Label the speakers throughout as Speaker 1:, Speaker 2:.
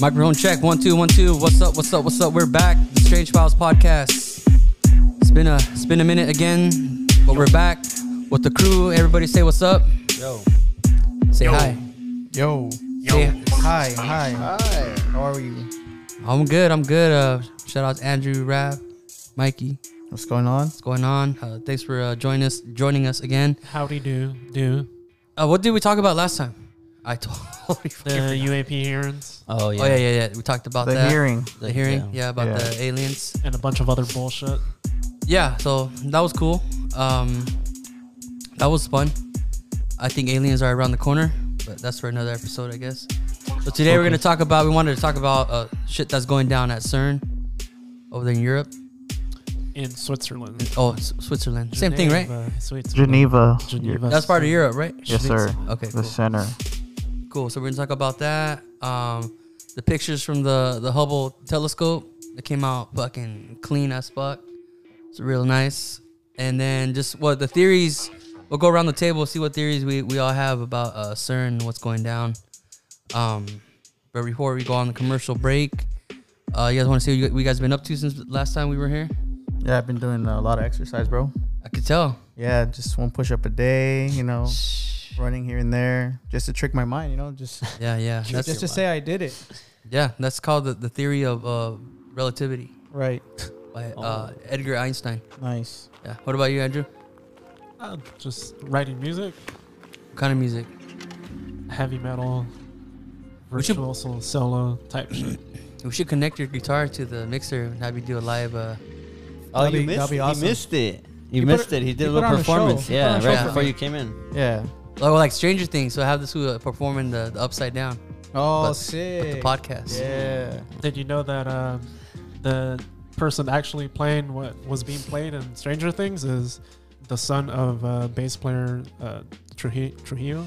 Speaker 1: Microphone check. One two one two. What's up? What's up? What's up? We're back. The Strange Files podcast. It's been a it's been a minute again, but we're back with the crew. Everybody say what's up.
Speaker 2: Yo.
Speaker 1: Say
Speaker 3: Yo.
Speaker 1: hi.
Speaker 2: Yo.
Speaker 1: Say,
Speaker 2: Hi. Hi. Hi. How are you?
Speaker 1: I'm good. I'm good. Uh, shout out to Andrew, Rab, Mikey.
Speaker 2: What's going on?
Speaker 1: What's going on? Uh, thanks for uh, joining us joining us again.
Speaker 3: Howdy do do
Speaker 1: Uh, what did we talk about last time? I totally.
Speaker 3: the
Speaker 1: forget.
Speaker 3: UAP hearings
Speaker 4: Oh yeah.
Speaker 1: Oh yeah, yeah, yeah. We talked about
Speaker 2: The
Speaker 1: that.
Speaker 2: hearing.
Speaker 1: The hearing. Yeah, about
Speaker 2: Yeah.
Speaker 1: the aliens.
Speaker 3: and a bunch of other bullshit.
Speaker 1: yeah so that was cool um that was fun i think aliens are around the corner but that's for another episode i guess so today we're gonna talk about we wanted to talk about uh shit that's going down at cern over there in europe
Speaker 3: in Switzerland.
Speaker 1: oh S- switzerland same thing right
Speaker 3: Geneva, Switzerland.
Speaker 5: Geneva.
Speaker 3: Geneva.
Speaker 1: that's part of europe right
Speaker 5: Yes, sir.
Speaker 1: okay
Speaker 5: The
Speaker 1: cool.
Speaker 5: center.
Speaker 1: cool so we're gonna talk about that um the pictures from the the hubble telescope that came out fucking clean as fuck it's real nice and then just what the theories we'll go around the table see what theories we we all have about uh cern what's going down um but before we go on the commercial break uh you guys want to see what you, we guys been up to since last time we were here
Speaker 2: Yeah, I've been doing a lot of exercise, bro.
Speaker 1: i could tell
Speaker 2: Yeah, just one push up a day, you know, running here and there just to trick my mind, you know, just
Speaker 1: yeah yeah
Speaker 2: just
Speaker 1: that's
Speaker 2: to say I did it.
Speaker 1: yeah that's called the, the theory of uh relativity
Speaker 2: Right.
Speaker 1: by uh edgar einstein
Speaker 2: Nice.
Speaker 1: yeah what about you andrew
Speaker 3: Uh, just writing music,
Speaker 1: What kind of music?
Speaker 3: heavy metal,
Speaker 1: We should-
Speaker 3: virtuoso solo type shit.
Speaker 1: We should connect your guitar to the mixer and have you do a live. Uh,
Speaker 4: Oh,
Speaker 2: That'd
Speaker 4: you
Speaker 2: be- that'd
Speaker 4: missed.
Speaker 2: be
Speaker 4: it.
Speaker 2: awesome.
Speaker 4: You missed it. You
Speaker 2: put
Speaker 4: missed
Speaker 2: it-
Speaker 4: it. He
Speaker 2: he
Speaker 4: did a
Speaker 2: put
Speaker 4: little
Speaker 2: on a show.
Speaker 4: performance.
Speaker 2: He put on
Speaker 4: Yeah,
Speaker 2: a show
Speaker 4: right
Speaker 1: for
Speaker 4: before
Speaker 1: me.
Speaker 4: you came in.
Speaker 2: Yeah.
Speaker 1: oh, like Stranger Things. So have this who uh, performing the, the upside down
Speaker 2: Oh,
Speaker 1: But-
Speaker 2: sick.
Speaker 1: with the podcast.
Speaker 2: Yeah.
Speaker 3: Did you know that um, the person actually playing what was being played in Stranger Things is the son of uh, bass player uh, Truji- Trujillo?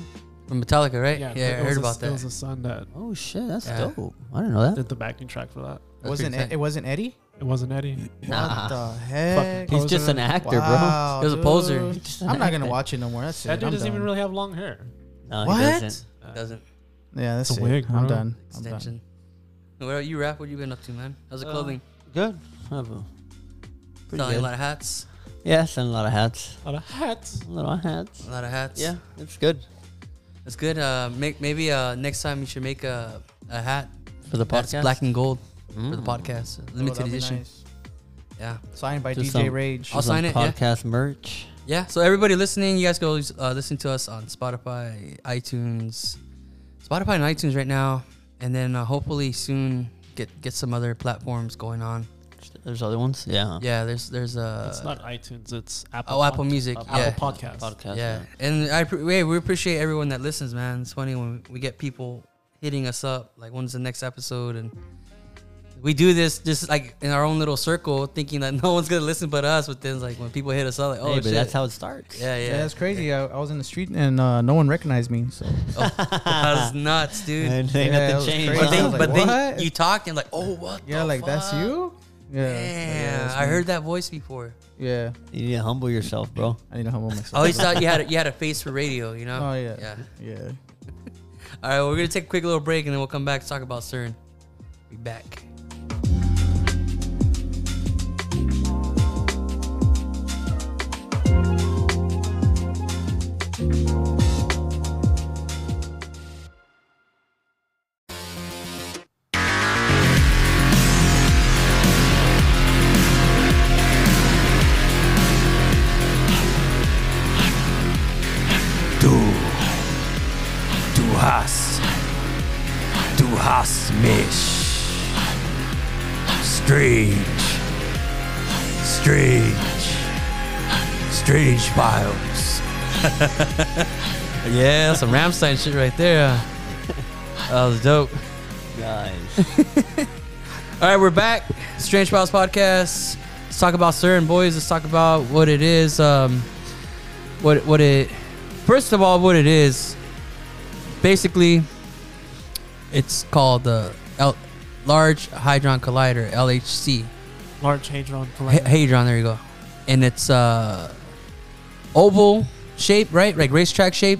Speaker 1: from Metallica, right? Yeah,
Speaker 3: it
Speaker 1: I
Speaker 3: was
Speaker 1: heard
Speaker 3: a-
Speaker 1: about
Speaker 3: It
Speaker 1: that.
Speaker 3: was the son that
Speaker 4: Oh shit, that's
Speaker 1: Yeah.
Speaker 4: dope. I didn't know that.
Speaker 3: did the backing track for that.
Speaker 1: That's
Speaker 2: Wasn't E,
Speaker 1: pretty
Speaker 2: it, it
Speaker 1: exciting.
Speaker 2: wasn't Eddie?
Speaker 3: It wasn't Eddie.
Speaker 2: What
Speaker 4: Nah,
Speaker 2: the heck?
Speaker 4: he's just an actor,
Speaker 2: Wow,
Speaker 1: He was a poser.
Speaker 2: dude.
Speaker 4: He's just an
Speaker 2: I'm not gonna
Speaker 4: actor.
Speaker 2: watch it no more. That's it.
Speaker 3: That dude
Speaker 2: I'm
Speaker 3: doesn't even
Speaker 2: done.
Speaker 3: really have long hair.
Speaker 4: bro. No, he
Speaker 2: What?
Speaker 4: doesn't.
Speaker 3: Uh,
Speaker 1: Doesn't
Speaker 2: Yeah, that's
Speaker 3: It's a
Speaker 2: it.
Speaker 3: wig,
Speaker 2: I'm
Speaker 3: bro.
Speaker 2: done. I'm done.
Speaker 1: extension. What about you, Rap? What you been up to, man? How's the
Speaker 4: Uh,
Speaker 1: clothing?
Speaker 4: Good. I have a pretty
Speaker 1: Selling a
Speaker 4: good.
Speaker 1: lot of hats.
Speaker 4: yeah, selling a lot of hats.
Speaker 3: On a hat.
Speaker 4: A lot of hats.
Speaker 1: A lot of hats.
Speaker 4: Yeah, it's good
Speaker 1: that's good. Uh, make maybe uh next time you should make a a hat
Speaker 4: for the
Speaker 1: that's
Speaker 4: podcast.
Speaker 1: black and gold for the
Speaker 4: Mm.
Speaker 1: podcast,
Speaker 2: Oh,
Speaker 1: limited
Speaker 2: that'd be
Speaker 1: edition.
Speaker 2: nice.
Speaker 1: Yeah.
Speaker 2: Signed by
Speaker 4: Just
Speaker 2: DJ
Speaker 4: some-
Speaker 2: Rage.
Speaker 1: I'll
Speaker 4: Some
Speaker 1: sign it, yeah.
Speaker 4: Podcast merch.
Speaker 1: Yeah, so everybody listening, you guys go uh, listen to us on Spotify, iTunes, Spotify and iTunes right now, and then uh, hopefully soon get get some other platforms going on.
Speaker 4: There's other ones. Yeah.
Speaker 1: Yeah, there's there's uh,
Speaker 3: It's not iTunes. It's Apple.
Speaker 1: oh Apple
Speaker 3: Pod-
Speaker 1: Music,
Speaker 4: Apple
Speaker 1: yeah,
Speaker 3: Apple Podcast.
Speaker 4: Podcast.
Speaker 1: yeah, and I pre- hey, we appreciate everyone that listens, man. It's funny when we get people hitting us up like when's the next episode, and we do this just like in our own little circle, thinking that no one's gonna listen but us. But then like when people hit us up, like oh
Speaker 4: Hey, but
Speaker 1: shit,
Speaker 4: that's how it starts.
Speaker 1: yeah, yeah,
Speaker 2: Yeah, that's crazy. I, I was in the street and uh, no one recognized me. So
Speaker 1: that's nuts, dude.
Speaker 4: And
Speaker 2: Yeah,
Speaker 4: ain't
Speaker 2: that was
Speaker 4: nothing changed.
Speaker 2: crazy.
Speaker 1: But
Speaker 2: I
Speaker 1: then,
Speaker 2: was like,
Speaker 1: but then
Speaker 2: Uh-huh. "What?"
Speaker 1: you talked and like, oh, what?
Speaker 2: yeah,
Speaker 1: the
Speaker 2: like that's
Speaker 1: fuck?"
Speaker 2: you. Yeah,
Speaker 1: Damn,
Speaker 2: that's
Speaker 1: I
Speaker 2: me.
Speaker 1: heard that voice before.
Speaker 2: Yeah,
Speaker 4: You need to humble yourself, bro.
Speaker 2: I need to humble
Speaker 1: I
Speaker 2: myself.
Speaker 1: always thought you had a, you had a face for radio, you know.
Speaker 2: Oh, yeah.
Speaker 1: Yeah.
Speaker 2: yeah.
Speaker 1: All right, we're gonna take a quick little break and then we'll come back to talk about CERN. Be back.
Speaker 6: Du, du hast, du hast mich. Strange, strange, strange files.
Speaker 1: Yeah, that's some Ramstein shit right there. That was dope.
Speaker 4: Guys.
Speaker 1: All right, we're back. Strange Files podcast. Let's talk about CERN, boys. Let's talk about what it is. Um, what what it? First of all, what it is. Basically, it's called the L- Large Hadron Collider (LHC).
Speaker 3: Large Hadron
Speaker 1: H-
Speaker 3: Collider.
Speaker 1: Hadron. There you go. And it's uh, oval shape, right? Like racetrack shape,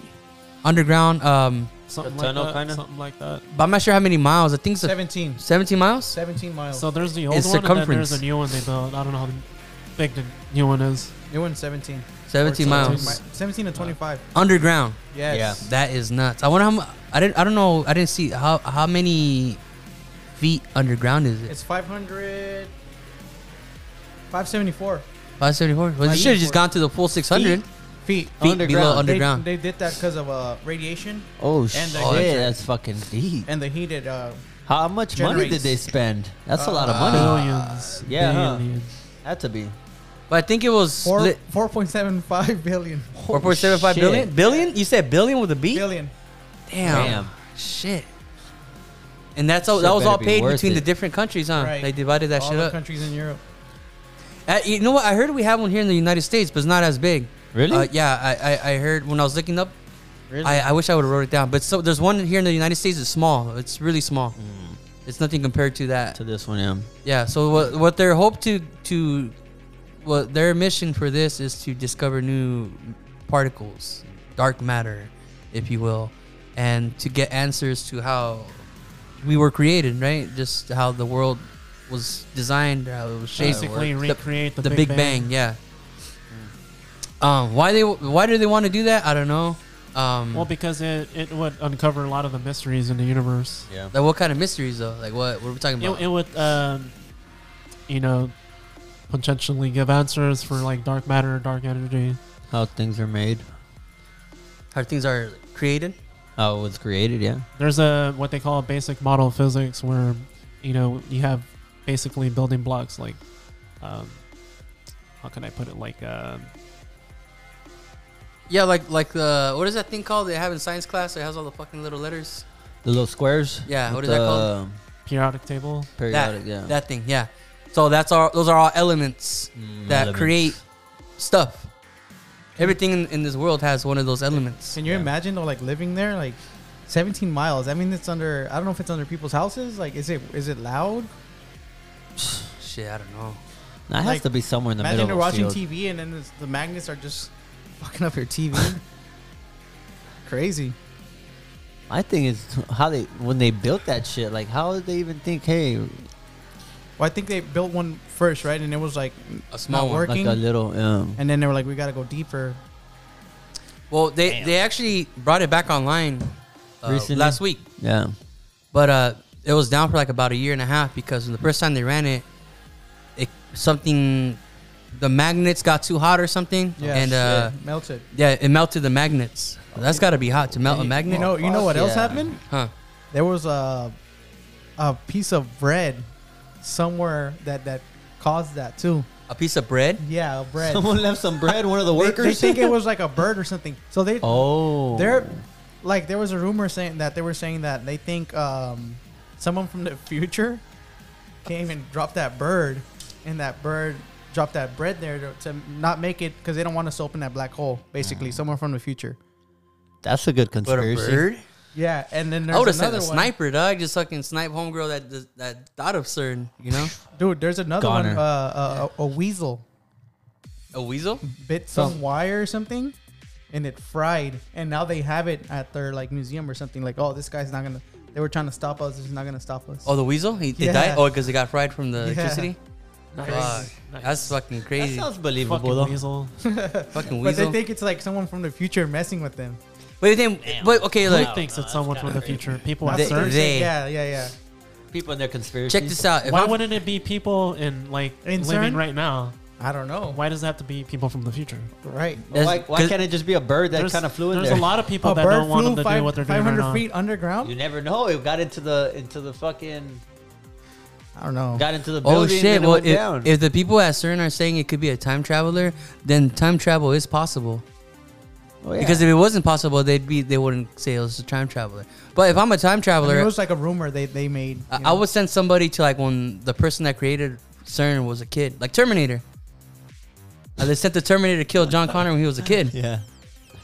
Speaker 1: underground. Um,
Speaker 3: something
Speaker 4: A
Speaker 3: like
Speaker 4: tunnel,
Speaker 3: that.
Speaker 4: kinda?
Speaker 3: Something like that.
Speaker 1: But I'm not sure how many miles. I think it's a
Speaker 2: 17.
Speaker 1: 17 miles.
Speaker 2: 17 miles.
Speaker 3: So there's the old
Speaker 1: It's
Speaker 3: one, and then
Speaker 1: circumference.
Speaker 3: there's a new one they built. I don't know how big the new one is.
Speaker 2: New one, 17.
Speaker 1: 17
Speaker 3: Or
Speaker 1: miles
Speaker 3: 17
Speaker 2: 17 to 25.
Speaker 1: underground.
Speaker 2: Yes.
Speaker 1: That is nuts. I wonder how. mu- I didn't. I don't know. I didn't see how how many feet underground is it?
Speaker 2: It's 500. 574
Speaker 1: Five seventy four. Well, you
Speaker 2: Like-
Speaker 1: should have just gone to the full six hundred feet
Speaker 2: feet.
Speaker 1: below
Speaker 4: Underground.
Speaker 2: They-
Speaker 1: underground.
Speaker 2: They, did that because of uh, radiation
Speaker 4: Oh
Speaker 2: And
Speaker 4: shit,
Speaker 2: the heat.
Speaker 4: that's fucking deep.
Speaker 2: and the heated. Uh,
Speaker 4: How much money did
Speaker 2: Generates.
Speaker 4: they spend? That's a
Speaker 2: Uh,
Speaker 4: lot of money.
Speaker 3: billions.
Speaker 4: yeah, huh.
Speaker 3: Billions.
Speaker 4: Had to be.
Speaker 1: but I think it was
Speaker 2: four,
Speaker 1: split.
Speaker 2: 4.75 billion.
Speaker 1: Four point seven five
Speaker 4: shit.
Speaker 1: billion. Billion? You said billion with a B?
Speaker 2: Billion.
Speaker 1: Damn.
Speaker 4: Damn.
Speaker 1: Shit. And that's all.
Speaker 4: Shit
Speaker 1: that was
Speaker 4: better
Speaker 1: all
Speaker 4: be
Speaker 1: paid
Speaker 4: worth
Speaker 1: between the
Speaker 4: it.
Speaker 1: different countries, huh?
Speaker 2: Right.
Speaker 1: They divided that
Speaker 2: All
Speaker 1: shit
Speaker 2: the
Speaker 1: up.
Speaker 2: countries in Europe.
Speaker 1: Uh, you know what? I heard we have one here in the United States, but it's not as big.
Speaker 4: Really?
Speaker 1: Uh, yeah, I, I, I heard when I was looking up.
Speaker 4: Really?
Speaker 1: I, I wish I would have wrote it down, but so there's one here in the United States. It's small. It's really small. It's nothing compared to that.
Speaker 4: Mm, to this one, yeah.
Speaker 1: Yeah. So what what their hope to to what their mission for this is to discover new particles, dark matter, if you will, and to get answers to how we were created, right? Just how the world was designed, how it was shaped,
Speaker 3: Basically,
Speaker 1: the-
Speaker 3: recreate the,
Speaker 1: the, Big, Bang. yeah. Um, why they why do they want to do that? I don't know. Um,
Speaker 3: Well, because it, it would uncover a lot of the mysteries in the universe.
Speaker 4: Yeah.
Speaker 1: like what kind of mysteries though? Like what what are we talking about?
Speaker 3: It, it would, um, you know, potentially give answers for like dark matter, dark energy.
Speaker 4: How things are made.
Speaker 1: how things are created?
Speaker 4: How it was created, yeah.
Speaker 3: There's a what they call a basic model of physics where, you know, you have basically building blocks like, um, how can I put it? Like, um
Speaker 1: Yeah, like like the what is that thing called? They have in science class. It has all the fucking little letters.
Speaker 4: The little squares.
Speaker 1: Yeah, what
Speaker 4: with
Speaker 1: is that called?
Speaker 4: the
Speaker 3: periodic table.
Speaker 4: Periodic, yeah.
Speaker 1: That thing. Yeah. So that's all. Those are all elements
Speaker 4: Mm,
Speaker 1: that
Speaker 4: elements.
Speaker 1: create stuff. Everything in, in this world has one of those elements.
Speaker 2: Can you
Speaker 4: Yeah.
Speaker 2: imagine though, like living there, like 17 miles? I mean, it's under. I don't know if it's under people's houses. Like, is it is it loud?
Speaker 1: Shit, I don't know.
Speaker 4: That has
Speaker 2: like,
Speaker 4: to be somewhere in the
Speaker 2: imagine
Speaker 4: middle
Speaker 2: you're
Speaker 4: of the
Speaker 2: watching
Speaker 4: field.
Speaker 2: TV and then it's, the magnets are just fucking up your TV. Crazy.
Speaker 4: I think it's how they when they built that shit. Like, how did they even think? Hey,
Speaker 2: Well, I think they built one first, right? And it was like,
Speaker 1: A small
Speaker 2: Not
Speaker 1: one.
Speaker 2: work-
Speaker 4: like
Speaker 2: Working.
Speaker 4: a little. Um,
Speaker 2: and then they were like, we gotta go deeper.
Speaker 1: Well, they they actually brought it back online uh,
Speaker 4: Recently?
Speaker 1: last week.
Speaker 4: yeah.
Speaker 1: But uh, it was down for like about a year and a half because when the first time they ran it, it something, the magnets got too hot or something,
Speaker 2: Yeah,
Speaker 1: and uh,
Speaker 2: shit, melted.
Speaker 1: yeah, it melted the magnets. That's got to be hot to melt a
Speaker 2: And you-
Speaker 1: magnet.
Speaker 2: You know, you know what
Speaker 4: Fuck
Speaker 2: else
Speaker 4: yeah.
Speaker 2: happened?
Speaker 1: huh?
Speaker 2: There was a a piece of bread somewhere that that caused that too.
Speaker 1: A piece of bread.
Speaker 2: Yeah, a bread.
Speaker 4: Someone left some bread. One of the
Speaker 2: They-
Speaker 4: workers.
Speaker 2: They, think it was like a bird or something. So they
Speaker 4: Oh,
Speaker 2: They're like there was a rumor saying that they were saying that they think um, someone from the future came and dropped that bird, and that bird dropped that bread there to, to not make it because they don't want us to open that black hole.
Speaker 4: Mm.
Speaker 2: Basically, someone from the future.
Speaker 4: That's a good
Speaker 1: But a
Speaker 4: conspiracy.
Speaker 1: bird?
Speaker 2: Yeah, and then
Speaker 1: I would have
Speaker 2: there's
Speaker 1: sent a
Speaker 2: another one,
Speaker 1: sniper, dog. Just fucking snipe homegirl that does- that thought of CERN, you know?
Speaker 2: dude. There's another one.
Speaker 4: Goner.
Speaker 2: Uh, uh, a, a weasel
Speaker 1: A weasel?
Speaker 2: bit some wire or something, and it fried. And now they have it at their like museum or something. Like, oh, this guy's not gonna. They were trying to stop us. He's not gonna stop us.
Speaker 1: Oh, the weasel? He, he
Speaker 2: Yeah.
Speaker 1: died? Oh, because it got fried from the
Speaker 2: Yeah.
Speaker 1: electricity?
Speaker 3: Nice.
Speaker 1: Fuck. That's fucking
Speaker 4: That
Speaker 1: crazy.
Speaker 4: sounds believable
Speaker 3: Fucking
Speaker 4: though.
Speaker 3: weasel.
Speaker 1: fucking
Speaker 2: but
Speaker 1: weasel.
Speaker 2: they think it's like someone from the future messing with them.
Speaker 1: but then, but okay,
Speaker 3: Who
Speaker 1: like,
Speaker 3: thinks it's someone from the future? People at
Speaker 1: They-
Speaker 3: CERN.
Speaker 1: they-
Speaker 2: Yeah, yeah, yeah.
Speaker 4: People and their conspiracy.
Speaker 1: check this out. If
Speaker 3: Why
Speaker 1: I'm-
Speaker 3: wouldn't it be people in like
Speaker 2: In
Speaker 3: living
Speaker 2: CERN?
Speaker 3: right now?
Speaker 2: I don't know.
Speaker 3: Why does it have to be people from the future?
Speaker 2: Right.
Speaker 4: Why,
Speaker 1: That's-
Speaker 4: why can't it just be a bird that
Speaker 3: There's-
Speaker 4: kind of flew in
Speaker 3: There's
Speaker 4: there?
Speaker 3: a lot of people that don't want them to do what they're doing right now.
Speaker 2: feet underground.
Speaker 4: You never know. It got into the into the fucking
Speaker 2: I don't know.
Speaker 4: got into the
Speaker 1: Oh
Speaker 4: building.
Speaker 1: shit!
Speaker 4: And it
Speaker 1: Well,
Speaker 4: went down.
Speaker 1: if, if the people at CERN are saying it could be a time traveler, then time travel is possible.
Speaker 4: Oh, yeah.
Speaker 1: Because if it wasn't possible, they'd be they wouldn't say it was a time traveler. But if I'm a time
Speaker 2: I mean,
Speaker 1: traveler,
Speaker 2: it was like a rumor they they made.
Speaker 1: I,
Speaker 2: you
Speaker 1: I
Speaker 2: know.
Speaker 1: would send somebody to like when the person that created CERN was a kid, like Terminator. Uh, they sent the Terminator to kill John Connor when he was a kid.
Speaker 4: yeah,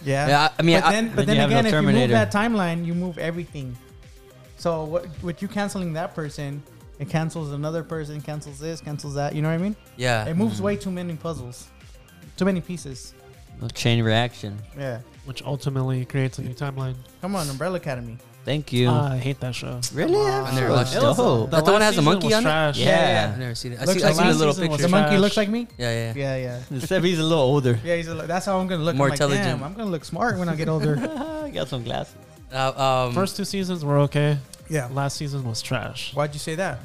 Speaker 2: Yeah.
Speaker 1: Yeah, I- I mean,
Speaker 2: but
Speaker 1: I-
Speaker 2: then, but
Speaker 4: Then
Speaker 2: then,
Speaker 4: you have no
Speaker 2: again, if you move
Speaker 4: Terminator.
Speaker 2: that timeline, you move everything. So what with you canceling that person, it cancels another person,
Speaker 1: Uh,
Speaker 2: cancels this, cancels that. You know what I mean?
Speaker 1: Yeah,
Speaker 2: It moves way too many puzzles, too many pieces.
Speaker 4: A chain reaction.
Speaker 2: Yeah.
Speaker 3: which ultimately creates a new timeline.
Speaker 2: Come on, Umbrella Academy.
Speaker 4: Thank you.
Speaker 3: Ah, I hate that show.
Speaker 4: really?
Speaker 2: I
Speaker 1: never
Speaker 4: Oh,
Speaker 1: watched it.
Speaker 4: dope.
Speaker 1: That the one has
Speaker 3: last
Speaker 1: a
Speaker 3: season
Speaker 1: monkey
Speaker 3: was
Speaker 1: on it?
Speaker 3: trash.
Speaker 4: Yeah.
Speaker 1: I've never seen it. I
Speaker 2: Looks
Speaker 1: see,
Speaker 2: like
Speaker 1: I seen a
Speaker 2: last
Speaker 1: little
Speaker 3: season was
Speaker 1: picture.
Speaker 2: The monkey
Speaker 3: Trash.
Speaker 2: looks like me.
Speaker 1: Yeah, yeah.
Speaker 2: Yeah, yeah.
Speaker 4: Except he's a little older.
Speaker 2: Yeah, he's a, li- that's how I'm gonna look.
Speaker 1: More
Speaker 2: I'm like, damn,
Speaker 1: intelligent.
Speaker 2: I'm gonna look smart when I get older.
Speaker 4: I got some glasses.
Speaker 1: Uh, um,
Speaker 3: First two seasons were okay.
Speaker 2: yeah.
Speaker 3: Last season was trash.
Speaker 2: Why'd you say that?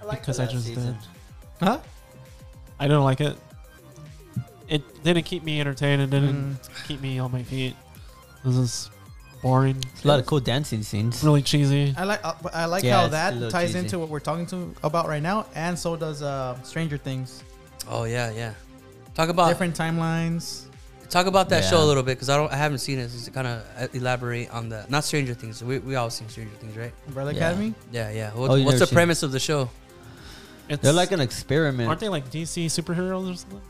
Speaker 4: Because
Speaker 3: Because I just uh, did.
Speaker 2: Huh?
Speaker 3: I didn't like it. It didn't keep me entertained. It didn't
Speaker 4: Mm.
Speaker 3: keep me on my feet. This is boring.
Speaker 4: It's a lot of cool dancing scenes.
Speaker 3: Really cheesy.
Speaker 2: I like uh, but I like
Speaker 4: Yeah,
Speaker 2: how
Speaker 4: it's a little
Speaker 2: that ties
Speaker 4: cheesy.
Speaker 2: into what we're talking to about right now, and so does uh, Stranger Things.
Speaker 1: oh yeah, yeah. Talk about
Speaker 2: Different timelines.
Speaker 1: talk about that show
Speaker 4: Yeah.
Speaker 1: a little bit because I don't I haven't seen it. So kind of elaborate on the not Stranger Things. We we all seen Stranger Things, right?
Speaker 2: Umbrella
Speaker 4: Yeah.
Speaker 2: Academy.
Speaker 1: Yeah, yeah. What,
Speaker 4: Oh, you
Speaker 1: what's
Speaker 4: never
Speaker 1: the
Speaker 4: seen
Speaker 1: premise of the show?
Speaker 3: It's,
Speaker 4: They're like an experiment.
Speaker 3: aren't they like DC superheroes or something?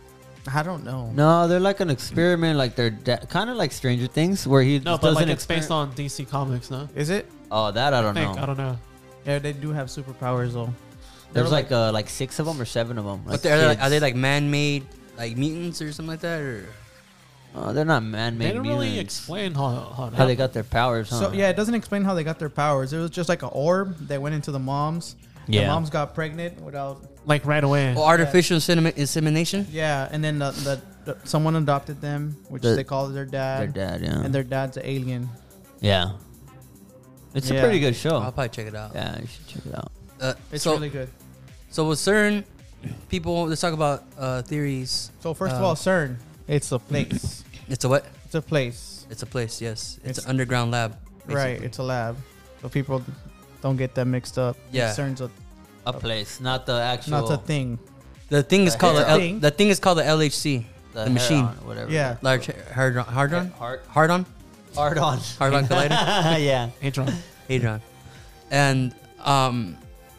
Speaker 2: I don't know.
Speaker 4: No, they're like an experiment, like they're da- kind of like Stranger Things, where he
Speaker 3: No,
Speaker 4: just
Speaker 3: but
Speaker 4: does
Speaker 3: like
Speaker 4: an
Speaker 3: it's based
Speaker 4: experiment.
Speaker 3: on DC comics. No,
Speaker 2: Is it?
Speaker 4: Oh, that I don't
Speaker 3: think
Speaker 4: know.
Speaker 3: I don't know.
Speaker 2: Yeah, they do have superpowers though.
Speaker 4: There's like uh, like six of them or seven of them.
Speaker 1: But they're, like, are they like man-made like mutants or something like that? Or
Speaker 4: Oh, they're not man-made.
Speaker 3: They don't really
Speaker 4: mutants.
Speaker 3: explain how how,
Speaker 4: how they got their powers. Huh?
Speaker 2: So yeah, it doesn't explain how they got their powers. It was just like an orb that went into the moms. The
Speaker 4: Yeah.
Speaker 2: moms got pregnant without.
Speaker 3: like right away.
Speaker 1: oh, artificial cinema- insemination?
Speaker 2: Yeah, and then the, the, the someone adopted them, which
Speaker 4: The-
Speaker 2: they call their
Speaker 4: their
Speaker 2: dad,
Speaker 4: dad. Yeah,
Speaker 2: and their dad's an alien.
Speaker 4: yeah. It's
Speaker 2: Yeah.
Speaker 4: a pretty good
Speaker 1: I'll
Speaker 4: show.
Speaker 1: probably check it out.
Speaker 4: Yeah, you should check it out.
Speaker 1: Uh,
Speaker 2: Oh. It's
Speaker 1: so
Speaker 2: really good.
Speaker 1: so with CERN, people let's talk about uh, theories.
Speaker 2: So first of
Speaker 1: Uh,
Speaker 2: all, CERN. It's a place.
Speaker 1: It's a what?
Speaker 2: it's a place.
Speaker 1: It's a place. Yes, it's,
Speaker 2: It's-
Speaker 1: an underground lab.
Speaker 2: Right.
Speaker 1: basically.
Speaker 2: It's a lab. So people don't get that mixed up.
Speaker 1: Yeah.
Speaker 2: CERN's a,
Speaker 4: A place, not the actual.
Speaker 2: not a thing.
Speaker 1: The thing is
Speaker 4: The
Speaker 1: called the
Speaker 4: hair.
Speaker 1: L- the thing is called the LHC, the,
Speaker 4: hair
Speaker 1: machine,
Speaker 4: on, whatever.
Speaker 2: Yeah.
Speaker 1: large hadron, hadron,
Speaker 4: Hard,
Speaker 1: hardon,
Speaker 4: hard on.
Speaker 1: hardon collider,
Speaker 4: yeah.
Speaker 3: Hadron.
Speaker 1: hadron, and um,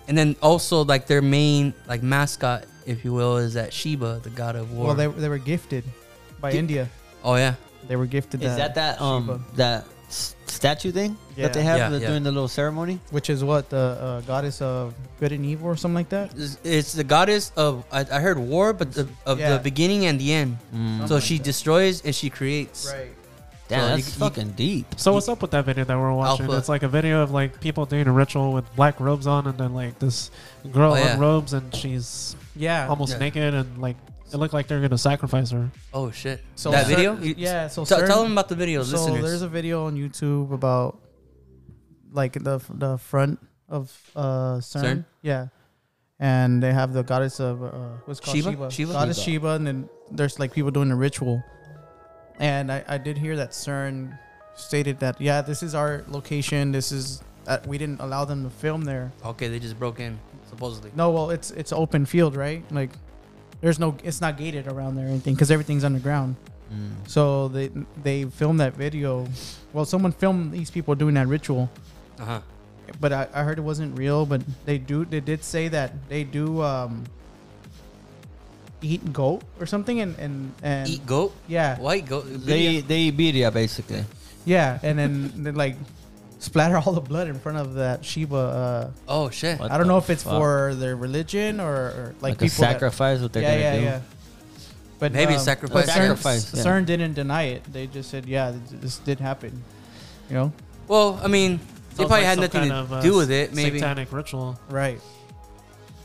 Speaker 1: and then also like their main like mascot, if you will, is that Sheba, the god of war.
Speaker 2: Well, they, they were gifted by
Speaker 1: Gi-
Speaker 2: India.
Speaker 1: oh yeah,
Speaker 2: They were gifted
Speaker 4: Is that that um
Speaker 2: Shiva.
Speaker 4: that s- statue thing that they
Speaker 2: Yeah.
Speaker 4: have
Speaker 1: Yeah,
Speaker 4: the-
Speaker 1: yeah.
Speaker 4: doing the little ceremony?
Speaker 2: which is what the uh, goddess of good and evil or something like that.
Speaker 1: it's, it's the goddess of I, I heard war, but the, of
Speaker 2: Yeah.
Speaker 1: the beginning and the end.
Speaker 4: Mm.
Speaker 1: so
Speaker 2: Something
Speaker 1: she
Speaker 2: like that.
Speaker 1: destroys and she creates.
Speaker 2: Right.
Speaker 4: Damn,
Speaker 1: So you
Speaker 4: that's
Speaker 1: c- you-
Speaker 4: fucking deep.
Speaker 3: So what's up with that video that we're watching?
Speaker 1: Alpha.
Speaker 3: It's like a video of like people doing a ritual with black robes on, and then like this girl
Speaker 1: Oh, yeah.
Speaker 3: on robes, and she's
Speaker 2: Yeah.
Speaker 3: almost
Speaker 1: Yeah.
Speaker 3: naked, and like it looked like they're gonna sacrifice her.
Speaker 1: Oh shit! that
Speaker 2: cer-
Speaker 1: video? You-
Speaker 2: Yeah. So
Speaker 1: Tell-
Speaker 2: CERN,
Speaker 1: tell them about the video,
Speaker 2: So
Speaker 1: listeners.
Speaker 2: there's a video on YouTube about like the the front of uh, CERN.
Speaker 1: CERN?
Speaker 2: Yeah. And they have the goddess of uh, what's it called
Speaker 1: Shiva?
Speaker 2: Shiva.
Speaker 1: Shiva?
Speaker 2: Goddess
Speaker 4: Shiva.
Speaker 2: Shiva, and then there's like people doing a ritual. And I, I did hear that CERN stated that yeah, this is our location. This is uh, we didn't allow them to film there.
Speaker 1: okay, they just broke in supposedly.
Speaker 2: No, well, it's it's open field, right? Like, there's no, it's not gated around there or anything because everything's underground.
Speaker 4: Mm.
Speaker 2: So they they filmed that video. Well, someone filmed these people doing that ritual,
Speaker 1: Uh huh.
Speaker 2: but I, I heard it wasn't real. But they do they did say that they do um eat goat or something and and and
Speaker 1: Eat goat.
Speaker 2: yeah
Speaker 1: White goat.
Speaker 4: They they eat media basically.
Speaker 2: yeah and then they like splatter all the blood in front of that Shiva. Uh,
Speaker 1: oh shit!
Speaker 4: What
Speaker 2: I don't
Speaker 4: the
Speaker 2: know if it's
Speaker 4: fuck?
Speaker 2: for their religion or, or like,
Speaker 4: like, a
Speaker 2: people that-
Speaker 4: sacrifice what they're gonna do.
Speaker 2: But
Speaker 1: Maybe
Speaker 2: um,
Speaker 1: sacrifice.
Speaker 2: but
Speaker 4: Sacrifice,
Speaker 2: CERN,
Speaker 4: yeah.
Speaker 2: CERN didn't deny it. They just said, "Yeah, th- this did happen." You know,
Speaker 1: Well, I mean, they
Speaker 3: Sounds
Speaker 1: probably
Speaker 3: like
Speaker 1: had
Speaker 3: some
Speaker 1: nothing
Speaker 3: kind
Speaker 1: to
Speaker 3: of, uh,
Speaker 1: do with it. Maybe
Speaker 3: satanic ritual.
Speaker 2: right?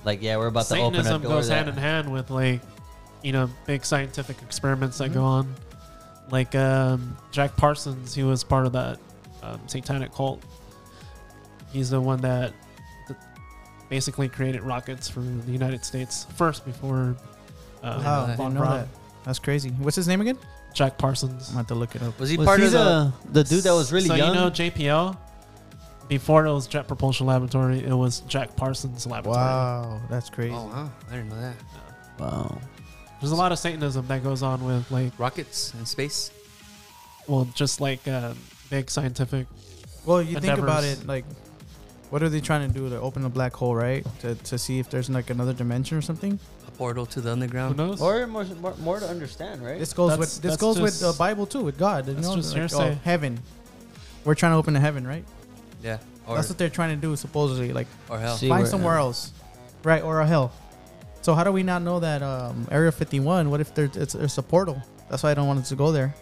Speaker 4: Like yeah, we're about to open
Speaker 3: Satanism
Speaker 4: up door.
Speaker 3: goes hand
Speaker 4: that-
Speaker 3: in hand with like you know big scientific experiments that go on. Like um, Jack Parsons, he was part of that um, satanic cult. He's the one that th- basically created rockets for the United States first before
Speaker 1: Wow,
Speaker 3: um,
Speaker 2: Wow,
Speaker 1: didn't
Speaker 3: von
Speaker 2: Oh, know
Speaker 3: Braun.
Speaker 2: that. That's crazy. What's his name again?
Speaker 3: Jack Parsons.
Speaker 2: I'm have to look it up.
Speaker 1: was he
Speaker 4: Was
Speaker 1: part
Speaker 4: he
Speaker 1: of the?
Speaker 4: the, the dude that was really
Speaker 3: so
Speaker 4: young?
Speaker 3: you know JPL. Before it was Jet Propulsion Laboratory, it was Jack Parsons Laboratory.
Speaker 2: Wow, that's crazy.
Speaker 1: Oh wow! I didn't know that.
Speaker 4: wow.
Speaker 3: There's a lot of Satanism that goes on with like
Speaker 1: Rockets in space.
Speaker 3: well, just like um, big scientific.
Speaker 2: Well, you think about
Speaker 3: Endeavors.
Speaker 2: it, like, what are they trying to do to open a black hole, right? To, to see if there's like another dimension or something.
Speaker 1: A portal to the
Speaker 3: Who
Speaker 1: underground.
Speaker 3: knows?
Speaker 4: Or more, more, more to understand, right?
Speaker 2: This goes
Speaker 3: That's-
Speaker 2: with this
Speaker 3: that's
Speaker 2: goes with
Speaker 3: just-
Speaker 2: the Bible too, with God. You
Speaker 3: that's
Speaker 2: know,
Speaker 3: just
Speaker 2: like, oh,
Speaker 3: hearsay.
Speaker 2: heaven. We're trying to open to heaven, right?
Speaker 1: Yeah. Or
Speaker 2: that's what they're trying to do, supposedly. Like,
Speaker 1: or hell.
Speaker 4: See
Speaker 2: find
Speaker 4: where-
Speaker 2: somewhere else, right? Or a hell. So how do we not know that um, Area 51? What if there's it's, it's a portal? That's why I don't want us to go there.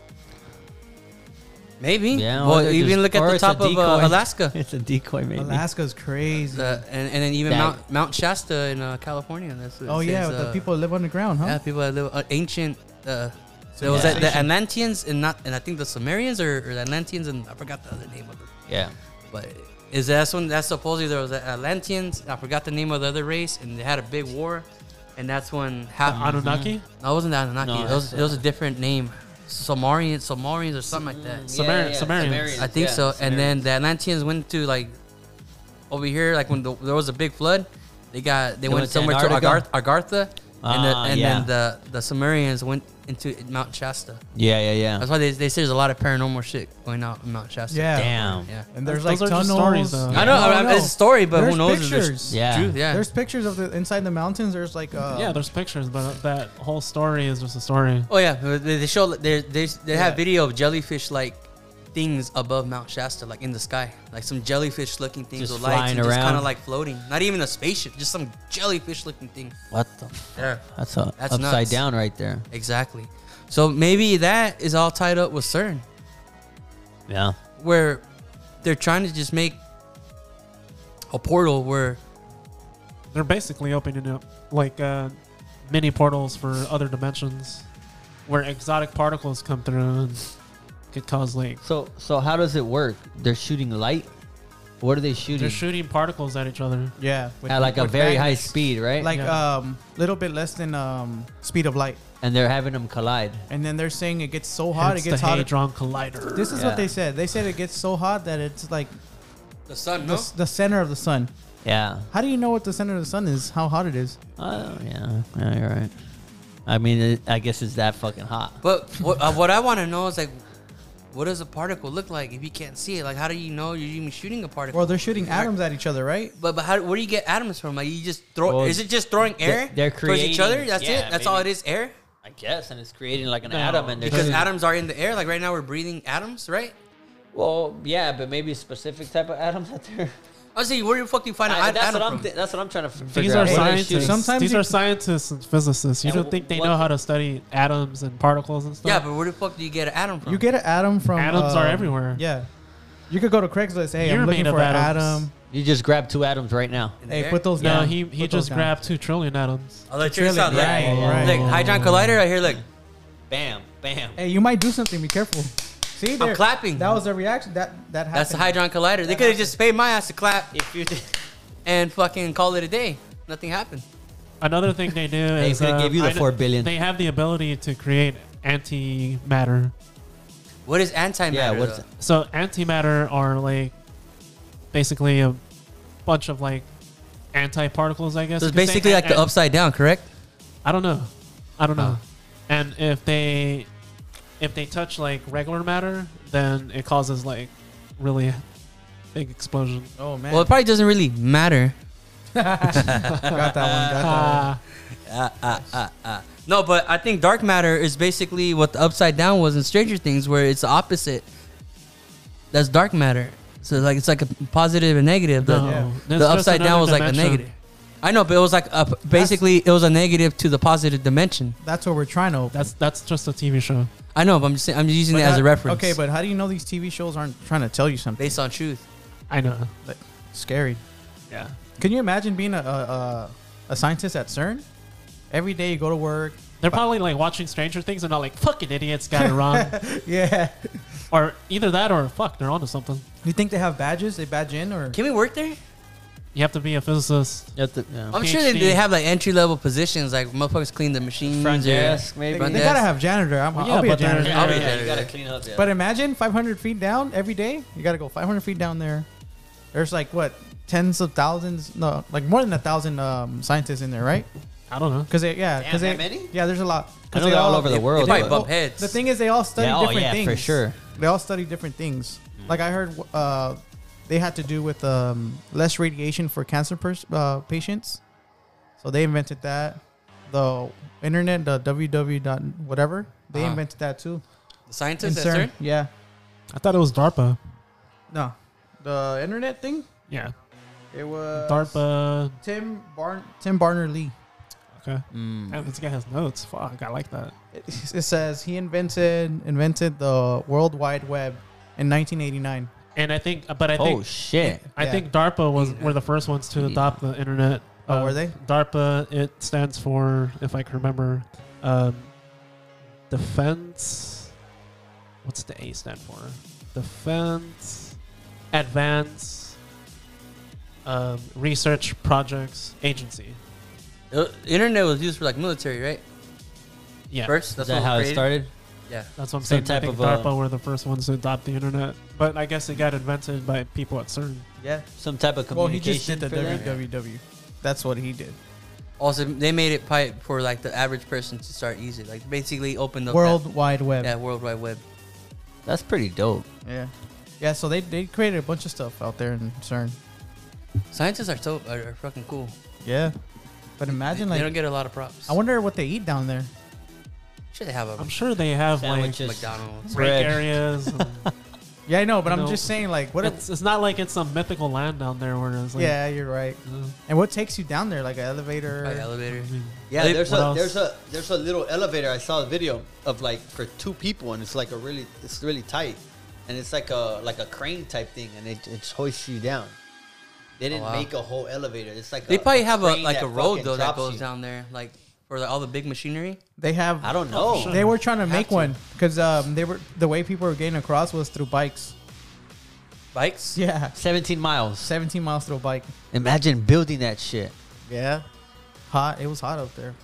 Speaker 1: Maybe.
Speaker 4: Yeah,
Speaker 1: Yeah.
Speaker 4: or
Speaker 1: Well,
Speaker 4: they're
Speaker 1: even
Speaker 4: just-
Speaker 1: look
Speaker 4: or
Speaker 1: at the
Speaker 4: it's a
Speaker 1: top of uh,
Speaker 4: decoy.
Speaker 1: Alaska.
Speaker 4: It's a decoy, maybe.
Speaker 2: Alaska's crazy.
Speaker 1: The- and, and then even
Speaker 4: That-
Speaker 1: Mount Mount Shasta in uh, California. That's, it
Speaker 2: oh yeah,
Speaker 1: says,
Speaker 2: with the
Speaker 1: uh,
Speaker 2: people that live underground, huh?
Speaker 1: Yeah, people that live uh, ancient. Uh, there was that, the Atlanteans and not and I think the Sumerians or, or the Atlanteans and I forgot the other name of it.
Speaker 4: Yeah.
Speaker 1: But is that that's when that's supposedly there was the Atlanteans. I forgot the name of the other race, and they had a big war, and that's when half.
Speaker 3: uh,
Speaker 2: Mm-hmm.
Speaker 3: Anunnaki?
Speaker 1: No, it wasn't the Anunnaki.
Speaker 4: No,
Speaker 1: it, was,
Speaker 4: that's,
Speaker 1: it was a
Speaker 4: uh,
Speaker 1: different name, Sumerians, Sumerians or something like that.
Speaker 3: Sumer- Sumerians.
Speaker 1: I think so. And then the Atlanteans went to like over here, like when the, there was a big flood, they got they,
Speaker 4: They
Speaker 1: went,
Speaker 4: went to
Speaker 1: somewhere to Agarth-
Speaker 4: Antarctica?
Speaker 1: Agartha, and, the,
Speaker 4: Ah,
Speaker 1: and
Speaker 4: yeah.
Speaker 1: then the the Sumerians went into Mount Shasta.
Speaker 4: Yeah, yeah, yeah.
Speaker 1: That's why they, they say there's a lot of paranormal shit going out in Mount Shasta.
Speaker 2: Yeah.
Speaker 4: Damn.
Speaker 1: yeah.
Speaker 2: And there's
Speaker 3: Those
Speaker 2: like
Speaker 3: are
Speaker 2: tunnels.
Speaker 3: just stories, though.
Speaker 1: I know, I- I- it's a story, but
Speaker 2: There's
Speaker 1: who knows? if
Speaker 2: pictures.
Speaker 1: There's
Speaker 4: Yeah.
Speaker 1: truth. Yeah,
Speaker 2: There's pictures of the inside the mountains. There's like uh,
Speaker 3: yeah, there's pictures, but that whole story is just a story.
Speaker 1: Oh yeah, they, they show they they, they have
Speaker 2: Yeah.
Speaker 1: video of jellyfish like things above Mount Shasta, like in the sky, like some jellyfish looking things
Speaker 4: Just
Speaker 1: with lights
Speaker 4: flying
Speaker 1: and just kind
Speaker 4: around.
Speaker 1: of like floating. Not even a spaceship, just some jellyfish looking thing.
Speaker 4: What the? f-
Speaker 1: There,
Speaker 4: That's, a,
Speaker 1: That's
Speaker 4: upside
Speaker 1: nuts.
Speaker 4: down right there.
Speaker 1: exactly. So maybe that is all tied up with CERN,
Speaker 4: Yeah.
Speaker 1: where they're trying to just make a portal where
Speaker 3: They're basically opening up like uh, mini portals for other dimensions, where exotic particles come through and could cause like
Speaker 4: So, so how does it work? They're shooting light. What are they shooting?
Speaker 3: they're shooting particles at each other.
Speaker 2: yeah, with-
Speaker 4: At like a
Speaker 2: with
Speaker 4: very high
Speaker 2: magnets.
Speaker 4: speed, right?
Speaker 2: like
Speaker 3: Yeah.
Speaker 2: um, little bit less than um, speed of light.
Speaker 4: and they're having them collide.
Speaker 2: And then they're saying it gets so hot,
Speaker 3: Hence
Speaker 2: it gets
Speaker 3: the
Speaker 2: hotter.
Speaker 3: hadron collider.
Speaker 2: This is
Speaker 4: Yeah.
Speaker 2: what they said. They said it gets so hot that it's like
Speaker 1: the sun. No,
Speaker 2: the, s- the center of the sun.
Speaker 4: Yeah.
Speaker 2: How do you know what the center of the sun is? How hot it is?
Speaker 4: Oh, yeah. Yeah, you're right. I mean, it, I guess it's that fucking hot.
Speaker 1: but what, uh, what I want to know is like. What does a particle look like if you can't see it? Like, how do you know you're even shooting a particle?
Speaker 2: Well, they're shooting atoms at each other, right?
Speaker 1: But but how, where do you get atoms from? Like you just throw?
Speaker 4: Well,
Speaker 1: is it just throwing air?
Speaker 4: they're
Speaker 1: towards each other.
Speaker 4: creating-
Speaker 1: That's
Speaker 4: yeah,
Speaker 1: it. That's
Speaker 4: maybe.
Speaker 1: all it is. Air.
Speaker 4: I guess, and it's creating like an
Speaker 3: No,
Speaker 4: atom, and they're
Speaker 1: Because
Speaker 4: shooting-
Speaker 1: atoms are in the air. Like right now we're breathing atoms, right?
Speaker 4: Well, yeah, but maybe a specific type of atoms out there.
Speaker 1: I see. Where do you fucking find an
Speaker 4: I-
Speaker 1: atom
Speaker 4: that's what I'm.
Speaker 1: from?
Speaker 4: thi- that's what I'm trying to f- figure
Speaker 3: These
Speaker 4: out.
Speaker 3: are
Speaker 4: What they
Speaker 3: scientists.
Speaker 4: shooting?
Speaker 2: Sometimes
Speaker 3: These
Speaker 2: you-
Speaker 3: are scientists and physicists. You
Speaker 4: And
Speaker 3: don't think they
Speaker 4: what-
Speaker 3: know how to study atoms and particles and stuff?
Speaker 1: yeah, but where the fuck do you get an atom from?
Speaker 2: You get an atom from
Speaker 3: Atoms are
Speaker 2: um,
Speaker 3: everywhere.
Speaker 2: Yeah, you could go to Craigslist. Hey,
Speaker 3: You're
Speaker 2: I'm looking
Speaker 3: made of
Speaker 2: for an
Speaker 3: atoms.
Speaker 2: atom.
Speaker 4: You just grab two atoms right now.
Speaker 1: In the
Speaker 2: Hey,
Speaker 1: air?
Speaker 2: put those
Speaker 3: No,
Speaker 2: down.
Speaker 3: he he
Speaker 2: Put those
Speaker 3: just
Speaker 2: down.
Speaker 3: grabbed two trillion atoms.
Speaker 1: Oh, like, check this out. Look,
Speaker 2: Right,
Speaker 4: yeah.
Speaker 1: look, hadron collider. I hear like
Speaker 4: Bam, bam.
Speaker 2: Hey, you might do something. Be careful. See, there-
Speaker 1: clapping.
Speaker 2: That was the reaction. That that happened.
Speaker 1: that's the hadron collider. They could have just paid my ass to clap
Speaker 4: If you did,
Speaker 1: and fucking call it a day. Nothing happened.
Speaker 3: Another thing they do is
Speaker 4: could've
Speaker 3: uh,
Speaker 4: gave you the
Speaker 3: I kn-
Speaker 4: four billion.
Speaker 3: They have the ability to create antimatter.
Speaker 1: What is antimatter?
Speaker 4: yeah, what's
Speaker 1: though?
Speaker 3: So antimatter are like basically a bunch of like antiparticles, I guess.
Speaker 1: So it's
Speaker 3: you could say.
Speaker 1: basically like the
Speaker 3: And-
Speaker 1: upside down, correct?
Speaker 3: I don't know. I don't know. And if they if they touch like regular matter, then it causes like really big explosion.
Speaker 2: Oh man,
Speaker 1: Well, it probably doesn't really matter.
Speaker 2: got that one. Got that one.
Speaker 3: Ah,
Speaker 1: No, but I think dark matter is basically what the upside down was in Stranger Things, where it's the opposite. That's dark matter. So like it's like a positive and negative. The,
Speaker 3: no.
Speaker 4: Uh-huh.
Speaker 2: Yeah.
Speaker 1: the
Speaker 3: That's just
Speaker 1: upside down
Speaker 3: another
Speaker 1: was like a
Speaker 3: dimension.
Speaker 1: negative. I know, but it was like a, basically it was a negative to the positive dimension.
Speaker 2: That's what we're trying to. Open.
Speaker 3: That's that's just a TV show.
Speaker 1: I know, but I'm just saying, I'm just using
Speaker 2: But
Speaker 1: it as a
Speaker 2: that-
Speaker 1: reference.
Speaker 2: Okay, but how do you know these TV shows aren't trying to tell you something?
Speaker 1: based on truth.
Speaker 3: I know.
Speaker 2: Scary.
Speaker 3: Yeah.
Speaker 2: Can you imagine being a a, a, a scientist at CERN? Every day you go to work.
Speaker 3: They're probably like watching Stranger Things and not like fucking idiots got it wrong,
Speaker 2: Yeah.
Speaker 3: or either that or fuck they're onto something.
Speaker 2: You think they have badges? They badge in or
Speaker 1: Can we work there?
Speaker 3: You have to be a physicist.
Speaker 4: you have to, yeah.
Speaker 1: I'm sure they,
Speaker 3: PhD.
Speaker 1: they have like entry level positions, like motherfuckers clean the machines.
Speaker 4: front
Speaker 1: or-
Speaker 4: desk,
Speaker 2: they,
Speaker 4: maybe.
Speaker 1: Front
Speaker 2: they
Speaker 1: desk.
Speaker 2: gotta have janitor. I'm,
Speaker 3: Well, yeah,
Speaker 2: I'll be a
Speaker 3: but they're-
Speaker 2: janitor.
Speaker 1: I'll be
Speaker 4: Yeah,
Speaker 1: there.
Speaker 4: you gotta clean up. Yeah.
Speaker 2: But imagine 500 feet down every day. You got to go 500 feet down there. There's like what tens of thousands, no, like more than a thousand um, scientists in there, right?
Speaker 3: I don't know.
Speaker 2: Because they, yeah,
Speaker 4: Damn,
Speaker 2: because they,
Speaker 4: that many?
Speaker 2: yeah, there's a lot. 'Cause
Speaker 4: I know they're all over the world,
Speaker 1: probably
Speaker 4: but-
Speaker 1: bump heads.
Speaker 2: The thing is, they all study
Speaker 4: Yeah, oh,
Speaker 2: different
Speaker 4: yeah,
Speaker 2: things
Speaker 4: for sure.
Speaker 2: They all study different things.
Speaker 4: Hmm.
Speaker 2: Like I heard, uh, they had to do with um, less radiation for cancer pers- uh, patients, so they invented that. The internet, the www dot whatever, they
Speaker 1: Uh-huh.
Speaker 2: invented that too.
Speaker 1: the scientists at
Speaker 2: In
Speaker 1: CERN.
Speaker 2: yeah.
Speaker 3: I thought it was DARPA.
Speaker 2: No, the internet thing.
Speaker 3: Yeah,
Speaker 2: It was
Speaker 3: DARPA.
Speaker 2: Tim Barn Tim Barner Lee.
Speaker 3: I Okay.
Speaker 5: Mm.
Speaker 3: Damn, this guy has notes. Fuck, I like that.
Speaker 2: It, it says he invented invented the World Wide Web in 1989.
Speaker 3: And I think, but I
Speaker 4: oh
Speaker 3: think,
Speaker 4: shit!
Speaker 3: I
Speaker 2: Yeah.
Speaker 3: think DARPA was
Speaker 1: Yeah.
Speaker 3: were the first ones to
Speaker 4: Yeah.
Speaker 3: adopt the internet. Uh,
Speaker 2: Oh, were they?
Speaker 3: DARPA. It stands for, if I can remember, um, defense. What's the A stand for? Defense, advance, um, research projects agency.
Speaker 1: Uh, internet was used for like military, right?
Speaker 3: Yeah,
Speaker 1: First,
Speaker 4: Is
Speaker 1: that's
Speaker 4: that
Speaker 1: what
Speaker 4: how it
Speaker 1: created.
Speaker 4: started?
Speaker 1: Yeah,
Speaker 3: that's what I'm
Speaker 4: some
Speaker 3: saying. I
Speaker 4: type
Speaker 3: think
Speaker 4: of, uh,
Speaker 3: DARPA were the first ones to adopt the internet, but I guess it got invented by people at CERN.
Speaker 2: Yeah.
Speaker 4: Some type of
Speaker 2: Well, he just
Speaker 4: communication.
Speaker 2: did the
Speaker 4: for them?
Speaker 2: WWW. That's what he did.
Speaker 1: Also, they made it pipe for like the average person to start easy. Like basically opened up
Speaker 2: World Wide
Speaker 1: that,
Speaker 2: Web.
Speaker 1: that World Wide Web.
Speaker 4: That's pretty dope.
Speaker 2: Yeah. Yeah, so they, they created a bunch of stuff out there in CERN.
Speaker 1: Scientists are so are, are fucking cool.
Speaker 2: Yeah. But
Speaker 1: They,
Speaker 2: imagine
Speaker 1: they don't
Speaker 2: like
Speaker 1: get a lot of props.
Speaker 2: I wonder what they eat down there.
Speaker 1: Should they have a
Speaker 3: I'm sure they have
Speaker 4: Sandwiches.
Speaker 3: like
Speaker 4: Just-
Speaker 1: McDonald's?
Speaker 3: break
Speaker 4: bread.
Speaker 3: areas. and-
Speaker 2: Yeah, I know, but
Speaker 3: You
Speaker 2: I'm
Speaker 3: know,
Speaker 2: just saying like what
Speaker 3: it's, it's not like it's some mythical land down there where it's like
Speaker 2: Yeah, you're right.
Speaker 3: uh,
Speaker 2: And what takes you down there like an elevator?
Speaker 1: By elevator.
Speaker 4: Yeah,
Speaker 1: They-
Speaker 4: there's
Speaker 3: what
Speaker 4: a
Speaker 3: else?
Speaker 4: there's a there's a little elevator. I saw a video of like for two people, and it's like a really it's really tight, and it's like a like a crane type thing, and it it hoists you down. They didn't
Speaker 1: Oh, wow.
Speaker 4: make a whole elevator. It's like
Speaker 1: They
Speaker 4: a,
Speaker 1: probably have a
Speaker 4: crane
Speaker 1: like
Speaker 4: that
Speaker 1: a road
Speaker 4: fucking
Speaker 1: though that
Speaker 4: drops
Speaker 1: goes
Speaker 4: you.
Speaker 1: down there, like for like, all the big machinery.
Speaker 2: They have
Speaker 4: I don't know.
Speaker 3: shit.
Speaker 2: They were trying to make
Speaker 1: to.
Speaker 2: one because um, they were the way people were getting across was through bikes.
Speaker 1: Bikes?
Speaker 2: Yeah,
Speaker 4: Seventeen miles.
Speaker 2: 17 miles through a bike.
Speaker 4: Imagine building that shit.
Speaker 2: Yeah, hot. It was hot up there.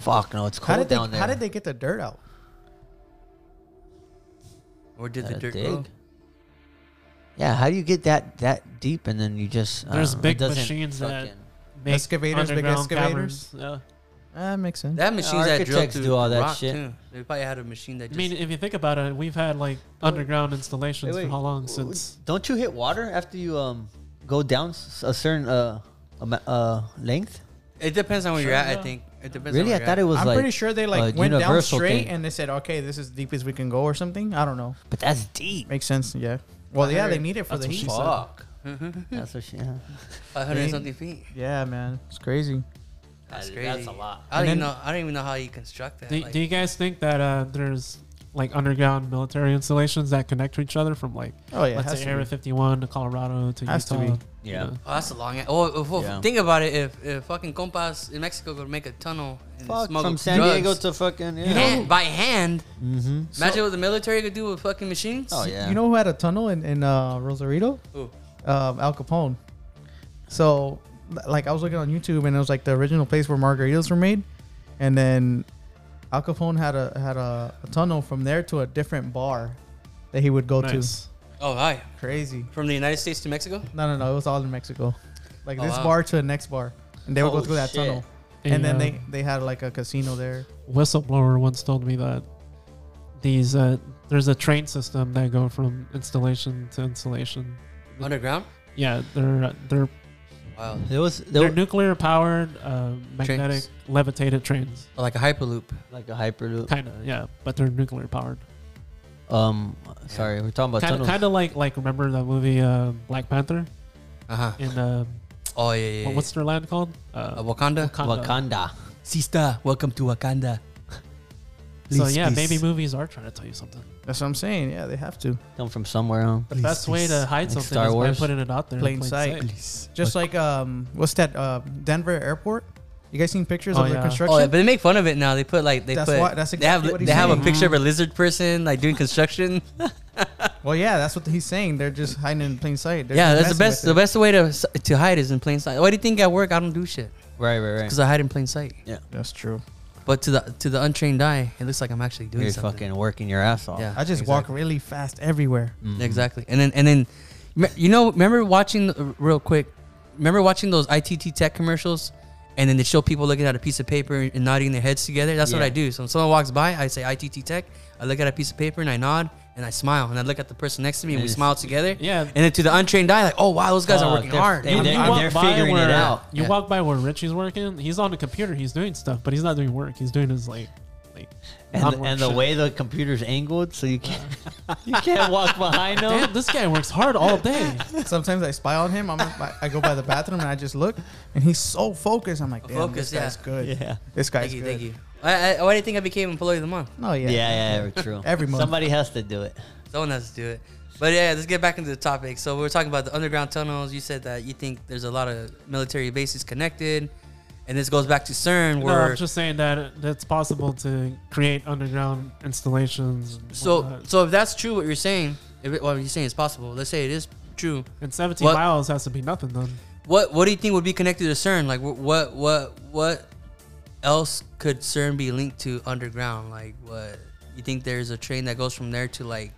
Speaker 4: Fuck no, it's
Speaker 2: how
Speaker 4: cold
Speaker 2: did they,
Speaker 4: down there.
Speaker 2: How did they get the dirt out?
Speaker 1: Or did the
Speaker 4: Gotta
Speaker 1: dirt
Speaker 4: dig.
Speaker 1: road?
Speaker 4: Yeah, how do you get that that deep and then you just I
Speaker 3: There's
Speaker 4: don't know, it
Speaker 3: big
Speaker 4: doesn't
Speaker 3: machines that-
Speaker 4: fucking-
Speaker 3: make
Speaker 2: Excavators, big
Speaker 3: underground
Speaker 2: excavators.
Speaker 3: caverns.
Speaker 2: Ah, makes sense.
Speaker 1: That machine's that drilled
Speaker 4: architects
Speaker 1: through
Speaker 4: do all that
Speaker 1: rock,
Speaker 4: shit.
Speaker 1: Too. They probably had a machine that
Speaker 3: Yeah. I
Speaker 1: just
Speaker 3: mean, if you think about it, we've had like underground installations
Speaker 4: Wait,
Speaker 3: for
Speaker 4: wait.
Speaker 3: how long
Speaker 4: W-
Speaker 3: since?
Speaker 4: Don't you hit water after you um go down s- a certain uh ama- uh length?
Speaker 1: it depends on where you're
Speaker 3: Sure,
Speaker 1: at.
Speaker 3: yeah.
Speaker 1: I think it depends.
Speaker 4: Really, I
Speaker 1: on where
Speaker 4: thought it
Speaker 1: you're at.
Speaker 4: was
Speaker 2: I'm
Speaker 4: like
Speaker 2: pretty sure they like
Speaker 4: a
Speaker 2: went down
Speaker 4: universal
Speaker 2: straight
Speaker 4: thing.
Speaker 2: and they said, "Okay, this is deep as we can go" or something. I don't know.
Speaker 4: but that's deep.
Speaker 2: Makes sense. Yeah. Well, yeah, they need it for
Speaker 3: That's
Speaker 2: the
Speaker 3: what she
Speaker 2: heat.
Speaker 3: said.
Speaker 4: Fuck. That's what she. Yeah.
Speaker 1: five hundred
Speaker 2: Dang.
Speaker 1: something feet.
Speaker 2: Yeah, man, it's crazy.
Speaker 1: That's
Speaker 4: That-
Speaker 1: crazy.
Speaker 4: that's a lot.
Speaker 1: I don't
Speaker 2: And
Speaker 1: even
Speaker 2: then-
Speaker 1: know. I don't even know how you construct that.
Speaker 3: Do,
Speaker 1: like,
Speaker 3: do you guys think that uh, there's like underground military installations that connect to each other from like
Speaker 2: Oh yeah, it
Speaker 3: let's
Speaker 2: has
Speaker 3: say
Speaker 2: to
Speaker 3: Area
Speaker 2: be.
Speaker 3: 51 to Colorado to
Speaker 2: Has to
Speaker 3: Utah?
Speaker 2: be.
Speaker 4: Yeah.
Speaker 1: oh, that's a long. a- Oh, if- if-
Speaker 4: Yeah.
Speaker 1: think about it. If, if fucking compas in Mexico could make a tunnel and
Speaker 4: Fuck
Speaker 1: smuggle
Speaker 4: from San
Speaker 1: drugs
Speaker 4: Diego to fucking yeah.
Speaker 1: hand, by hand,
Speaker 4: mm-hmm.
Speaker 1: imagine what the military could do with fucking machines.
Speaker 4: Oh yeah.
Speaker 2: You know who had a tunnel in, in uh, Rosarito?
Speaker 1: Who?
Speaker 2: Um, Al Capone. So, l- like, I was looking on YouTube, and it was like the original place where margaritas were made, and then Al Capone had a had a, a tunnel from there to a different bar that he would go
Speaker 3: Nice.
Speaker 1: Oh hi,
Speaker 2: to. Crazy.
Speaker 1: from the United States to Mexico.
Speaker 2: No, no, no. It was all in Mexico, like
Speaker 1: Oh,
Speaker 2: this
Speaker 1: wow.
Speaker 2: bar to the next bar, and they would
Speaker 4: Oh,
Speaker 2: go through that
Speaker 4: shit.
Speaker 2: tunnel,
Speaker 3: A,
Speaker 2: and then
Speaker 3: uh,
Speaker 2: they they had like a casino there.
Speaker 3: whistleblower once told me that these uh, there's a train system that go from installation to installation.
Speaker 1: Underground.
Speaker 3: Yeah, they're they're
Speaker 1: Wow.
Speaker 4: There was there
Speaker 3: they're
Speaker 4: were
Speaker 3: nuclear powered uh, magnetic
Speaker 1: Trains.
Speaker 3: levitated trains.
Speaker 1: Oh, like a hyperloop.
Speaker 4: like a hyperloop.
Speaker 3: Kind of, yeah, but they're nuclear powered.
Speaker 4: Um, sorry, we're talking about
Speaker 3: Kind of,
Speaker 4: tunnels.
Speaker 3: kind of like like remember that movie uh, Black Panther
Speaker 1: Uh huh.
Speaker 3: in uh,
Speaker 1: Oh yeah, yeah. yeah.
Speaker 3: what- what's their land called? Uh,
Speaker 1: uh, Wakanda?
Speaker 3: Wakanda.
Speaker 4: Wakanda.
Speaker 1: Sister, welcome to Wakanda.
Speaker 3: So yeah, maybe movies are trying to tell you something.
Speaker 2: That's what I'm saying. Yeah, they have to.
Speaker 4: Come from somewhere. Huh?
Speaker 3: The best way to hide
Speaker 4: Like
Speaker 3: something
Speaker 4: Star
Speaker 3: is
Speaker 4: Wars.
Speaker 3: by putting it out there, in
Speaker 2: Plain sight. Just like um, what's that? Uh, Denver Airport. You guys seen pictures
Speaker 3: Oh,
Speaker 2: of
Speaker 3: yeah.
Speaker 2: the
Speaker 1: Oh,
Speaker 2: construction?
Speaker 1: yeah, but they make fun of it now. They put like they
Speaker 2: That's
Speaker 1: put
Speaker 2: why- that's
Speaker 1: they have
Speaker 2: exactly what he's
Speaker 1: they have a
Speaker 2: saying.
Speaker 1: picture of a lizard person like doing construction.
Speaker 2: Well, yeah, that's what he's saying. They're just hiding in plain sight. They're
Speaker 1: yeah,
Speaker 2: just
Speaker 1: that's the
Speaker 2: messing
Speaker 1: best. The
Speaker 2: with it.
Speaker 1: best way to s- to hide is in plain sight. Why do you think at work I don't do shit?
Speaker 4: Right, right, right.
Speaker 1: Because I hide in plain sight.
Speaker 2: That's true.
Speaker 1: But to the to the untrained eye, it looks like I'm actually doing
Speaker 4: You're
Speaker 1: something.
Speaker 4: fucking working your ass off.
Speaker 1: yeah,
Speaker 2: I just walk
Speaker 1: exactly.
Speaker 2: really fast everywhere.
Speaker 4: Mhm.
Speaker 1: exactly. And then and then, me- you know, remember watching uh, real quick. Remember watching those ITT tech commercials, and then they show people looking at a piece of paper and nodding their heads together. That's what
Speaker 4: Yeah.
Speaker 1: I do. So when someone walks by, I say ITT tech. I look at a piece of paper and I nod and I smile and I look at the person next to me and we
Speaker 4: Nice.
Speaker 1: smile together.
Speaker 3: Yeah,
Speaker 1: And then to the untrained eye, like, oh wow, those guys
Speaker 4: Oh,
Speaker 1: are working
Speaker 4: they're-
Speaker 1: hard.
Speaker 4: they- And they're- and they're figuring it
Speaker 3: where,
Speaker 4: out.
Speaker 3: You
Speaker 1: Yeah.
Speaker 3: walk by where Richie's working. He's on the computer. He's doing stuff, but he's not doing work. He's doing his like, like like
Speaker 4: And,
Speaker 3: onward
Speaker 4: and the
Speaker 3: shit.
Speaker 4: way the computer's angled, so you can't you can't walk behind
Speaker 3: Damn,
Speaker 4: them.
Speaker 3: this guy works hard all day.
Speaker 2: Sometimes I spy on him. I'm, I I go by the bathroom and I just look, and he's so focused. I'm like, damn,
Speaker 1: Focus,
Speaker 2: this guy's
Speaker 1: yeah.
Speaker 2: good.
Speaker 4: Yeah.
Speaker 2: This
Speaker 1: Thank
Speaker 2: guy's
Speaker 1: you,
Speaker 2: good.
Speaker 1: thank you. I, oh, I, why do you think I became employee of the month?
Speaker 2: No, yeah.
Speaker 4: Yeah, yeah, true.
Speaker 2: Every month.
Speaker 4: somebody has to do it.
Speaker 1: Someone has to do it. But yeah, let's get back into the topic. So we are talking about the underground tunnels. You said that you think there's a lot of military bases connected, and this goes back to CERN,
Speaker 3: No, I'm
Speaker 1: where
Speaker 3: just saying that that's possible to create underground installations. and
Speaker 1: so
Speaker 3: whatnot.
Speaker 1: so if that's true what you're saying, if it, well, you're saying it's possible. Let's say it is true.
Speaker 3: and 17
Speaker 1: What-
Speaker 3: miles has to be nothing then.
Speaker 1: What what do you think would be connected to CERN? Like wh- what what what else could CERN be linked to underground? Like what you think there's a train that goes from there to like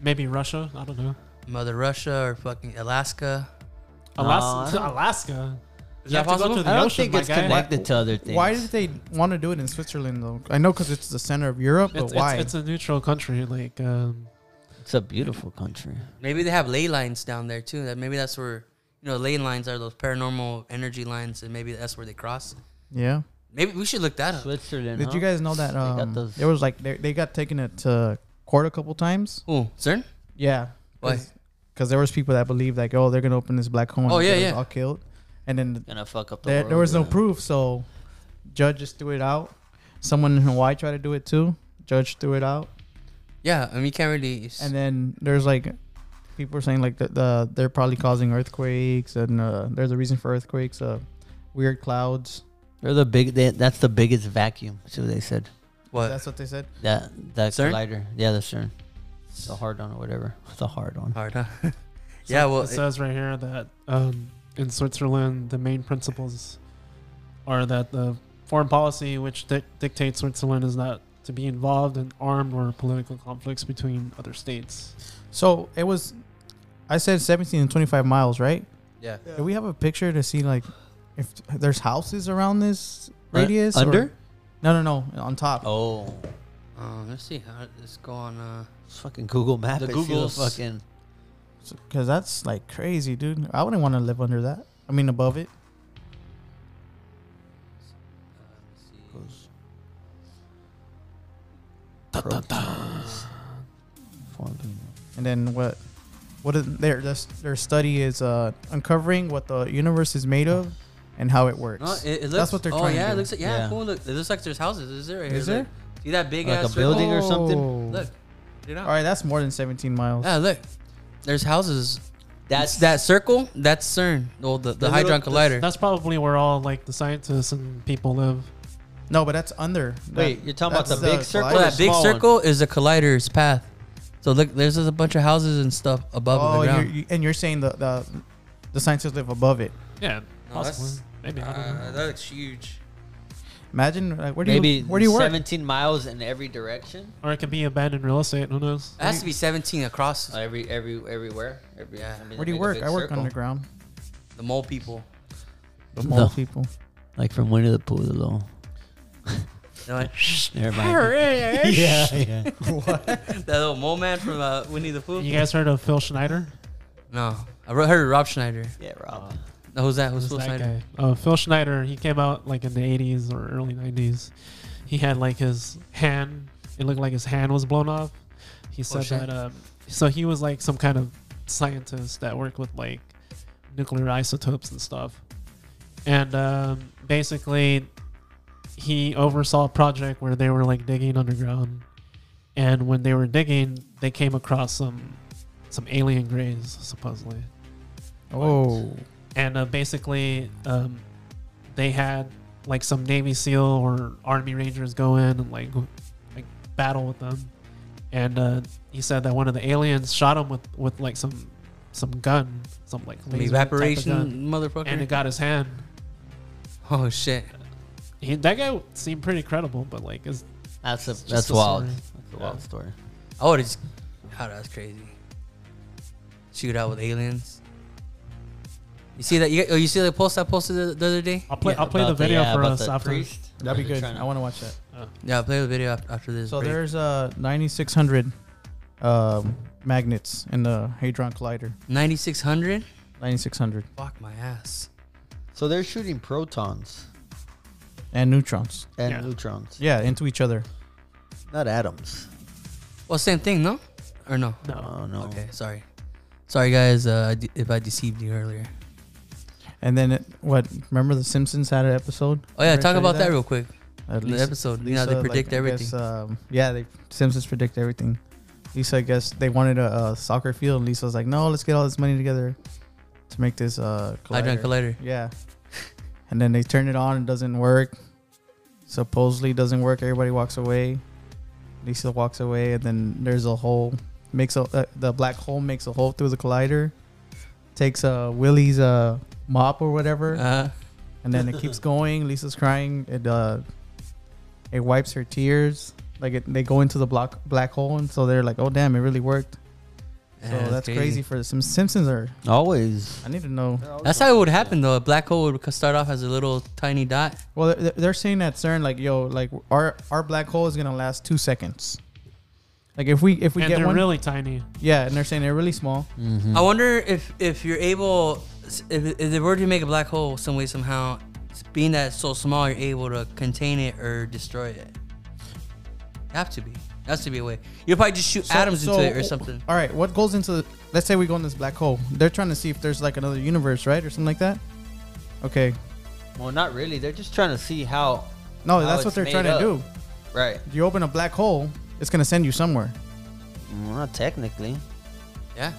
Speaker 3: Maybe Russia. I don't know.
Speaker 1: Mother Russia or fucking Alaska?
Speaker 3: Alaska. Alaska.
Speaker 1: Is
Speaker 3: You
Speaker 1: that
Speaker 3: have to go
Speaker 1: possible?
Speaker 3: through
Speaker 4: I
Speaker 3: the
Speaker 4: don't
Speaker 3: ocean,
Speaker 4: think
Speaker 3: my
Speaker 4: it's
Speaker 3: guy.
Speaker 4: connected to other things.
Speaker 2: Why did they want to do it in Switzerland though? I know because it's the center of Europe, but
Speaker 3: It's,
Speaker 2: why?
Speaker 3: it's, it's a neutral country. Like, um,
Speaker 4: It's a beautiful country.
Speaker 1: Maybe they have ley lines down there too. That maybe that's where you know ley lines are those paranormal energy lines, and maybe that's where they cross.
Speaker 2: yeah.
Speaker 1: Maybe we should look that up.
Speaker 4: Switzerland.
Speaker 2: Did you guys know that
Speaker 4: got
Speaker 2: um,
Speaker 4: those-
Speaker 2: there was like they, they got taken it to court a couple times?
Speaker 1: Oh, CERN.
Speaker 2: Yeah.
Speaker 1: Why?
Speaker 2: Because there was people that believed like, oh, they're gonna open this black hole. and
Speaker 1: Oh, yeah,
Speaker 2: get us
Speaker 1: yeah.
Speaker 2: All killed, and then
Speaker 4: gonna fuck up the
Speaker 2: there,
Speaker 4: world?
Speaker 2: there was no
Speaker 4: Oh, yeah.
Speaker 2: proof, so judge just threw it out. Someone in Hawaii tried to do it too. Judge threw it out,
Speaker 1: Yeah, I mean you can't really.
Speaker 2: and then there's like people are saying like the, the they're probably causing earthquakes, and uh, there's a reason for earthquakes. Uh, weird clouds.
Speaker 4: They're the big. They, that's the biggest vacuum. See what they said.
Speaker 1: what?
Speaker 2: That's what they said.
Speaker 4: That that
Speaker 1: CERN?
Speaker 4: collider. Yeah, the CERN. The hard on or whatever. The hard
Speaker 3: Uh,
Speaker 4: on.
Speaker 1: hard, huh? yeah,
Speaker 3: so
Speaker 1: well,
Speaker 3: it
Speaker 1: it-
Speaker 3: says right here that um, in Switzerland, the main principles are that the foreign policy which dic- dictates Switzerland is not to be involved in armed or political conflicts between other states.
Speaker 2: So it was. I said 17 and 25 miles, right?
Speaker 1: yeah.
Speaker 2: Do we have a picture to see like if there's houses around this radius? or-
Speaker 4: Uh, under?
Speaker 2: no, no, no, on top.
Speaker 4: Oh,
Speaker 1: Um, let's see. How, let's go on. Uh,
Speaker 4: it's fucking Google Map.
Speaker 1: The
Speaker 4: and see
Speaker 1: Googles.
Speaker 4: fucking.
Speaker 2: Because that's like crazy, dude. I wouldn't want to live under that. I mean, above it.
Speaker 1: uh, let's see.
Speaker 4: Goes. Protons. Forming.
Speaker 2: And then what? What is their their their study is uh, uncovering what the universe is made of and how it works.
Speaker 1: No, it, it looks.
Speaker 2: that's what they're
Speaker 1: oh,
Speaker 2: trying
Speaker 1: yeah,
Speaker 2: to
Speaker 1: it
Speaker 2: do.
Speaker 1: looks like yeah,
Speaker 4: Yeah.
Speaker 1: cool. Look, it looks like there's houses. Is there? Right
Speaker 2: Is
Speaker 1: here?
Speaker 2: there?
Speaker 1: Look. See that big
Speaker 4: Like
Speaker 1: ass
Speaker 4: a building or something?
Speaker 2: Oh.
Speaker 1: Look, you know.
Speaker 2: All right, that's more than 17 miles.
Speaker 1: Yeah, look. There's houses.
Speaker 4: That's
Speaker 1: that circle. That's CERN. Well, the, the,
Speaker 4: The little-
Speaker 1: Hydron Collider.
Speaker 3: That's probably where all like the scientists and people live.
Speaker 2: No, but that's under.
Speaker 4: Wait, you're talking about
Speaker 2: that's
Speaker 4: the big circle?
Speaker 1: Well,
Speaker 2: collider.
Speaker 4: Or
Speaker 1: that
Speaker 4: the
Speaker 1: big
Speaker 4: small
Speaker 1: circle is the collider's path. So look, there's just a bunch of houses and stuff above the
Speaker 2: Oh, you're,
Speaker 1: ground.
Speaker 2: you, and you're saying the, the the scientists live above it.
Speaker 3: Yeah,
Speaker 1: No, that's- uh,
Speaker 3: possibly. Maybe. I don't know.
Speaker 1: that looks huge.
Speaker 2: Imagine like, where do
Speaker 4: maybe
Speaker 2: you where do you work?
Speaker 4: 17 miles in every direction.
Speaker 3: Or it could be abandoned real estate. Who knows?
Speaker 1: It has to be 17 across
Speaker 4: Uh, every every everywhere. Every,
Speaker 1: Yeah.
Speaker 4: mean,
Speaker 2: Where do
Speaker 4: they
Speaker 2: you
Speaker 4: make a
Speaker 2: work?
Speaker 4: big
Speaker 2: I work
Speaker 4: circle.
Speaker 2: underground.
Speaker 1: the mole people.
Speaker 2: The
Speaker 4: No.
Speaker 2: mole people.
Speaker 4: Like from Winnie the Pooh, the little.
Speaker 1: You know, like,
Speaker 4: Never mind. yeah, yeah.
Speaker 1: that little mole man from uh, Winnie the Pooh.
Speaker 3: You guys heard of Phil Schneider?
Speaker 1: No, I re- heard of Rob Schneider.
Speaker 4: Yeah, Rob.
Speaker 1: No, who's that? Who's
Speaker 3: Who's
Speaker 1: Phil
Speaker 3: that
Speaker 1: Schneider?
Speaker 3: guy? Oh, Phil Schneider. He came out like in the 80s or early 90s. He had like his hand. It looked like his hand was blown off. He said
Speaker 1: Oh, shit.
Speaker 3: that. Um, so he was like some kind of scientist that worked with like nuclear isotopes and stuff. And um, basically, he oversaw a project where they were like digging underground. And when they were digging, they came across some some alien graves supposedly
Speaker 2: Oh,
Speaker 3: and uh, basically um, they had like some Navy SEAL or Army Rangers go in and like w- like battle with them, and uh, he said that one of the aliens shot him with with like some some gun, some like
Speaker 1: An
Speaker 3: laser type of gun,
Speaker 1: evaporation motherfucker.
Speaker 3: and it got his hand.
Speaker 1: oh shit.
Speaker 3: He, that guy seemed pretty credible, but like it's
Speaker 4: That's a
Speaker 3: just
Speaker 4: that's
Speaker 3: a
Speaker 4: wild.
Speaker 3: story.
Speaker 4: That's a
Speaker 3: Yeah.
Speaker 4: wild story.
Speaker 1: I would have just. God, that's crazy. Shoot out with aliens. You see that? You, oh, you see the post I posted the, the other day?
Speaker 3: I'll play
Speaker 4: Yeah,
Speaker 3: I'll play the
Speaker 4: about
Speaker 3: video
Speaker 4: yeah,
Speaker 3: for
Speaker 4: about
Speaker 3: us
Speaker 4: the
Speaker 3: after.
Speaker 4: priest.
Speaker 2: that'd be
Speaker 4: They're
Speaker 2: good.
Speaker 4: trying to-
Speaker 2: I want to watch that.
Speaker 1: Yeah, I'll play the video after, after this.
Speaker 2: So
Speaker 1: break.
Speaker 2: there's uh 9600 um, magnets in the hadron collider.
Speaker 1: 9600.
Speaker 2: 9600,
Speaker 1: Fuck my ass.
Speaker 4: So they're shooting protons.
Speaker 2: and neutrons.
Speaker 4: and
Speaker 3: Yeah.
Speaker 4: neutrons,
Speaker 2: Yeah, into each other.
Speaker 4: not atoms.
Speaker 1: Well, same thing, no? Or no?
Speaker 3: No.
Speaker 4: Oh no.
Speaker 1: Okay, sorry. Sorry, guys, uh, I de- if I deceived you earlier.
Speaker 2: And then it, what? Remember the Simpsons had an episode.
Speaker 1: Oh, yeah,
Speaker 2: Ever
Speaker 1: talk
Speaker 2: show you
Speaker 1: about that
Speaker 2: that?
Speaker 1: real quick.
Speaker 2: At
Speaker 1: The episode, you know, they predict
Speaker 2: I
Speaker 1: everything.
Speaker 2: guess, um, yeah, they Simpsons predict everything. Lisa, I guess they wanted a, uh soccer field, and Lisa was like, "No, let's get all this money together to make this uh,
Speaker 1: Hydron Collider.
Speaker 2: Yeah. And then they turn it on and it doesn't work. Supposedly doesn't work. Everybody walks away. Lisa walks away, and then there's a hole. Makes a uh, the black hole makes a hole through the collider. Takes uh, Willie's uh, mop or whatever,
Speaker 1: Uh,
Speaker 2: and then it keeps going. Lisa's crying. It uh, it wipes her tears. Like it, they go into the block black hole, and so they're like, "Oh damn, it really worked." So
Speaker 1: yeah,
Speaker 2: that's crazy, for the Sim- Simpsons. Are
Speaker 4: Always.
Speaker 2: I need to know
Speaker 1: That's how it would happen, though. A black hole would c- start off as a little tiny dot.
Speaker 2: Well, they're, they're saying that CERN, like, yo, like our our black hole is gonna last two seconds. Like if we if we
Speaker 3: and
Speaker 2: get
Speaker 3: they're
Speaker 2: one,
Speaker 3: really tiny.
Speaker 2: yeah, and they're saying they're really small.
Speaker 4: Mm-hmm. Mm.
Speaker 1: I wonder if if you're able, s- if, if they were to make a black hole some way somehow, s- being that it's so small, you're able to contain it or destroy it. Have to be. Has to be a way. You'll probably just shoot
Speaker 2: So-
Speaker 1: atoms
Speaker 2: so-
Speaker 1: into it or something.
Speaker 2: All right, what goes into? The, let's say we go in this black hole. They're trying to see if there's like another universe, right, or something like that. Okay,
Speaker 4: Well, not really. They're just trying to see how.
Speaker 2: no,
Speaker 4: how
Speaker 2: that's what
Speaker 4: Oh, it's
Speaker 2: they're
Speaker 4: made
Speaker 2: trying
Speaker 4: up.
Speaker 2: to do.
Speaker 4: Right.
Speaker 2: You open a black hole, it's gonna send you somewhere.
Speaker 4: Well, not technically.
Speaker 1: Yeah.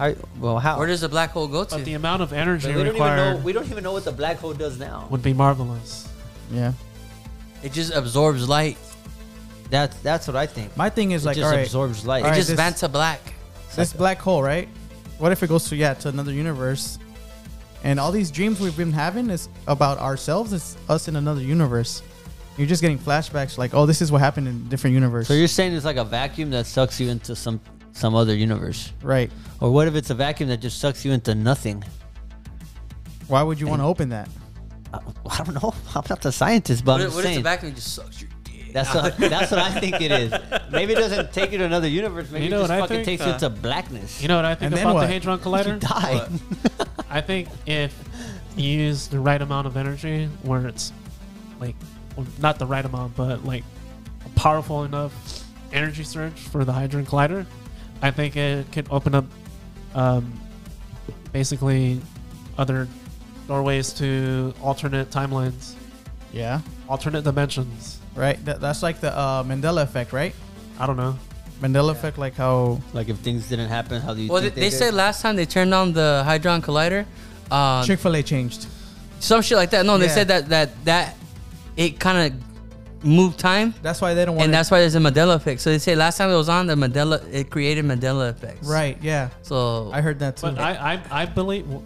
Speaker 4: I, well, how?
Speaker 1: Where does the black hole go to?
Speaker 3: But the amount of energy
Speaker 4: But we don't even know.
Speaker 3: required
Speaker 4: We don't even know what the black hole does now.
Speaker 3: would be marvelous.
Speaker 2: Yeah,
Speaker 1: It just absorbs light.
Speaker 4: That's that's what I think.
Speaker 2: my thing is
Speaker 4: it
Speaker 2: like,
Speaker 4: just
Speaker 2: all right,
Speaker 4: absorbs light.
Speaker 1: It
Speaker 2: Alright,
Speaker 1: just
Speaker 2: this-
Speaker 1: vents to black.
Speaker 2: this black hole, right? What if it goes to yeah to another universe? And all these dreams we've been having is about ourselves. It's us in another universe. You're just getting flashbacks, like, oh, this is what happened in a different universe.
Speaker 4: So you're saying it's like a vacuum that sucks you into some some other universe,
Speaker 2: right?
Speaker 4: or what if it's a vacuum that just sucks you into nothing?
Speaker 2: Why would you want to open that?
Speaker 4: I, Uh, I don't know. I'm not the scientist,
Speaker 1: What,
Speaker 4: but I'm
Speaker 1: if-
Speaker 4: just
Speaker 1: what if
Speaker 4: saying.
Speaker 1: the vacuum just sucks your dick?
Speaker 4: that's what, that's what I think it is. Maybe it doesn't take you to another universe. Maybe
Speaker 3: You know
Speaker 4: it just
Speaker 3: what I
Speaker 4: fucking
Speaker 3: think?
Speaker 4: takes you
Speaker 3: Uh,
Speaker 4: into blackness.
Speaker 3: You know what I think
Speaker 2: And then
Speaker 3: about
Speaker 2: what?
Speaker 3: the Hadron
Speaker 4: you
Speaker 3: Collider?
Speaker 4: die.
Speaker 3: I think if you use the right amount of energy, where it's like well, not the right amount, but like a powerful enough energy surge for the Hydrogen Collider, I think it could open up um, basically other doorways to alternate timelines,
Speaker 2: Yeah,
Speaker 3: alternate dimensions.
Speaker 2: right. That, that's like the uh, Mandela effect, right?
Speaker 3: I don't know.
Speaker 2: Mandela effect, like how
Speaker 4: like if things didn't happen, how do you?
Speaker 1: Well, they,
Speaker 4: think
Speaker 1: they,
Speaker 4: they, did?
Speaker 1: said last time they turned on the Hydron Collider, uh,
Speaker 2: Chick Fil A changed.
Speaker 1: some shit like that. No, they
Speaker 2: Yeah.
Speaker 1: said that that that it kind of moved time,
Speaker 2: That's why they don't want.
Speaker 1: and
Speaker 2: it-
Speaker 1: that's why there's a Mandela effect. So they say last time it was on the Mandela, it created Mandela effects.
Speaker 2: right. Yeah,
Speaker 1: So
Speaker 2: I heard that too.
Speaker 3: But I, I, I believe well,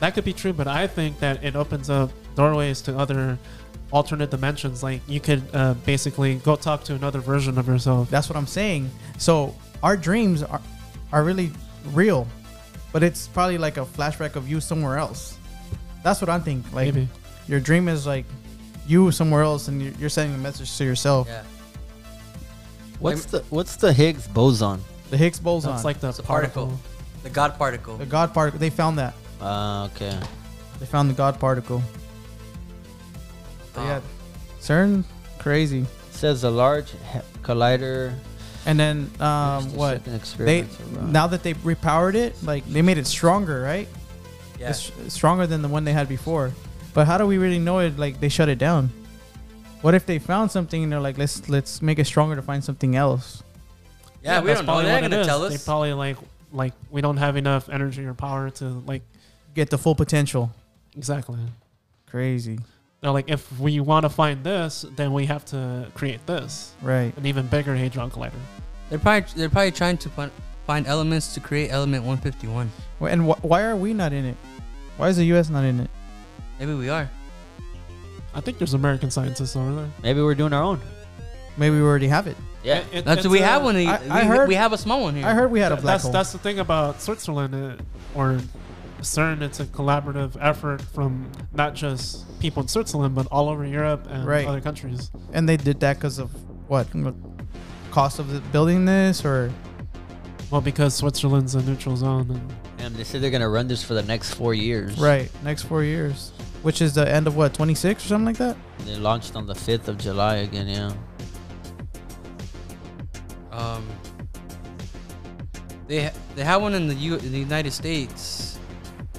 Speaker 3: that could be true, but I think that it opens up doorways to other alternate dimensions. Like you could uh, basically go talk to another version of yourself.
Speaker 2: That's what I'm saying. So our dreams are are really real, but it's probably like a flashback of you somewhere else. That's what I'm thinking. Like
Speaker 3: Maybe.
Speaker 2: your dream is like you somewhere else, and you're, you're sending a message to yourself.
Speaker 1: yeah,
Speaker 4: What's the what's the Higgs boson?
Speaker 2: The Higgs boson,
Speaker 3: That's like the
Speaker 1: it's a particle, the God particle.
Speaker 2: the God particle. They found that.
Speaker 4: Uh, okay.
Speaker 2: They found the God particle. But
Speaker 1: Oh.
Speaker 2: Yeah,
Speaker 4: Ah.
Speaker 2: CERN, crazy.
Speaker 4: says a large he- collider.
Speaker 2: And then um,
Speaker 4: Just a
Speaker 2: what?
Speaker 4: second
Speaker 2: They
Speaker 4: experiment to run.
Speaker 2: now that they repowered it, like they made it stronger, right?
Speaker 1: Yeah.
Speaker 2: It's stronger than the one they had before. But how do we really know it? Like they shut it down. What if they found something and they're like, let's let's make it stronger to find something else?
Speaker 1: yeah, we
Speaker 3: that's
Speaker 1: don't know.
Speaker 3: probably
Speaker 1: They're not
Speaker 3: what it
Speaker 1: gonna
Speaker 3: is.
Speaker 1: tell
Speaker 3: They
Speaker 1: us.
Speaker 3: probably like like we don't have enough energy or power to like
Speaker 2: Get the full potential.
Speaker 3: exactly.
Speaker 2: Crazy,
Speaker 3: They're like if we want to find this, then we have to create this
Speaker 2: right?
Speaker 3: an even bigger hadron collider.
Speaker 1: They're probably they're probably trying to fin- find elements to create element 151.
Speaker 2: Wh- And wh- why are we not in it? Why is the U.S. not in it?
Speaker 1: Maybe we are.
Speaker 3: I think there's American scientists over there.
Speaker 4: Maybe we're doing our own.
Speaker 2: Maybe we already have it.
Speaker 4: Yeah.
Speaker 3: It- it-
Speaker 1: That's
Speaker 3: it's
Speaker 1: we
Speaker 3: a-
Speaker 1: have one.
Speaker 2: I-
Speaker 1: we,
Speaker 2: I heard-
Speaker 1: we have a small one here.
Speaker 2: I heard we had a
Speaker 3: Th-
Speaker 2: black
Speaker 3: that's,
Speaker 2: hole.
Speaker 3: That's the thing about Switzerland uh, or CERN. It's a collaborative effort from not just people in Switzerland, but all over Europe and
Speaker 2: Right.
Speaker 3: other countries.
Speaker 2: and they did that because of what? Cost of the building this or
Speaker 3: Well, because Switzerland's a neutral zone. And
Speaker 4: And they said they're gonna run this for the next four years.
Speaker 2: right next four years? which is the end of what 26 or something like that.
Speaker 4: They launched on the 5th of July again, yeah.
Speaker 1: Um, they ha- they had one in the U- in the United States.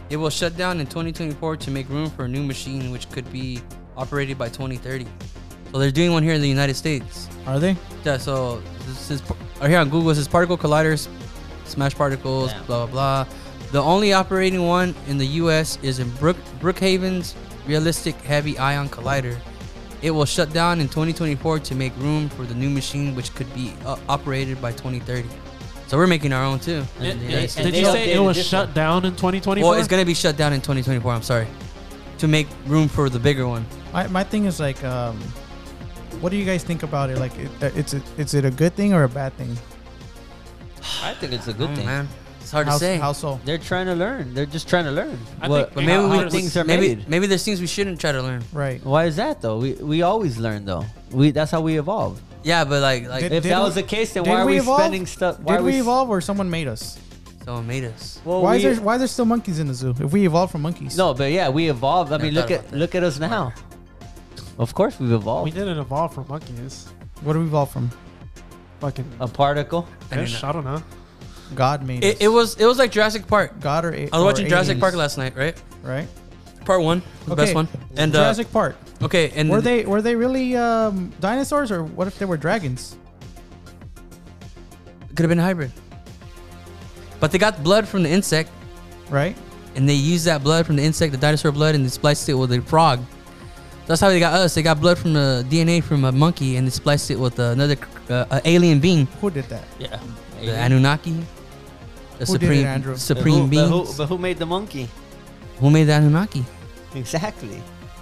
Speaker 1: It will shut down in 2024 to make room for a new machine, which could be operated by 2030. So they're doing one here in the United States.
Speaker 2: Are they?
Speaker 1: Yeah. So this is right here on Google. It says particle colliders, smash particles,
Speaker 4: Damn.
Speaker 1: blah blah blah. The only operating one in the U.S. is in Brook Brookhaven's Realistic Heavy Ion Collider. It will shut down in 2024 to make room for the new machine, which could be uh, operated by 2030. So we're making our own too. in
Speaker 3: It-
Speaker 1: the
Speaker 3: it-
Speaker 1: United States.
Speaker 4: and
Speaker 3: did
Speaker 4: they
Speaker 3: you say it
Speaker 4: updated
Speaker 3: was
Speaker 4: this
Speaker 3: shut
Speaker 4: one.
Speaker 3: down in 2024?
Speaker 1: Well, it's gonna be shut down in 2024. I'm sorry, to make room for the bigger one.
Speaker 2: I, my thing is like, um, what do you guys think about it? Like, it, uh, it's a, is it a good thing or a bad thing?
Speaker 4: I think it's a
Speaker 1: Oh,
Speaker 4: good thing.
Speaker 1: man. It's hard
Speaker 2: how,
Speaker 1: to say.
Speaker 2: How so?
Speaker 4: They're trying to learn. They're just trying to learn.
Speaker 3: I
Speaker 4: What-
Speaker 3: think-
Speaker 1: but
Speaker 3: Yeah,
Speaker 1: maybe
Speaker 3: how
Speaker 1: we
Speaker 3: does-
Speaker 4: things are
Speaker 1: maybe
Speaker 4: made.
Speaker 1: maybe there's things we shouldn't try to learn.
Speaker 2: Right.
Speaker 4: Why is that though? We we always learn though. We that's how we evolve.
Speaker 1: Yeah, but like like
Speaker 2: Did-
Speaker 4: If that
Speaker 2: we-
Speaker 4: was the case, then
Speaker 2: did
Speaker 4: why are we,
Speaker 2: evolve?
Speaker 4: spending stuff? Why
Speaker 2: Did
Speaker 4: are
Speaker 2: we
Speaker 4: s-
Speaker 2: evolve or someone made us?
Speaker 1: someone made us.
Speaker 4: Well,
Speaker 2: why
Speaker 4: we,
Speaker 2: is there why is there still monkeys in the zoo? If we evolved from monkeys,
Speaker 4: No, but yeah, we evolved. I
Speaker 1: Never
Speaker 4: mean, look
Speaker 1: thought
Speaker 4: at
Speaker 1: about that.
Speaker 4: look at us now. Of course, we've
Speaker 3: we
Speaker 4: evolved.
Speaker 3: didn't evolve from monkeys.
Speaker 2: what do we evolve from?
Speaker 3: Fucking
Speaker 4: A particle.
Speaker 1: I mean, uh,
Speaker 3: fish. I don't know.
Speaker 2: God made us.
Speaker 1: It, it was it was like Jurassic Park.
Speaker 2: God or a-
Speaker 1: I was
Speaker 2: or
Speaker 1: watching Jurassic
Speaker 2: aliens,
Speaker 1: Park last night, right?
Speaker 2: right?
Speaker 1: Part one, the
Speaker 2: Okay.
Speaker 1: best one. And uh,
Speaker 2: Jurassic Park.
Speaker 1: okay, and
Speaker 2: Were they were they really um, dinosaurs or what if they were dragons?
Speaker 1: could have been a hybrid, but they got blood from the insect,
Speaker 2: Right.
Speaker 1: and they used that blood from the insect, the dinosaur blood, and they spliced it with a frog. That's how they got us. They got blood from the DNA from a monkey, and they spliced it with another uh, uh, alien being,
Speaker 2: Who did that?
Speaker 4: Yeah.
Speaker 1: the Anunnaki, the
Speaker 2: Who did it,
Speaker 1: supreme
Speaker 2: Andrew?
Speaker 1: supreme being.
Speaker 4: But
Speaker 1: Who,
Speaker 4: who, but who made the monkey?
Speaker 1: made the Anunnaki?
Speaker 4: Exactly.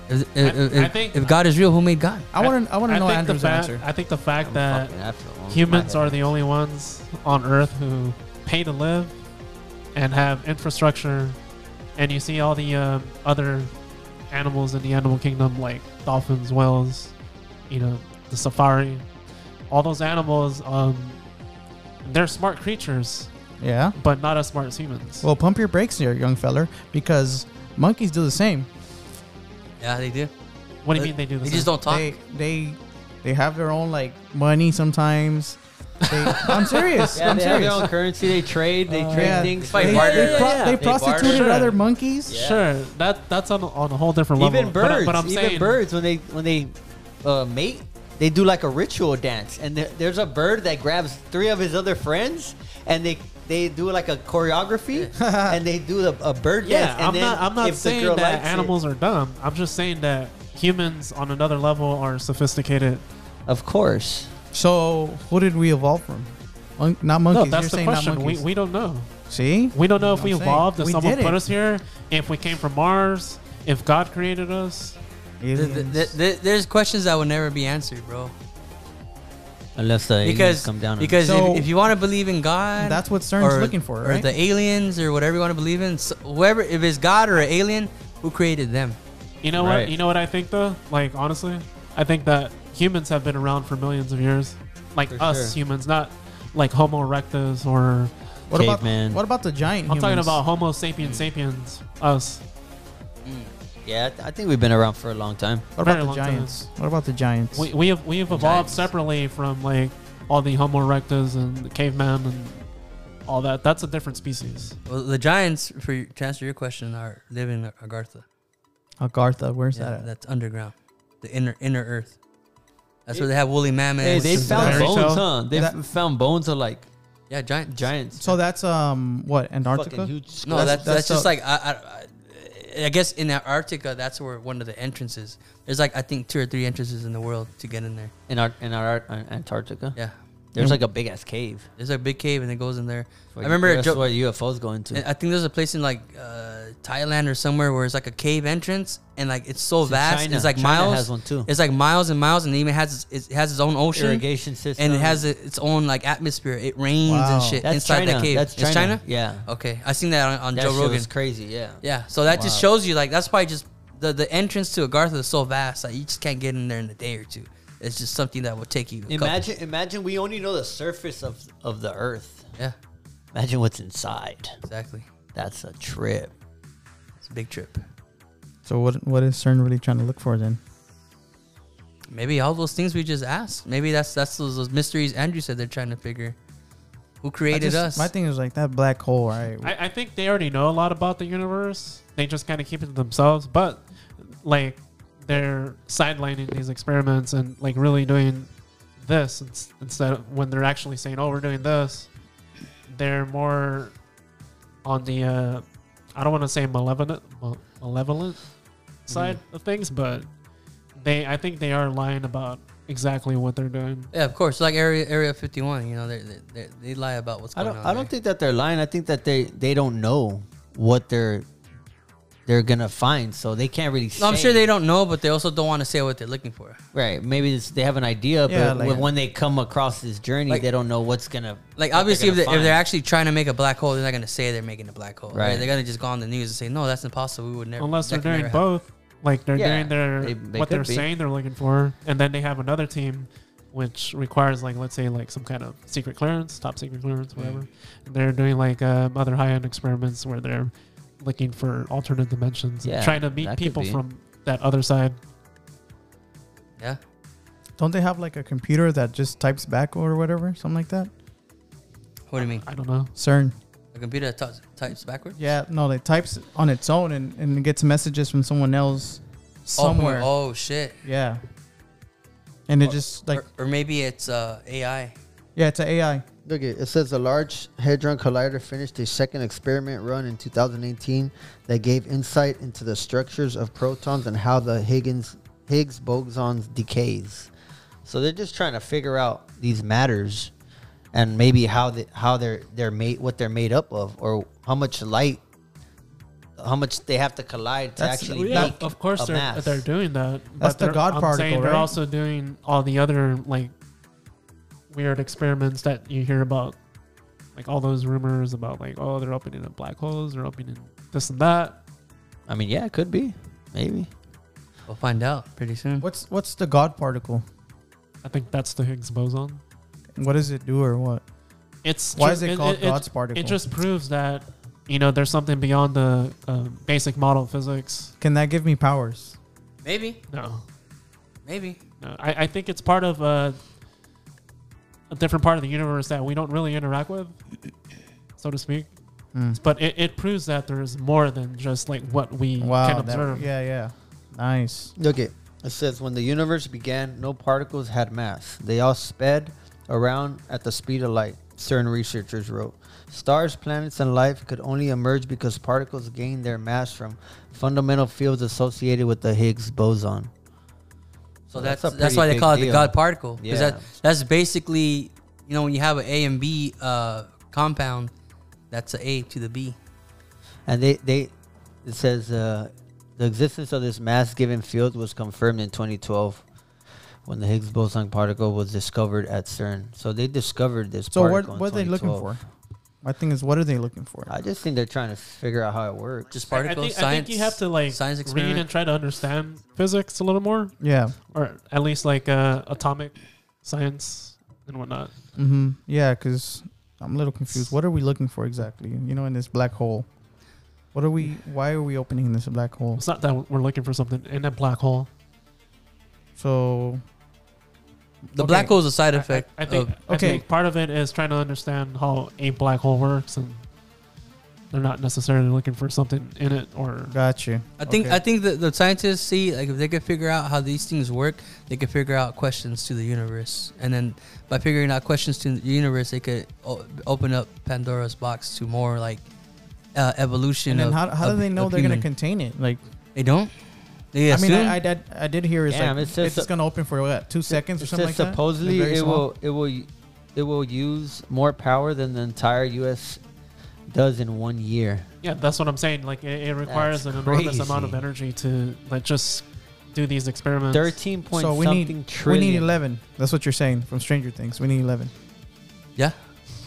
Speaker 1: If, if,
Speaker 3: I
Speaker 1: if-
Speaker 3: think-
Speaker 1: if God is real, who made God?
Speaker 2: I want to I want to know
Speaker 3: think the
Speaker 2: Andrew's
Speaker 3: fact-
Speaker 2: answer.
Speaker 3: I think the fact
Speaker 4: I'm
Speaker 3: that
Speaker 4: fucking after the monkey.
Speaker 3: humans are the only ones on Earth who pay to live and have infrastructure, and you see all the um, other animals in the animal kingdom, like dolphins, whales, you know, the safari. All those animals, um, they're smart creatures,
Speaker 2: Yeah.
Speaker 3: but not as smart as humans.
Speaker 2: Well, pump your brakes here, young feller, because monkeys do the same.
Speaker 1: Yeah, they do.
Speaker 3: what do you
Speaker 1: they-
Speaker 3: mean they do
Speaker 1: They
Speaker 3: this?
Speaker 1: just don't talk.
Speaker 2: They they they have their own like money sometimes. They, I'm serious.
Speaker 4: Yeah,
Speaker 2: I'm
Speaker 4: they have
Speaker 2: serious. Oh,
Speaker 4: their own currency. They trade. They
Speaker 3: Uh,
Speaker 4: trade
Speaker 2: yeah.
Speaker 4: things.
Speaker 1: Fight
Speaker 2: they,
Speaker 4: They-
Speaker 1: barter.
Speaker 2: they
Speaker 1: Yeah,
Speaker 2: pro-
Speaker 1: yeah, yeah.
Speaker 2: they
Speaker 4: They barter.
Speaker 2: prostituted
Speaker 3: Sure.
Speaker 2: other monkeys.
Speaker 4: Yeah.
Speaker 3: Sure, that that's on on a whole different level.
Speaker 4: Even
Speaker 3: but I-
Speaker 4: birds,
Speaker 3: but, I'm
Speaker 4: even
Speaker 3: saying
Speaker 4: birds, when they when they uh, mate, they do like a ritual dance, and there, there's a bird that grabs three of his other friends, and they they do like a choreography, and they do a, a bird
Speaker 3: Yeah,
Speaker 4: dance. And
Speaker 3: I'm
Speaker 4: then
Speaker 3: not. I'm not
Speaker 4: if the
Speaker 3: saying
Speaker 4: girl
Speaker 3: that
Speaker 4: likes it-
Speaker 3: animals are dumb. I'm just saying that humans on another level are sophisticated.
Speaker 4: of course.
Speaker 2: So who did we evolve from? Mon- not monkeys.
Speaker 3: no,
Speaker 2: You're
Speaker 3: that's the
Speaker 2: saying
Speaker 3: question.
Speaker 2: Not
Speaker 3: We,
Speaker 2: monkeys.
Speaker 3: we don't know.
Speaker 2: See,
Speaker 3: We don't know if
Speaker 2: I'm
Speaker 3: we
Speaker 2: saying,
Speaker 3: evolved. If
Speaker 2: we
Speaker 3: someone
Speaker 2: did
Speaker 3: put
Speaker 2: it.
Speaker 3: us here. If we came from Mars. If God created us.
Speaker 1: Th- th- th- th- there's questions that will never be answered, bro.
Speaker 4: Unless the
Speaker 1: Because because
Speaker 2: So-
Speaker 1: if, if you want to believe in God,
Speaker 2: That's what CERN's looking for,
Speaker 1: or
Speaker 2: right?
Speaker 1: the aliens, or whatever you want to believe in. So whoever, if it's God or an alien, who created them?
Speaker 3: You know
Speaker 4: Right.
Speaker 3: what? You know what I think though. Like honestly, I think that humans have been around for millions of years. Like
Speaker 4: For
Speaker 3: us
Speaker 4: sure.
Speaker 3: humans, not like Homo erectus or
Speaker 2: What
Speaker 4: Caveman.
Speaker 2: about what about the giant?
Speaker 3: I'm talking
Speaker 2: humans?
Speaker 3: about Homo
Speaker 4: Mm.
Speaker 3: sapiens sapiens. Us.
Speaker 4: yeah, I th- I think we've been around for a long time.
Speaker 2: What
Speaker 3: Very
Speaker 2: about the
Speaker 3: long time.
Speaker 2: giants? What about the giants?
Speaker 3: We we have we have evolved
Speaker 1: Giants.
Speaker 3: separately from like all the Homo erectus and the caveman and all that. That's a different species.
Speaker 1: Well, the giants, for your- to answer your question, are live in Agartha.
Speaker 2: Agartha, where's
Speaker 1: Yeah,
Speaker 2: that? At?
Speaker 1: that's underground, the inner inner Earth. That's where they have woolly mammoths.
Speaker 4: they
Speaker 1: and-
Speaker 4: found
Speaker 3: fairy
Speaker 4: bones,
Speaker 3: tale.
Speaker 4: huh? They
Speaker 2: That-
Speaker 4: f- found bones of like
Speaker 1: yeah giant
Speaker 4: giants.
Speaker 2: So that's um what Antarctica.
Speaker 4: Fucking huge.
Speaker 1: No,
Speaker 4: skulls.
Speaker 1: that's that's,
Speaker 2: that's
Speaker 1: just
Speaker 2: the-
Speaker 1: like I, I- I, I guess in Antarctica, that's where one of the entrances. There's like I think two or three entrances in the world to get in there.
Speaker 4: in our in our uh, Antarctica.
Speaker 1: Yeah,
Speaker 4: There's like a big ass cave.
Speaker 1: there's a big cave and it goes in there. I remember a
Speaker 4: that's
Speaker 1: joke-
Speaker 4: where UFOs go into.
Speaker 1: I think there's a place in like uh, Thailand or somewhere where it's like a cave entrance and like it's so
Speaker 4: It's in
Speaker 1: vast.
Speaker 4: China.
Speaker 1: It's like
Speaker 4: China
Speaker 1: miles.
Speaker 4: has one too.
Speaker 1: It's like miles and miles, and it even has its, it has its own ocean
Speaker 4: irrigation system.
Speaker 1: and it has it- its own like atmosphere. It rains
Speaker 2: Wow.
Speaker 1: and shit
Speaker 4: That's
Speaker 1: inside
Speaker 4: China.
Speaker 1: that cave.
Speaker 4: That's
Speaker 1: It's
Speaker 4: China.
Speaker 1: China.
Speaker 4: Yeah.
Speaker 1: Okay, I seen that on, on
Speaker 4: That
Speaker 1: Joe
Speaker 4: shit
Speaker 1: Rogan.
Speaker 4: was crazy. Yeah.
Speaker 1: Yeah, so that just
Speaker 4: Wow.
Speaker 1: shows you like that's probably just the the entrance to Agartha is so vast that you just can't get in there in a day or two. It's just something that will take you. a couple-
Speaker 4: Imagine, imagine we only know the surface of of the Earth.
Speaker 1: Yeah,
Speaker 4: Imagine what's inside.
Speaker 1: exactly.
Speaker 4: That's a trip.
Speaker 1: It's a big trip.
Speaker 2: So what what is CERN really trying to look for then?
Speaker 1: Maybe all those things we just asked. Maybe that's that's those, those mysteries Andrew said they're trying to figure. Who
Speaker 2: I
Speaker 1: created
Speaker 2: just-
Speaker 1: us?
Speaker 2: My thing is like that black hole, right?
Speaker 3: I, I think they already know a lot about the universe. They just kind of keep it to themselves, but like they're sidelining these experiments and like really doing this ins- instead of when they're actually saying, "Oh, we're doing this." They're more on the uh, I don't want to say malevolent mal- malevolent side of things, but they I think they are lying about exactly what they're doing.
Speaker 1: yeah, of course. Like Area Area 51, you know, they they they lie about what's
Speaker 4: I
Speaker 1: going
Speaker 4: don't.
Speaker 1: on.
Speaker 4: I don't
Speaker 1: there.
Speaker 4: think that they're lying. I think that they they don't know what they're they're gonna find, so they can't really.
Speaker 1: No, I'm
Speaker 4: say.
Speaker 1: sure they don't know, but they also don't want to say what they're looking for.
Speaker 4: Right? Maybe it's, they have an idea,
Speaker 2: Yeah,
Speaker 4: but
Speaker 2: like-
Speaker 4: when- when they come across this journey,
Speaker 1: Like-
Speaker 4: they don't know what's gonna.
Speaker 1: Like
Speaker 4: what
Speaker 1: obviously, if,
Speaker 4: gonna
Speaker 1: they, if
Speaker 4: find.
Speaker 1: they're actually trying to make a black hole, they're not gonna say they're making a black hole. Right?
Speaker 4: Right.
Speaker 1: They're gonna just go on the news and say, "No, that's impossible. We would never."
Speaker 3: unless they're
Speaker 1: that could
Speaker 3: doing
Speaker 1: never happen."
Speaker 3: both. Like they're
Speaker 4: Yeah,
Speaker 3: doing their
Speaker 4: they- they
Speaker 3: what they're
Speaker 4: could be.
Speaker 3: saying they're looking for, and then they have another team, which requires like let's say like some kind of secret clearance, top secret
Speaker 4: Mm.
Speaker 3: clearance, whatever. And they're doing like um, other high end experiments where they're looking for alternate dimensions, and
Speaker 4: Yeah,
Speaker 3: trying to meet
Speaker 4: that could
Speaker 3: people
Speaker 4: be.
Speaker 3: from that other side.
Speaker 1: Yeah.
Speaker 2: Don't they have like a computer that just types back or whatever, something like that?
Speaker 1: What do you mean?
Speaker 3: I don't know.
Speaker 2: CERN.
Speaker 1: A computer that types- types backwards?
Speaker 2: Yeah, no, it types on its own and, and it gets messages from someone else somewhere.
Speaker 1: Oh, boy. Oh, shit.
Speaker 2: Yeah. And it just like
Speaker 1: or, or maybe it's uh, AI.
Speaker 2: yeah, it's an AI.
Speaker 5: Look, it it says the Large Hadron Collider finished a second experiment run in 2018 that gave insight into the structures of protons and how the Higgins Higgs boson decays.
Speaker 4: So they're just trying to figure out these matters, and maybe how they, how they're they're made, what they're made up of, or how much light, how much they have to collide to
Speaker 2: That's-
Speaker 4: actually
Speaker 2: yeah,
Speaker 4: make
Speaker 3: of course
Speaker 4: a
Speaker 3: they're
Speaker 4: mass.
Speaker 3: they're doing that.
Speaker 2: That's the
Speaker 3: they're-
Speaker 2: God
Speaker 3: I'm
Speaker 2: particle,
Speaker 3: saying They're
Speaker 2: right?
Speaker 3: also doing all the other like weird experiments that you hear about, like all those rumors about like oh they're opening up black holes, they're opening this and that.
Speaker 4: I mean, yeah, it could be, maybe.
Speaker 1: We'll find out pretty soon.
Speaker 2: What's what's the God particle?
Speaker 3: I think that's the Higgs boson.
Speaker 2: What does it do or what?
Speaker 3: It's
Speaker 2: Why
Speaker 3: ju-
Speaker 2: is it called
Speaker 3: it,
Speaker 2: God's particle?
Speaker 3: it just proves that you know there's something beyond the um, basic model of physics.
Speaker 2: Can that give me powers?
Speaker 1: Maybe.
Speaker 3: No,
Speaker 1: Maybe.
Speaker 3: no, I, I think it's part of uh, a different part of the universe that we don't really interact with, so to speak.
Speaker 2: Mm.
Speaker 3: But it, it proves that there's more than just like what we can
Speaker 2: Wow. that-
Speaker 3: observe.
Speaker 2: yeah, yeah. Nice.
Speaker 5: Look, it it says when the universe began, no particles had mass. They all sped around at the speed of light. Certain researchers wrote, stars, planets, and life could only emerge because particles gained their mass from fundamental fields associated with the Higgs boson.
Speaker 1: So
Speaker 5: So
Speaker 1: that's
Speaker 5: that's
Speaker 1: that's,
Speaker 5: a
Speaker 1: why
Speaker 5: pretty
Speaker 1: they
Speaker 5: big
Speaker 1: call it the
Speaker 5: deal.
Speaker 1: God particle. 'Cause
Speaker 5: Yeah.
Speaker 1: that, that's basically you know when you have an A and B uh, compound, that's a A to the B.
Speaker 5: And they, they it says uh, the existence of this mass-given field was confirmed in 2012 when the Higgs boson particle was discovered at CERN. So they discovered this.
Speaker 2: So what
Speaker 5: particle in
Speaker 2: what are they looking
Speaker 5: 2012.
Speaker 2: for? My thing is what are they looking for?
Speaker 5: I just think they're trying to figure out how it works.
Speaker 1: Just
Speaker 3: I-
Speaker 1: particles.
Speaker 3: I think,
Speaker 1: science.
Speaker 3: I think you have to like
Speaker 1: science
Speaker 3: read
Speaker 1: experiment.
Speaker 3: and try to understand physics a little more,
Speaker 2: yeah.
Speaker 3: or at least like uh, atomic science and whatnot.
Speaker 2: Mm-hmm. Yeah, because I'm a little confused. What are we looking for exactly? You know, in this black hole. What are we? Why are we opening this black hole?
Speaker 3: It's not that we're looking for something in a black hole.
Speaker 2: So
Speaker 1: the
Speaker 2: okay.
Speaker 1: black hole is a side
Speaker 3: I-
Speaker 1: effect.
Speaker 3: I, I think.
Speaker 1: of,
Speaker 3: I
Speaker 2: Okay.
Speaker 3: think part of it is trying to understand how a black hole works, and they're not necessarily looking for something in it or
Speaker 2: got you.
Speaker 1: I think
Speaker 2: Okay.
Speaker 1: I think that the scientists see like if they could figure out how these things work, they could figure out questions to the universe, and then by figuring out questions to the universe, they could o- open up Pandora's box to more like uh, evolution.
Speaker 2: And then
Speaker 1: of,
Speaker 2: how, how do
Speaker 1: of-
Speaker 2: they know
Speaker 1: of
Speaker 2: they're gonna
Speaker 1: human.
Speaker 2: contain it? Like
Speaker 1: they don't. They assume.
Speaker 2: I mean, I, I did I did hear it's
Speaker 5: Damn,
Speaker 2: like
Speaker 5: it says
Speaker 2: it's just
Speaker 5: sup-
Speaker 2: gonna open for what two seconds or
Speaker 5: It
Speaker 2: something
Speaker 5: says
Speaker 2: like
Speaker 5: supposedly
Speaker 2: that. Very
Speaker 5: it
Speaker 2: small.
Speaker 5: will it will it will use more power than the entire U.S. does in one year.
Speaker 3: yeah. That's what I'm saying. Like it, it requires
Speaker 5: That's
Speaker 3: an enormous amount of
Speaker 5: crazy.
Speaker 3: energy to like just do these experiments.
Speaker 5: Thirteen point
Speaker 2: So we
Speaker 5: something
Speaker 2: need
Speaker 5: trillion.
Speaker 2: we need eleven. That's what you're saying from Stranger Things. We need eleven.
Speaker 1: Yeah.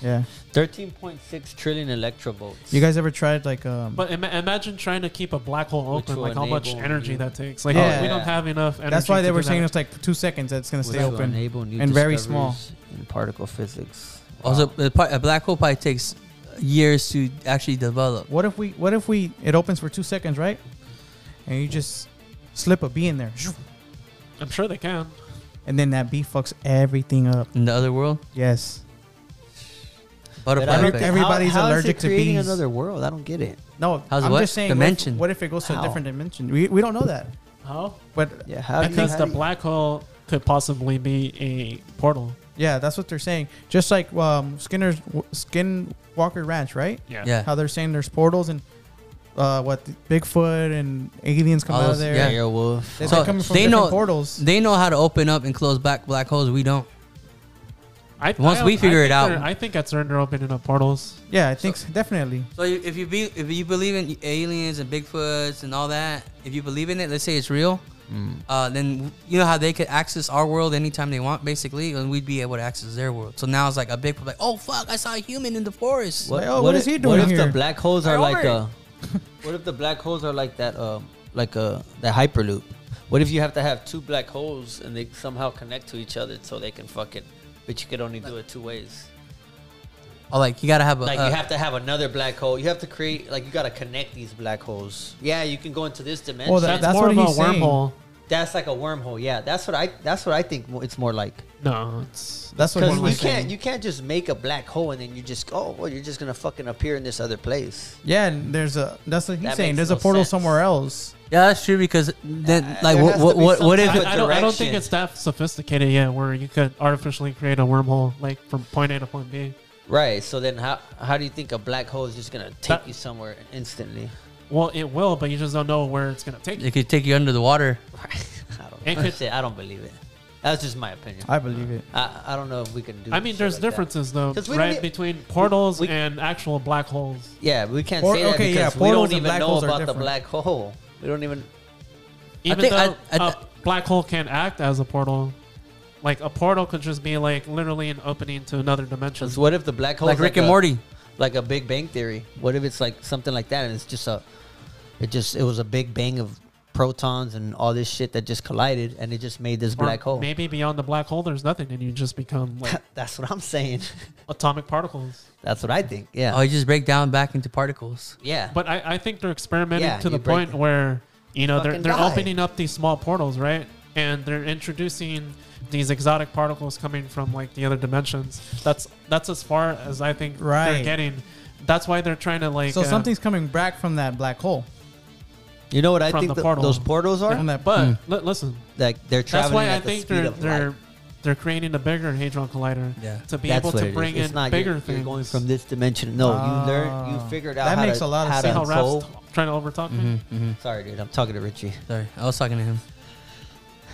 Speaker 2: Yeah.
Speaker 5: Thirteen point six trillion electrovolts.
Speaker 2: You guys ever tried like um?
Speaker 3: But ima- imagine trying to keep a black hole
Speaker 5: Which
Speaker 3: open,
Speaker 5: will
Speaker 3: like how much
Speaker 5: enable
Speaker 3: energy
Speaker 5: you-
Speaker 3: that takes. Like
Speaker 2: Yeah.
Speaker 3: we don't have enough. energy
Speaker 2: that's why they
Speaker 3: to
Speaker 2: were
Speaker 3: do
Speaker 2: saying
Speaker 3: that.
Speaker 2: it's like two seconds. That's gonna stay
Speaker 5: Which will
Speaker 2: open.
Speaker 5: enable new
Speaker 2: and very small.
Speaker 5: discoveries in particle physics.
Speaker 1: Also, the pi- a black hole probably takes years to actually develop.
Speaker 2: What if we? What if we? It opens for two seconds, right? and you just slip a bee in there,
Speaker 3: I'm sure they can.
Speaker 2: and then that bee fucks everything up.
Speaker 1: In the other world,
Speaker 2: Yes.
Speaker 1: butterfly
Speaker 2: I don't
Speaker 1: effect.
Speaker 2: think- Everybody's
Speaker 4: is
Speaker 2: allergic
Speaker 4: it
Speaker 2: to
Speaker 4: creating
Speaker 2: bees.
Speaker 4: another world. I don't get it.
Speaker 2: No,
Speaker 1: How's
Speaker 2: I'm
Speaker 1: what?
Speaker 2: just saying.
Speaker 1: Dimension.
Speaker 2: What if, what if it goes to
Speaker 4: How?
Speaker 2: a different dimension? We, we don't know that.
Speaker 3: How?
Speaker 2: But
Speaker 4: Yeah, how do you-
Speaker 3: Because
Speaker 4: how
Speaker 3: the
Speaker 4: do you-
Speaker 3: black hole could possibly be a portal.
Speaker 2: yeah, that's what they're saying. Just like um, Skinner's Skinwalker Ranch, right?
Speaker 1: yeah.
Speaker 2: How they're saying there's portals and uh, what Bigfoot and aliens come
Speaker 1: All
Speaker 2: out
Speaker 1: those-
Speaker 2: of there.
Speaker 1: yeah.
Speaker 4: Airwolf.
Speaker 2: They,
Speaker 1: So
Speaker 2: are coming from
Speaker 1: they
Speaker 2: different
Speaker 1: know-
Speaker 2: portals.
Speaker 1: They know how to open up and close back black holes. We don't.
Speaker 3: I,
Speaker 1: Once
Speaker 3: I-
Speaker 1: we
Speaker 3: I
Speaker 1: figure
Speaker 3: think
Speaker 1: it out-
Speaker 3: they're- I think that's under opening up portals.
Speaker 2: yeah, I think so, definitely.
Speaker 1: So you- if you be, if you believe in aliens and Bigfoots and all that, if you believe in it, let's say it's real, uh, then you know how they could access our world anytime they want, basically, and wed be able to access their world. So now it's like a Bigfoot, like, oh fuck, I saw a human in the forest.
Speaker 2: Like, oh, what
Speaker 4: if-
Speaker 2: is he doing
Speaker 4: What if
Speaker 2: here?
Speaker 4: the black holes are
Speaker 1: Hey,
Speaker 4: like
Speaker 1: Omar.
Speaker 4: a? What if the black holes are like that? Um, like a that hyperloop. What if you have to have two black holes and they somehow connect to each other so they can fucking? But you could only do it two ways.
Speaker 1: Or like you gotta have a
Speaker 4: Like
Speaker 1: uh,
Speaker 4: you have to have another black hole. You have to create like you gotta connect these black holes. Yeah, you can go into this dimension.
Speaker 2: Well, Oh, that- that's
Speaker 4: that's,
Speaker 3: more
Speaker 2: what
Speaker 3: of a
Speaker 2: he's saying.
Speaker 3: wormhole.
Speaker 4: like a wormhole. Yeah, that's what I. That's what I think. mo- It's more like
Speaker 3: No, it's
Speaker 2: That's what
Speaker 4: because
Speaker 2: one was
Speaker 4: you
Speaker 2: saying.
Speaker 4: can't you can't just make a black hole and then you just oh well you're just gonna fucking appear in this other place.
Speaker 2: yeah, and there's a that's what he's
Speaker 4: That
Speaker 2: saying.
Speaker 4: makes
Speaker 2: There's a
Speaker 4: no
Speaker 2: portal
Speaker 4: sense.
Speaker 2: somewhere else.
Speaker 1: yeah, that's true because then
Speaker 4: Uh,
Speaker 1: like
Speaker 4: there
Speaker 1: what
Speaker 4: has to
Speaker 1: what
Speaker 4: be
Speaker 1: what, what
Speaker 4: some
Speaker 1: if
Speaker 4: type
Speaker 1: it,
Speaker 4: of-
Speaker 3: I, I don't, I don't think
Speaker 4: direction.
Speaker 3: it's that sophisticated yet where you could artificially create a wormhole like from point A to point B.
Speaker 4: Right. So then how how do you think a black hole is just gonna take
Speaker 3: That-
Speaker 4: you somewhere instantly?
Speaker 3: Well, it will, but you just don't know where it's gonna take you.
Speaker 1: it could take you under the water?
Speaker 4: Right. I don't.
Speaker 3: It
Speaker 4: know.
Speaker 3: could-
Speaker 4: Shit, I don't believe it. That's just my opinion. I
Speaker 2: I believe it.
Speaker 4: I, don't know if we can do.
Speaker 3: I mean,
Speaker 4: shit
Speaker 3: there's
Speaker 4: like that.
Speaker 3: differences
Speaker 4: 'Cause
Speaker 3: though,
Speaker 4: we
Speaker 3: right?
Speaker 4: don't-
Speaker 3: Between portals
Speaker 4: we-
Speaker 3: and actual black holes.
Speaker 4: Yeah, we can't
Speaker 2: Or-
Speaker 4: say that
Speaker 2: okay, yeah,
Speaker 4: because we
Speaker 2: portals
Speaker 4: don't
Speaker 2: and
Speaker 4: even
Speaker 2: black
Speaker 4: know
Speaker 2: holes are
Speaker 4: about the
Speaker 2: different.
Speaker 4: black hole. We don't even.
Speaker 3: Even
Speaker 1: think I-
Speaker 3: though
Speaker 1: I-
Speaker 3: a black hole can act as a portal, like a portal could just be like literally an opening to another dimension.
Speaker 4: Because what if the black hole
Speaker 1: Like
Speaker 4: is
Speaker 1: Rick and
Speaker 4: a-
Speaker 1: Morty.
Speaker 4: like a Big Bang Theory? What if it's like something like that, and it's just a, it just it was a big bang of protons and all this shit that just collided, and it just made this
Speaker 3: Or
Speaker 4: black hole.
Speaker 3: Maybe beyond the black hole, there's nothing, and you just become like
Speaker 4: That's what I'm saying.
Speaker 3: atomic particles.
Speaker 4: That's what I think. Yeah.
Speaker 1: Oh, you just break down back into particles.
Speaker 4: yeah.
Speaker 3: But I, I think they're experimenting
Speaker 4: Yeah,
Speaker 3: to the
Speaker 4: you break
Speaker 3: point
Speaker 4: the-
Speaker 3: where you know they're
Speaker 4: Fucking
Speaker 3: they're
Speaker 4: die.
Speaker 3: opening up these small portals, right? And they're introducing these exotic particles coming from like the other dimensions. That's that's as far as I think they're
Speaker 2: Right.
Speaker 3: getting. That's why they're trying to like
Speaker 2: So
Speaker 3: uh,
Speaker 2: something's coming back from that black hole.
Speaker 4: You know what I
Speaker 3: From
Speaker 4: think
Speaker 3: the
Speaker 4: the
Speaker 3: portal.
Speaker 4: those portals are?
Speaker 2: From that, Hmm.
Speaker 3: But li- listen,
Speaker 4: Like they're
Speaker 3: that's
Speaker 4: traveling
Speaker 3: why
Speaker 4: at
Speaker 3: I
Speaker 4: the
Speaker 3: think
Speaker 4: speed
Speaker 3: they're
Speaker 4: of light.
Speaker 3: they're they're creating a bigger hadron collider
Speaker 1: Yeah.
Speaker 3: to be
Speaker 4: That's
Speaker 3: able
Speaker 4: what
Speaker 3: to
Speaker 4: it is.
Speaker 3: bring
Speaker 4: It's
Speaker 3: in
Speaker 4: not-
Speaker 3: bigger
Speaker 4: you're,
Speaker 3: things.
Speaker 4: You're going from this dimension. No, you learn. You
Speaker 2: Ah.
Speaker 4: figured out
Speaker 2: That
Speaker 4: how
Speaker 2: makes
Speaker 4: to,
Speaker 2: a lot of
Speaker 4: how
Speaker 2: sense.
Speaker 4: to
Speaker 3: See how Raph's
Speaker 4: unfold.
Speaker 3: t- trying to overtalk me.
Speaker 1: Mm-hmm.
Speaker 4: Sorry, dude. I'm talking to Richie.
Speaker 1: Sorry, I was talking to him.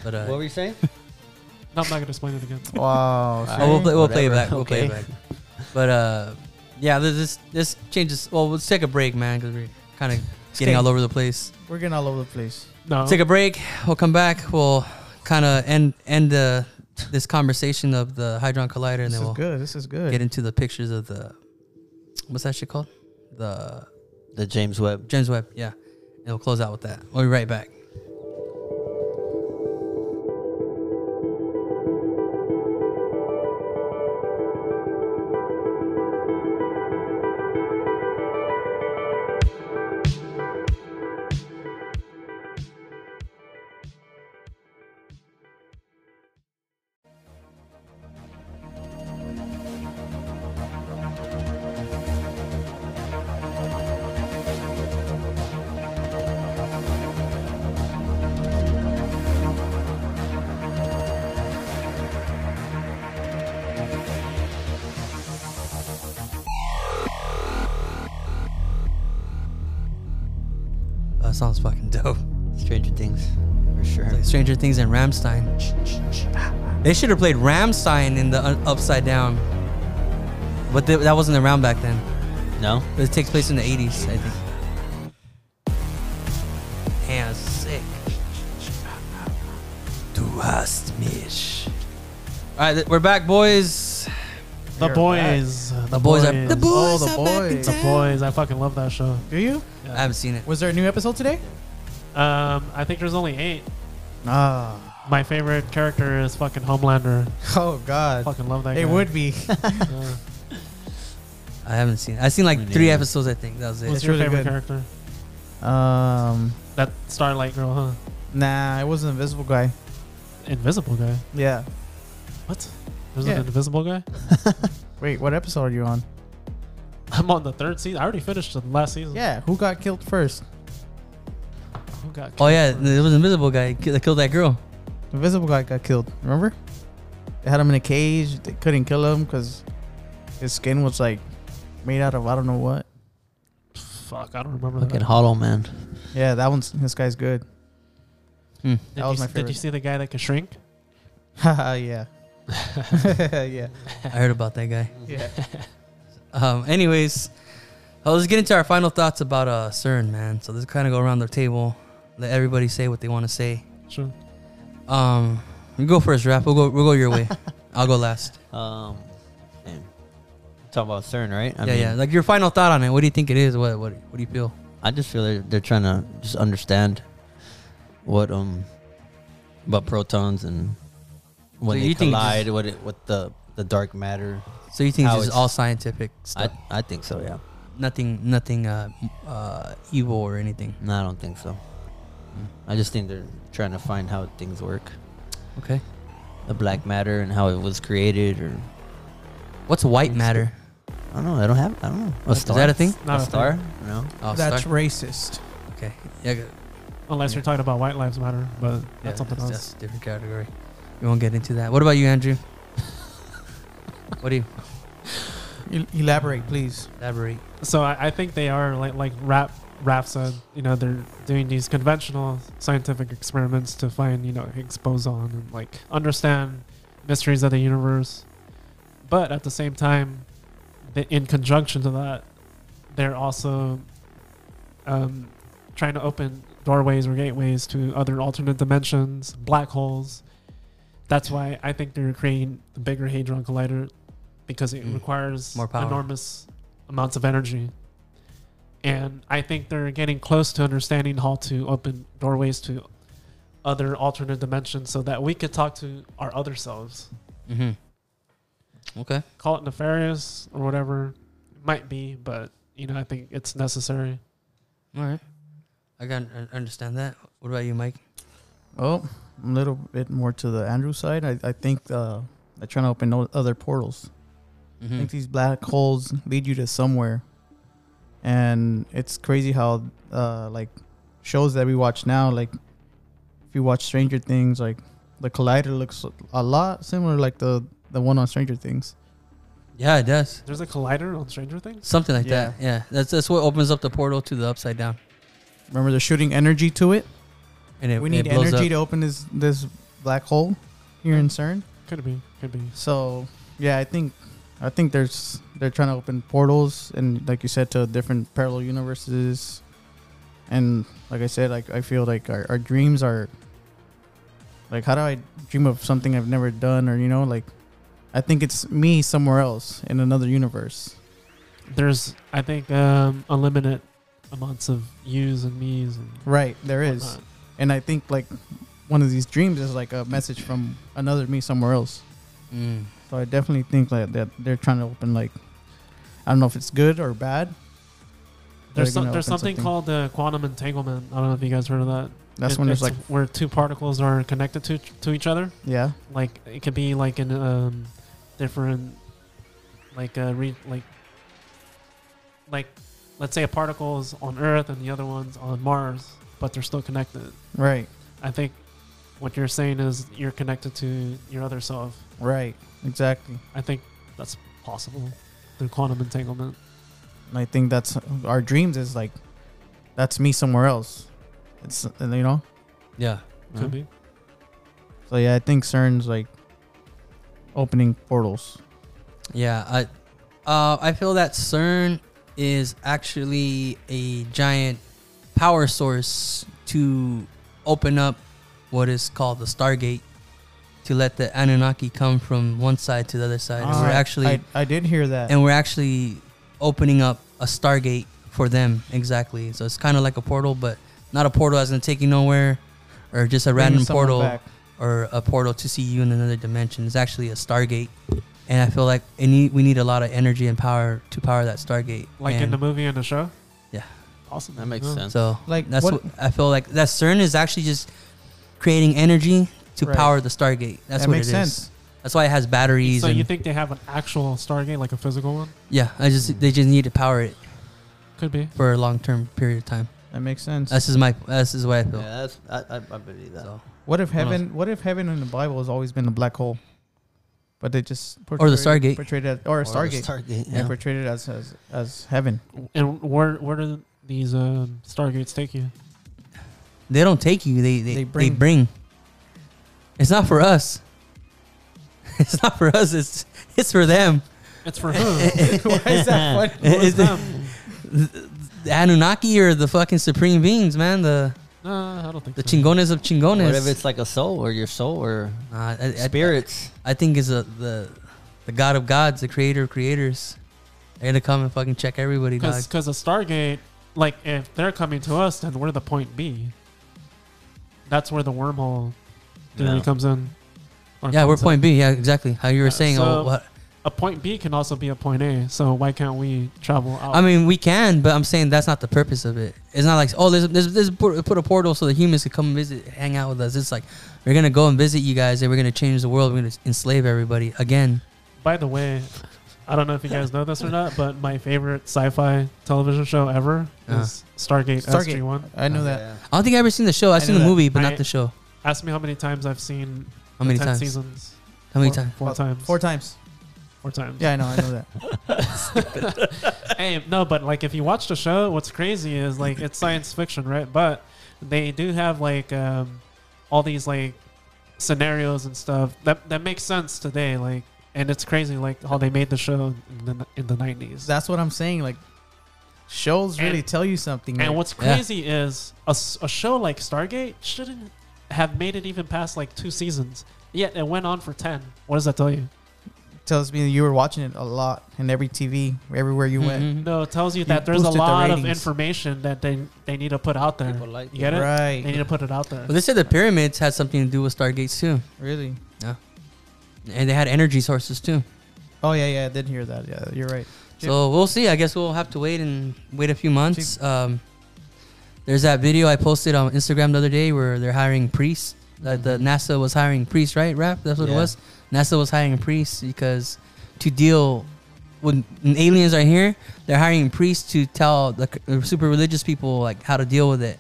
Speaker 1: But uh,
Speaker 4: What were you saying?
Speaker 3: No, I'm not gonna explain it again.
Speaker 2: wow.
Speaker 1: Oh, we'll play, we'll play it
Speaker 4: Whatever.
Speaker 1: back. We'll play it
Speaker 4: Okay.
Speaker 1: back. But uh, yeah, this this, this changes. Well, let's take a break, man, because we're kind of getting
Speaker 2: Okay.
Speaker 1: all over the place.
Speaker 2: We're getting all over the place.
Speaker 3: No,
Speaker 1: Take a break. We'll come back. We'll kind of end end the this conversation of the hadron collider, and
Speaker 2: This
Speaker 1: then
Speaker 2: is
Speaker 1: we'll
Speaker 2: good. This is
Speaker 1: get
Speaker 2: good.
Speaker 1: into the pictures of the what's that shit called? The
Speaker 4: The James Webb.
Speaker 1: James Webb. Yeah, and we'll close out with that. We'll be right back. Uh, sounds fucking dope.
Speaker 4: Stranger Things, for sure.
Speaker 1: Like Stranger Things and Ramstein. They should have played Ramstein in the un- Upside Down, but th- that wasn't around back then.
Speaker 4: No.
Speaker 1: But it takes place in the 80s, I think. Damn, that's sick.
Speaker 7: Du hast mich.
Speaker 1: All right, th- we're back, boys.
Speaker 3: the
Speaker 2: You're
Speaker 3: boys,
Speaker 1: The boys are- The boys
Speaker 2: Oh, the
Speaker 1: are back in
Speaker 2: boys.
Speaker 3: The boys, I fucking love that show.
Speaker 2: Do you?
Speaker 1: I haven't seen it.
Speaker 2: Was there a new episode today?
Speaker 3: Um, I think there's only eight.
Speaker 2: Ah.
Speaker 3: My favorite character is fucking Homelander.
Speaker 2: Oh God.
Speaker 3: Fucking love that.
Speaker 2: It
Speaker 3: guy.
Speaker 2: would be.
Speaker 3: Yeah.
Speaker 1: I haven't seen it. I've seen like
Speaker 4: Me
Speaker 1: three
Speaker 4: neither.
Speaker 1: episodes, I think. That was it.
Speaker 3: What's
Speaker 2: It's
Speaker 3: your
Speaker 2: really
Speaker 3: favorite
Speaker 2: good.
Speaker 3: character?
Speaker 2: Um,
Speaker 3: That Starlight girl, huh?
Speaker 2: nah, it was an invisible guy.
Speaker 3: Invisible guy.
Speaker 2: Yeah.
Speaker 3: What? There's
Speaker 2: Yeah.
Speaker 3: an invisible guy?
Speaker 2: Wait, what episode are you on?
Speaker 3: I'm on the third season. I already finished the last season.
Speaker 2: Yeah, who got killed first?
Speaker 3: Who got
Speaker 1: Oh
Speaker 3: killed
Speaker 1: yeah,
Speaker 3: first?
Speaker 1: it was invisible guy ki- that killed that girl.
Speaker 2: Invisible guy got killed. Remember? They had him in a cage. They couldn't kill him because his skin was like made out of I don't know what.
Speaker 3: Fuck, I don't remember
Speaker 5: Fucking
Speaker 3: that.
Speaker 5: Hollow Man.
Speaker 2: Yeah, that one's this guy's good.
Speaker 3: Did,
Speaker 2: that was
Speaker 3: you,
Speaker 2: my
Speaker 3: did you
Speaker 2: favorite.
Speaker 3: see the guy that could shrink?
Speaker 2: Haha, yeah. yeah.
Speaker 1: I heard about that guy.
Speaker 2: Yeah.
Speaker 1: Um, anyways, oh, let's get into our final thoughts about uh CERN, man. So let's kind of go around the table, let everybody say what they want to say.
Speaker 3: Sure.
Speaker 1: Um, you go first, Raph. We'll go. We'll go your way. I'll go last.
Speaker 5: Um,
Speaker 4: Man.
Speaker 5: talking about CERN, right? I
Speaker 1: yeah, yeah. Like your final thought on it. What do you think it is? What What, what do you feel?
Speaker 5: I just feel they're, they're trying to just understand what um about protons and when
Speaker 1: So
Speaker 5: they
Speaker 1: you think
Speaker 5: collide, what it, what the the dark matter.
Speaker 1: So you think
Speaker 5: How
Speaker 1: it's just
Speaker 5: it's-
Speaker 1: all scientific
Speaker 5: I
Speaker 1: stuff?
Speaker 5: I think so. Yeah.
Speaker 1: nothing, nothing uh, uh, evil or anything.
Speaker 5: No, I don't think so. I just think they're trying to find how things work,
Speaker 1: Okay.
Speaker 5: the black matter and how it was created, or
Speaker 1: What's white
Speaker 5: It's
Speaker 1: matter?
Speaker 5: I don't know. I don't have. I don't know. A
Speaker 1: Is
Speaker 5: star.
Speaker 1: that a thing?
Speaker 5: a
Speaker 3: Not a
Speaker 5: star?
Speaker 3: thing.
Speaker 5: No.
Speaker 1: Oh,
Speaker 2: That's
Speaker 1: star.
Speaker 2: racist.
Speaker 1: okay. Yeah, g-
Speaker 3: Unless
Speaker 1: Yeah.
Speaker 3: you're talking about White Lives Matter, but that's
Speaker 1: yeah,
Speaker 3: something
Speaker 1: that's,
Speaker 3: else.
Speaker 1: that's a different category. We won't get into that. What about you, Andrew? what do you
Speaker 2: El- Elaborate, please.
Speaker 1: elaborate?
Speaker 3: So I, I think they are like like Rap Raph said, you know, they're doing these conventional scientific experiments to find, you know, Higgs boson and like understand mysteries of the universe. But at the same time, they, in conjunction to that, they're also um, trying to open doorways or gateways to other alternate dimensions, black holes. That's why I think they're creating the bigger hadron collider because it
Speaker 1: Mm.
Speaker 3: requires
Speaker 1: More power.
Speaker 3: enormous amounts of energy. And I think they're getting close to understanding how to open doorways to other alternate dimensions so that we could talk to our other selves.
Speaker 1: Mm-hmm. Okay.
Speaker 3: Call it nefarious or whatever it might be, but you know, I think it's necessary.
Speaker 1: All right. I can un- understand that. What about you, Mike?
Speaker 2: Oh, a little bit more to the Andrew side. I, I think uh, they're trying to open no- other portals.
Speaker 1: Mm-hmm.
Speaker 2: I
Speaker 1: Hmm.
Speaker 2: think these black holes lead you to somewhere, and it's crazy how uh, like shows that we watch now, like if you watch Stranger Things, like the collider looks a lot similar, like the the one on Stranger Things.
Speaker 1: Yeah, it does.
Speaker 3: There's a collider on Stranger Things?
Speaker 1: Something like that. Yeah. That's that's what opens up the portal to the upside down.
Speaker 2: Remember, they're shooting energy to it.
Speaker 1: And it,
Speaker 2: we
Speaker 1: and
Speaker 2: need
Speaker 1: it blows
Speaker 2: energy
Speaker 1: up.
Speaker 2: to open this this black hole here in CERN.
Speaker 3: Could be, could be.
Speaker 2: So yeah, I think I think there's they're trying to open portals and like you said to different parallel universes, and like I said, like I feel like our, our dreams are like how do I dream of something I've never done or you know like I think it's me somewhere else in another universe.
Speaker 3: There's I think um unlimited amounts of yous and me's and
Speaker 2: Right, there is,
Speaker 3: whatnot.
Speaker 2: and I think like one of these dreams is like a message from another me somewhere else.
Speaker 1: Mm.
Speaker 2: So I definitely think like that they're trying to open like I don't know if it's good or bad. They're
Speaker 3: There's, some,
Speaker 2: gonna
Speaker 3: there's
Speaker 2: open
Speaker 3: something, called uh, quantum entanglement. I don't know if you guys heard of that.
Speaker 2: That's
Speaker 3: It-
Speaker 2: when there's
Speaker 3: it's
Speaker 2: like
Speaker 3: where two particles are connected to to each other.
Speaker 2: yeah.
Speaker 3: Like it could be like in um different like uh re- like like let's say a particle is on Earth and the other one's on Mars, but they're still connected.
Speaker 2: Right,
Speaker 3: I think what you're saying is you're connected to your other self.
Speaker 2: right, exactly.
Speaker 3: I think that's possible through quantum entanglement.
Speaker 2: And I think that's our dreams is like, that's me somewhere else. It's and, you know.
Speaker 1: Yeah.
Speaker 3: Could be.
Speaker 2: So yeah, I think CERN's like opening portals.
Speaker 1: Yeah, I uh, I feel that CERN is actually a giant power source to open up what is called the Stargate to let the Anunnaki come from one side to the other side. and
Speaker 2: Ah,
Speaker 1: we're actually
Speaker 2: I, I did hear that.
Speaker 1: and we're actually opening up a Stargate for them exactly. So it's kind of like a portal, but not a portal as in taking nowhere, or just a
Speaker 2: Bringing
Speaker 1: random
Speaker 2: someone
Speaker 1: portal
Speaker 2: back.
Speaker 1: or a portal to see you in another dimension. It's actually a Stargate, and I feel like it need, we need a lot of energy and power to power that Stargate.
Speaker 3: Like in
Speaker 1: And
Speaker 3: the movie and the show?
Speaker 1: Yeah.
Speaker 3: awesome.
Speaker 5: That makes
Speaker 3: Yeah.
Speaker 5: sense.
Speaker 1: So
Speaker 2: Like,
Speaker 1: that's
Speaker 2: what-
Speaker 1: what, I feel like that CERN is actually just creating energy to
Speaker 2: Right.
Speaker 1: power the Stargate. That's
Speaker 2: That
Speaker 1: what
Speaker 2: makes
Speaker 1: it is.
Speaker 2: sense.
Speaker 1: That's why it has batteries
Speaker 3: So
Speaker 1: and
Speaker 3: you think they have an actual Stargate, like a physical one?
Speaker 1: yeah. I just they just need to power it
Speaker 3: Could be.
Speaker 1: for a long term period of time.
Speaker 2: That makes sense.
Speaker 1: This is my this is what I
Speaker 5: Yeah,
Speaker 1: feel.
Speaker 5: that's, I, I, I believe that.
Speaker 1: So.
Speaker 2: what if
Speaker 3: else?
Speaker 2: heaven? What if heaven in the Bible has always been a black hole? But they just portrayed,
Speaker 1: Stargate.
Speaker 2: portrayed it, or, a Stargate,
Speaker 5: Stargate.
Speaker 2: yeah.
Speaker 5: Yeah.
Speaker 2: portrayed it as, as as heaven.
Speaker 3: And where where do these um, Stargates take you?
Speaker 1: They don't take you. They they,
Speaker 2: They
Speaker 1: they, bring.
Speaker 2: bring.
Speaker 1: It's not for us. It's not for us. It's it's for them.
Speaker 3: It's for who?
Speaker 2: Why is that funny?
Speaker 1: It's the,
Speaker 3: them?
Speaker 1: the Anunnaki or the fucking supreme beings, man. The
Speaker 3: No, I don't think
Speaker 1: the
Speaker 3: so.
Speaker 1: chingones of chingones.
Speaker 5: What if it's like a soul or your soul or
Speaker 1: Nah, I, I-
Speaker 5: spirits?
Speaker 1: I think it's a, the the God of gods, the Creator of creators. They're gonna come and fucking check everybody, dog.
Speaker 3: Because a Stargate, like if they're coming to us, then we're the point B. That's where the wormhole theory
Speaker 5: Yeah.
Speaker 3: comes in. Or
Speaker 1: Yeah, we're
Speaker 3: concept.
Speaker 1: point B. Yeah, exactly. How you were
Speaker 3: Yeah,
Speaker 1: saying.
Speaker 3: so-
Speaker 1: oh, what?
Speaker 3: A point B can also be a point A. So why can't we travel out?
Speaker 1: I mean, we can, but I'm saying that's not the purpose of it. It's not like oh, there's there's, there's put, put a portal so the humans could come and visit, hang out with us. It's like we're gonna go and visit you guys, and we're gonna change the world. We're gonna enslave everybody again.
Speaker 3: By the way, I don't know if you guys know this or not, but my favorite sci-fi television show ever is Stargate,
Speaker 2: Stargate.
Speaker 3: SG One.
Speaker 2: I
Speaker 1: Oh,
Speaker 2: know
Speaker 5: Yeah,
Speaker 2: that.
Speaker 5: yeah.
Speaker 1: I don't think I've ever seen the show. I've
Speaker 2: I
Speaker 1: seen
Speaker 2: know
Speaker 1: the
Speaker 2: that.
Speaker 1: movie, but
Speaker 3: I-
Speaker 1: not the show.
Speaker 3: Ask me how many times I've seen
Speaker 1: How many
Speaker 3: ten
Speaker 1: times?
Speaker 3: seasons.
Speaker 1: How many
Speaker 2: Four-
Speaker 1: times?
Speaker 3: Four
Speaker 2: Well,
Speaker 3: times.
Speaker 2: Four times.
Speaker 3: Four times.
Speaker 2: Yeah, I know. I know that.
Speaker 3: Hey, no, but like if you watch the show, what's crazy is like it's science fiction, right? But they do have like um, all these like scenarios and stuff that that makes sense today. Like, and it's crazy like how they made the show in the in the nineties.
Speaker 2: That's what I'm saying. Like, shows really
Speaker 3: And-
Speaker 2: tell you something.
Speaker 3: And
Speaker 2: like,
Speaker 3: what's
Speaker 1: Yeah.
Speaker 3: crazy is a, s- a show like Stargate shouldn't have made it even past like two seasons. Yet it went on for ten. What does that tell you?
Speaker 2: tells me that you were watching it a lot in every TV, everywhere you
Speaker 3: Mm-hmm.
Speaker 2: went.
Speaker 1: Mhm.
Speaker 3: No, it tells you
Speaker 2: You
Speaker 3: that there's a
Speaker 2: boosted the
Speaker 3: lot of
Speaker 2: ratings.
Speaker 3: information that they they need to put out there.
Speaker 5: People like
Speaker 3: you get it? They need
Speaker 2: Right.
Speaker 3: to put it out there.
Speaker 1: Well, they said the pyramids had something to do with Stargates too,
Speaker 2: Really.
Speaker 1: and they had energy sources too.
Speaker 2: Oh yeah, yeah. I did hear that. Yeah, you're right. Yep.
Speaker 1: So we'll see. I guess we'll have to wait and wait a few months. Um, there's that video I posted on Instagram the other day where they're hiring priests. That the NASA was hiring priests, right? Rap. That's what it
Speaker 5: Yeah.
Speaker 1: was. NASA was hiring priests because to deal when when aliens are here, they're hiring priests to tell the c- uh, super religious people like how to deal with it.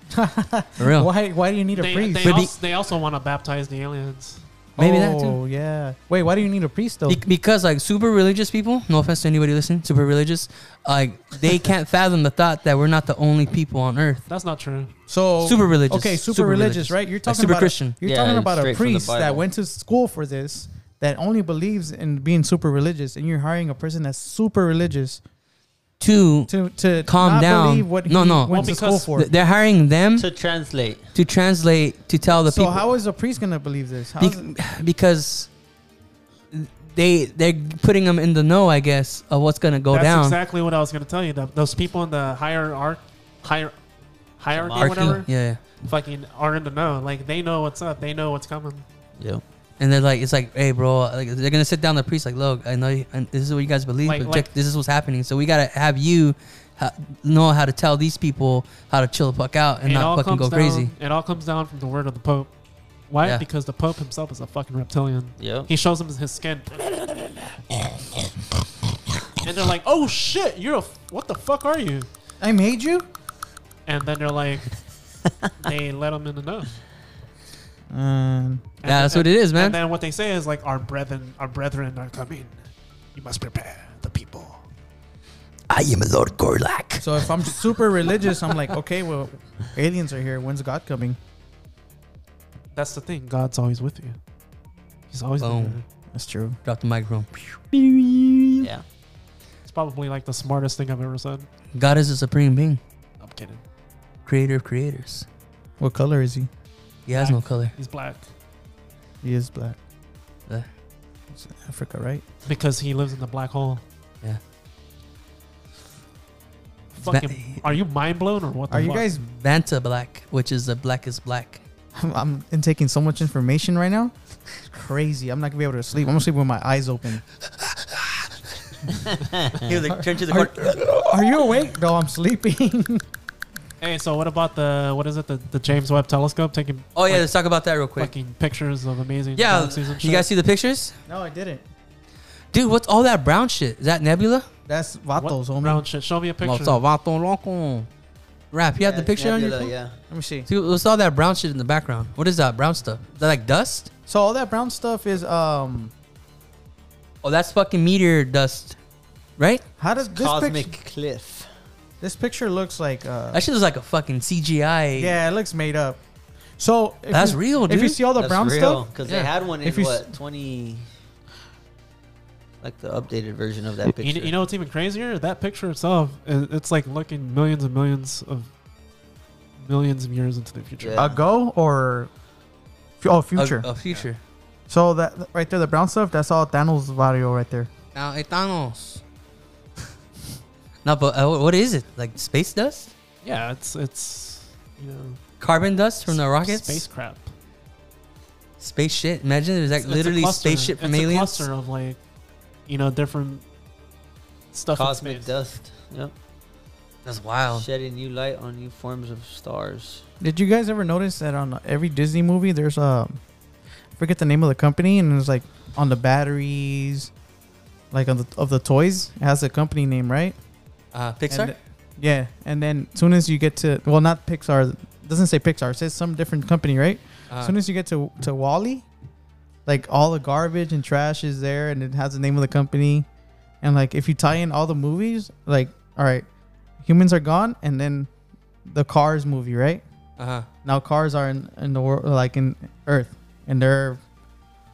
Speaker 1: For real.
Speaker 2: Why? Why do you need a
Speaker 3: They,
Speaker 2: priest?
Speaker 3: they
Speaker 1: But the-
Speaker 3: also, they also want to baptize the aliens.
Speaker 1: Maybe
Speaker 2: oh,
Speaker 1: that too.
Speaker 2: yeah. Wait, why do you need a priest though?
Speaker 1: Be- because like super religious people, no offense to anybody listening, super religious, like they can't fathom the thought that we're not the only people on Earth.
Speaker 3: That's not true. Oh,
Speaker 2: so
Speaker 1: super religious.
Speaker 2: Okay, super, religious, right? You're
Speaker 1: Like
Speaker 2: talking
Speaker 1: super
Speaker 2: about
Speaker 1: Christian.
Speaker 2: You're
Speaker 5: Yeah,
Speaker 2: talking about a
Speaker 5: straight from the
Speaker 2: priest that
Speaker 5: Bible.
Speaker 2: went to school for this that only believes in being super religious, and you're hiring a person that's super religious
Speaker 1: Two,
Speaker 2: to to
Speaker 1: Calm
Speaker 2: not
Speaker 1: down.
Speaker 2: believe what he
Speaker 1: No, no.
Speaker 2: went
Speaker 1: Well,
Speaker 2: to school
Speaker 3: because
Speaker 2: for.
Speaker 1: th- they're hiring them
Speaker 5: To translate,
Speaker 1: to translate to tell the
Speaker 2: so
Speaker 1: people
Speaker 2: how is a priest gonna believe this? How is
Speaker 1: Bec- because they they're putting them in the know, I guess, of what's gonna go
Speaker 3: That's
Speaker 1: down.
Speaker 3: exactly what I was going to tell you. That those people in the hierarch, hier, hierarchy,
Speaker 1: Arc-
Speaker 5: Hierarchy.
Speaker 3: whatever,
Speaker 1: Yeah, yeah,
Speaker 3: fucking are in the know. Like they know what's up. They know what's coming.
Speaker 5: yeah,
Speaker 1: and they're like, it's like, hey, bro, like they're gonna sit down the priest, like, look, I know, you, and this is what you guys believe,
Speaker 3: Like-
Speaker 1: but
Speaker 3: like-
Speaker 1: check, this is what's happening. So we gotta have you ha- know how to tell these people how to chill the fuck out and
Speaker 3: it all
Speaker 1: not fucking
Speaker 3: comes
Speaker 1: go
Speaker 3: down,
Speaker 1: crazy.
Speaker 3: It all comes down from the word of the Pope. Why?
Speaker 1: Yeah.
Speaker 3: Because the Pope himself is a fucking reptilian.
Speaker 5: yeah.
Speaker 3: He shows them his skin. and they're like, oh shit, you're a. f- What the fuck are you?
Speaker 2: I made you?
Speaker 3: And then they're like, they let him in the know. And
Speaker 2: Um,
Speaker 1: Yeah, that's what it is, man.
Speaker 3: And then what they say is like, our brethren, our brethren are coming. You must prepare the people.
Speaker 6: I am Lord Gorlak.
Speaker 2: so if I'm super religious, I'm like, okay, well, aliens are here. When's God coming?
Speaker 3: That's the thing. God's always with you. He's always
Speaker 1: Boom.
Speaker 3: there.
Speaker 2: That's true.
Speaker 1: Drop the microphone.
Speaker 5: yeah.
Speaker 3: It's probably like the smartest thing I've ever said.
Speaker 1: God is the supreme being,
Speaker 3: I'm kidding.
Speaker 1: creator of creators.
Speaker 2: What color is he?
Speaker 1: He has no color.
Speaker 3: He's black
Speaker 2: He is black.
Speaker 1: Yeah.
Speaker 2: It's Africa, right?
Speaker 3: because he lives in the black hole.
Speaker 1: Yeah.
Speaker 3: Fucking,
Speaker 1: Ba-
Speaker 3: are you mind blown or what? The
Speaker 2: Are you
Speaker 3: fuck?
Speaker 2: guys?
Speaker 1: Vanta Black, which is the blackest black.
Speaker 2: I'm, I'm intaking so much information right now. It's crazy. I'm not gonna be able to sleep. I'm gonna sleep with my eyes open.
Speaker 1: He was like, turn to the
Speaker 2: Are you awake? No, I'm sleeping.
Speaker 3: Hey, so what about the what is it the, the James Webb Telescope taking
Speaker 1: Oh yeah,
Speaker 3: like,
Speaker 1: let's talk about that real quick.
Speaker 3: fucking pictures of amazing
Speaker 1: Yeah,
Speaker 3: galaxies and shit?
Speaker 1: you guys see the pictures,
Speaker 2: No, I didn't.
Speaker 1: dude? What's all that brown shit? Is that nebula?
Speaker 2: That's
Speaker 3: What
Speaker 2: Vatos, homie.
Speaker 3: brown shit? Show me a
Speaker 1: Well,
Speaker 3: picture.
Speaker 1: it's all vato loco. Rap, you have the
Speaker 5: it's
Speaker 1: picture on your
Speaker 5: nebula,
Speaker 1: phone?
Speaker 5: Yeah.
Speaker 2: Let me see.
Speaker 1: See, what's all that brown shit in the background? What is that brown stuff? Is that like dust?
Speaker 2: So all that brown stuff is um.
Speaker 1: Oh, that's fucking meteor dust, right?
Speaker 2: How does this
Speaker 5: Cosmic
Speaker 2: picture?
Speaker 5: cliff.
Speaker 2: This picture looks like uh.
Speaker 1: That shit looks like a fucking CGI.
Speaker 2: Yeah, it looks made up. So if
Speaker 1: That's
Speaker 2: you-
Speaker 1: real,
Speaker 2: If you
Speaker 1: dude.
Speaker 2: see all the brown stuff,
Speaker 5: because
Speaker 1: Yeah.
Speaker 5: they had one in
Speaker 2: If you s-
Speaker 5: what twenty, like the updated version of that
Speaker 3: You,
Speaker 5: picture.
Speaker 3: kn- you know what's even crazier? That picture itself, i- it's like looking millions and millions of millions of years into the future.
Speaker 5: Yeah.
Speaker 2: ago or f- oh
Speaker 1: A-
Speaker 2: future.
Speaker 1: A, future.
Speaker 2: so that right there, the brown stuff, that's all Thanos Vario right there.
Speaker 1: Now, hey, Thanos. no, but uh, what is it? Like space dust?
Speaker 3: Yeah, it's it's you know
Speaker 1: Carbon dust from the rockets?
Speaker 3: space crap.
Speaker 1: Space shit. Imagine there's like
Speaker 3: It's- it's a
Speaker 1: literally
Speaker 3: cluster.
Speaker 1: space shit from
Speaker 3: it's
Speaker 1: aliens.
Speaker 3: A cluster of like you know different stuff. in
Speaker 5: Cosmic
Speaker 3: space.
Speaker 5: dust. Yep.
Speaker 1: That's wild.
Speaker 5: Shedding new light on new forms of stars.
Speaker 2: Did you guys ever notice that on every Disney movie, there's a I forget the name of the company, and it's like on the batteries, like on the of the toys, it has a company name, right?
Speaker 1: Uh, Pixar?
Speaker 2: And- yeah, and then soon as you get to well, not Pixar, it doesn't say Pixar, it says some different company, right?
Speaker 1: uh,
Speaker 2: soon as you get to to Wally, like all the garbage and trash is there, and it has the name of the company, and like if you tie in all the movies, like all right, humans are gone, and then the Cars movie, right?
Speaker 1: uh-huh.
Speaker 2: Now cars are in, in the world, like in Earth, and they're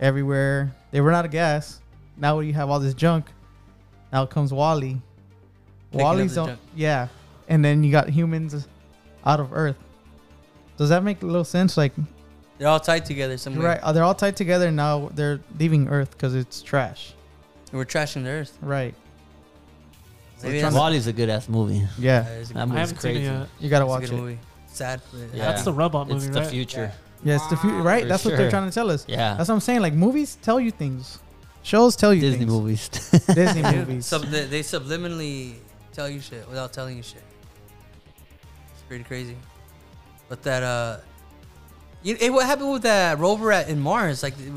Speaker 2: everywhere. They run out of gas. Now you have all this junk. Now comes Wally.
Speaker 1: Picking up
Speaker 2: Wally's
Speaker 1: the
Speaker 2: on,
Speaker 1: junk.
Speaker 2: yeah, and then you got humans out of Earth. Does that make a little sense? Like
Speaker 1: They're all tied together somewhere.
Speaker 2: Right. uh, They're all tied together now. They're leaving Earth because it's trash.
Speaker 1: We're trashing the earth.
Speaker 2: Right.
Speaker 1: Maybe that's,
Speaker 5: Wally's a good ass movie.
Speaker 1: uh,
Speaker 2: Yeah.
Speaker 1: it's a
Speaker 5: I
Speaker 1: good-
Speaker 5: movie's
Speaker 3: I haven't
Speaker 5: crazy.
Speaker 3: seen it yet.
Speaker 2: You gotta
Speaker 1: it's a
Speaker 2: watch
Speaker 1: good
Speaker 2: it.
Speaker 1: movie. Sad. but-
Speaker 5: Yeah.
Speaker 3: That's the robot
Speaker 5: It's
Speaker 3: movie,
Speaker 5: the
Speaker 3: right?
Speaker 5: future.
Speaker 2: Yeah, it's the future. Right.
Speaker 5: For
Speaker 2: That's what they're
Speaker 5: sure.
Speaker 2: trying to tell us.
Speaker 5: Yeah.
Speaker 2: That's what I'm saying. Like movies tell you things. Shows tell you
Speaker 5: Disney
Speaker 2: things.
Speaker 5: movies.
Speaker 2: Disney
Speaker 1: Dude,
Speaker 2: movies.
Speaker 1: sub- they, they subliminally tell you shit without telling you shit. It's pretty crazy. But that uh, you, hey, what happened with that rover at in Mars? Like, it,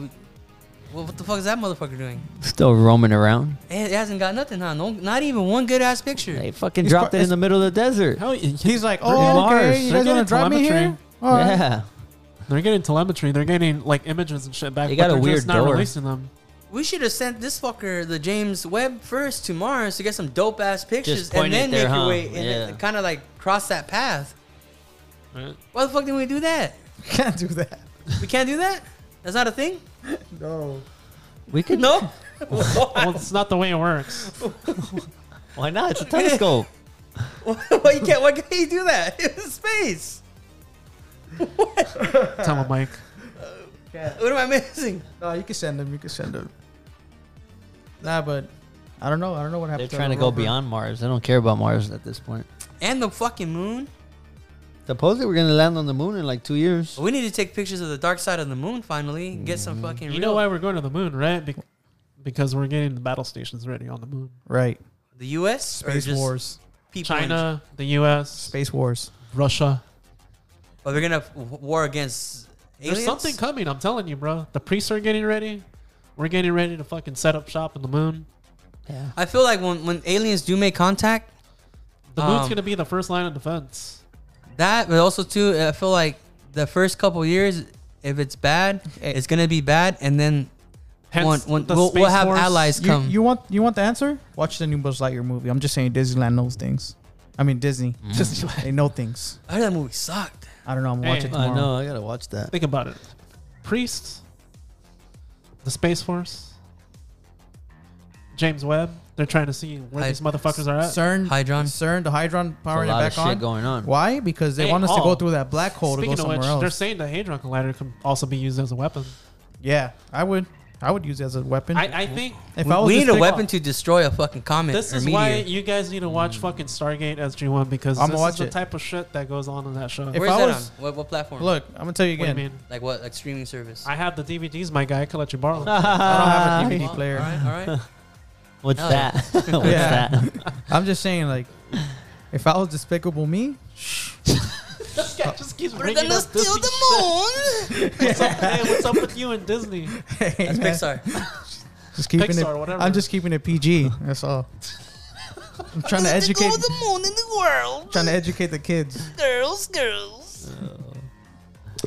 Speaker 1: what, what the fuck is that motherfucker doing?
Speaker 5: Still roaming around.
Speaker 1: It, it hasn't got nothing, huh? No, not even one good ass picture.
Speaker 5: They fucking
Speaker 2: He's
Speaker 5: dropped
Speaker 2: pro-
Speaker 5: it in the middle of the desert.
Speaker 3: Hell, y-
Speaker 2: He's like,
Speaker 3: They're getting
Speaker 2: oh,
Speaker 3: Mars.
Speaker 2: okay.
Speaker 3: They're
Speaker 2: You guys want
Speaker 3: getting
Speaker 2: to drive me
Speaker 3: telemetry.
Speaker 2: here? All right.
Speaker 5: Yeah.
Speaker 3: They're getting telemetry. They're getting like images and shit back.
Speaker 5: They
Speaker 3: but
Speaker 5: got a
Speaker 3: they're
Speaker 5: weird
Speaker 3: just not
Speaker 5: door.
Speaker 3: releasing them.
Speaker 1: We should have sent this fucker, the James Webb, first to Mars to get some dope ass pictures,
Speaker 5: point
Speaker 1: and
Speaker 5: it
Speaker 1: then
Speaker 5: there,
Speaker 1: make your
Speaker 5: huh?
Speaker 1: way and
Speaker 5: Yeah.
Speaker 1: kind of like cross that path.
Speaker 3: Right?
Speaker 1: Why the fuck did we do that?
Speaker 2: Can't do that.
Speaker 1: We can't do that. That's not a thing.
Speaker 2: No.
Speaker 5: We could.
Speaker 1: No.
Speaker 3: Well, it's not the way it works.
Speaker 5: Why not? It's a telescope.
Speaker 1: why you can't? Why can't you do that? It's space.
Speaker 3: Tell him, Mike.
Speaker 1: What am I missing?
Speaker 2: No, you can send them. You can send them. Nah, but I don't know. I don't know what
Speaker 5: They're
Speaker 2: happened.
Speaker 5: trying
Speaker 2: the
Speaker 5: to go
Speaker 2: rover.
Speaker 5: beyond Mars. They don't care about Mars at this point.
Speaker 1: And the fucking moon.
Speaker 5: Supposedly we're gonna land on the moon in like two years.
Speaker 1: We need to take pictures of the dark side of the moon finally. Get
Speaker 5: Mm-hmm.
Speaker 1: some fucking.
Speaker 3: You
Speaker 1: real,
Speaker 3: know why we're going to the moon, right? Bec because we're getting the battle stations ready on the moon.
Speaker 2: Right.
Speaker 1: The U.S. or
Speaker 2: Space
Speaker 1: just
Speaker 2: wars.
Speaker 1: People in-
Speaker 3: China, the U.S.,
Speaker 2: Space wars.
Speaker 3: Russia.
Speaker 1: But Oh, they're gonna f- war against aliens.
Speaker 3: There's something coming. I'm telling you, bro. The priests are getting ready. We're getting ready to fucking set up shop in the moon.
Speaker 5: Yeah.
Speaker 1: I feel like when when aliens do make contact,
Speaker 3: The moon's
Speaker 1: Um,
Speaker 3: gonna be the first line of defense.
Speaker 1: that but also too, I feel like the first couple years, if it's bad,
Speaker 2: Eh.
Speaker 1: it's gonna be bad, and then
Speaker 3: Hence,
Speaker 1: one, one,
Speaker 3: the
Speaker 1: we'll, we'll
Speaker 3: Space
Speaker 1: have
Speaker 3: Force-
Speaker 1: allies
Speaker 2: You,
Speaker 1: come.
Speaker 2: you want you want the answer? Watch the new Buzz Lightyear movie. I'm just saying Disneyland knows things. I mean Disney, they know things.
Speaker 1: I heard that movie sucked.
Speaker 2: I don't know. I'm gonna watch
Speaker 3: Hey.
Speaker 2: it
Speaker 5: I
Speaker 2: tomorrow.
Speaker 5: know. I gotta watch that.
Speaker 3: Think about it. Priests, the Space Force, James Webb. They're trying to see where
Speaker 1: I-
Speaker 3: these motherfuckers are at.
Speaker 2: CERN,
Speaker 1: Hydron.
Speaker 2: CERN, the
Speaker 5: There's
Speaker 2: Hydron powering
Speaker 5: a
Speaker 2: it
Speaker 5: lot of
Speaker 2: back
Speaker 5: shit
Speaker 2: on.
Speaker 5: going on.
Speaker 2: Why? Because they
Speaker 3: Hey,
Speaker 2: want us to
Speaker 3: oh.
Speaker 2: go through that black hole
Speaker 3: Speaking
Speaker 2: to
Speaker 3: of
Speaker 2: go
Speaker 3: which,
Speaker 2: somewhere
Speaker 3: they're
Speaker 2: else.
Speaker 3: saying the hadron collider can also be used as a weapon.
Speaker 2: yeah, I would. I would use it as a weapon.
Speaker 3: I, I think
Speaker 2: if
Speaker 1: We,
Speaker 2: I was
Speaker 1: we
Speaker 2: this
Speaker 1: need a
Speaker 2: big-
Speaker 1: weapon to destroy a fucking comet.
Speaker 3: this
Speaker 1: or
Speaker 3: is
Speaker 1: meteor.
Speaker 3: why you guys need to watch
Speaker 1: Mm.
Speaker 3: fucking Stargate SG1 because
Speaker 2: I'ma
Speaker 3: this
Speaker 2: watch
Speaker 3: is the
Speaker 2: it.
Speaker 3: type of shit that goes on in that show.
Speaker 2: If
Speaker 1: Where's
Speaker 2: I
Speaker 1: that
Speaker 2: was-
Speaker 1: on? What, what platform?
Speaker 2: Look, I'm gonna tell you
Speaker 3: what do you
Speaker 2: again.
Speaker 3: mean?
Speaker 1: Like what? Like streaming service.
Speaker 3: I have the DVDs, my guy. I can let you borrow them.
Speaker 2: I don't
Speaker 3: Uh,
Speaker 2: have a
Speaker 1: Well,
Speaker 2: DVD player.
Speaker 1: All right, all right.
Speaker 5: What's
Speaker 1: Hell
Speaker 5: that? What's
Speaker 2: Yeah.
Speaker 5: that?
Speaker 2: I'm just saying, like, if I was Despicable Me,
Speaker 3: guy just keeps
Speaker 1: We're
Speaker 3: bringing
Speaker 1: gonna
Speaker 3: up
Speaker 1: steal
Speaker 3: Disney shit.
Speaker 1: the moon.
Speaker 3: What's up, hey, what's up with you and Disney?
Speaker 1: That's Pixar.
Speaker 2: Just keeping
Speaker 3: Pixar,
Speaker 2: it.
Speaker 3: whatever.
Speaker 2: I'm just keeping it PG. That's all. I'm trying to educate.
Speaker 1: moon in the world.
Speaker 2: Trying to educate the kids.
Speaker 1: Girls, girls.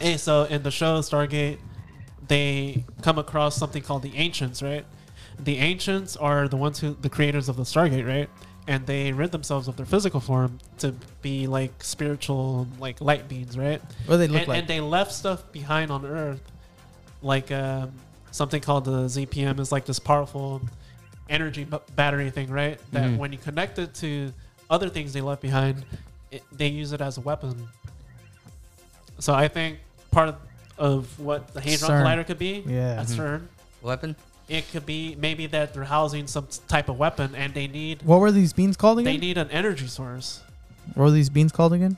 Speaker 3: Hey, so in the show Stargate, they come across something called the Ancients, right? The Ancients are the ones who the creators of the Stargate, right? And they rid themselves of their physical form to be like spiritual, like light beings, right?
Speaker 2: What do they look
Speaker 3: and,
Speaker 2: like?
Speaker 3: and they left stuff behind on Earth, like um, something called the ZPM is like this powerful energy b- battery thing, right? That
Speaker 2: Mm-hmm.
Speaker 3: when you connect it to other things they left behind, it, they use it as a weapon. So I think part of, of what the Hadron
Speaker 2: CERN.
Speaker 3: Collider could be,
Speaker 2: Yeah.
Speaker 3: at
Speaker 2: Mhm.
Speaker 3: CERN,
Speaker 1: Weapon?
Speaker 3: it could be maybe that they're housing some type of weapon, and they need
Speaker 2: what were these beans called
Speaker 3: they
Speaker 2: again?
Speaker 3: need an energy source.
Speaker 2: what were these beans called again?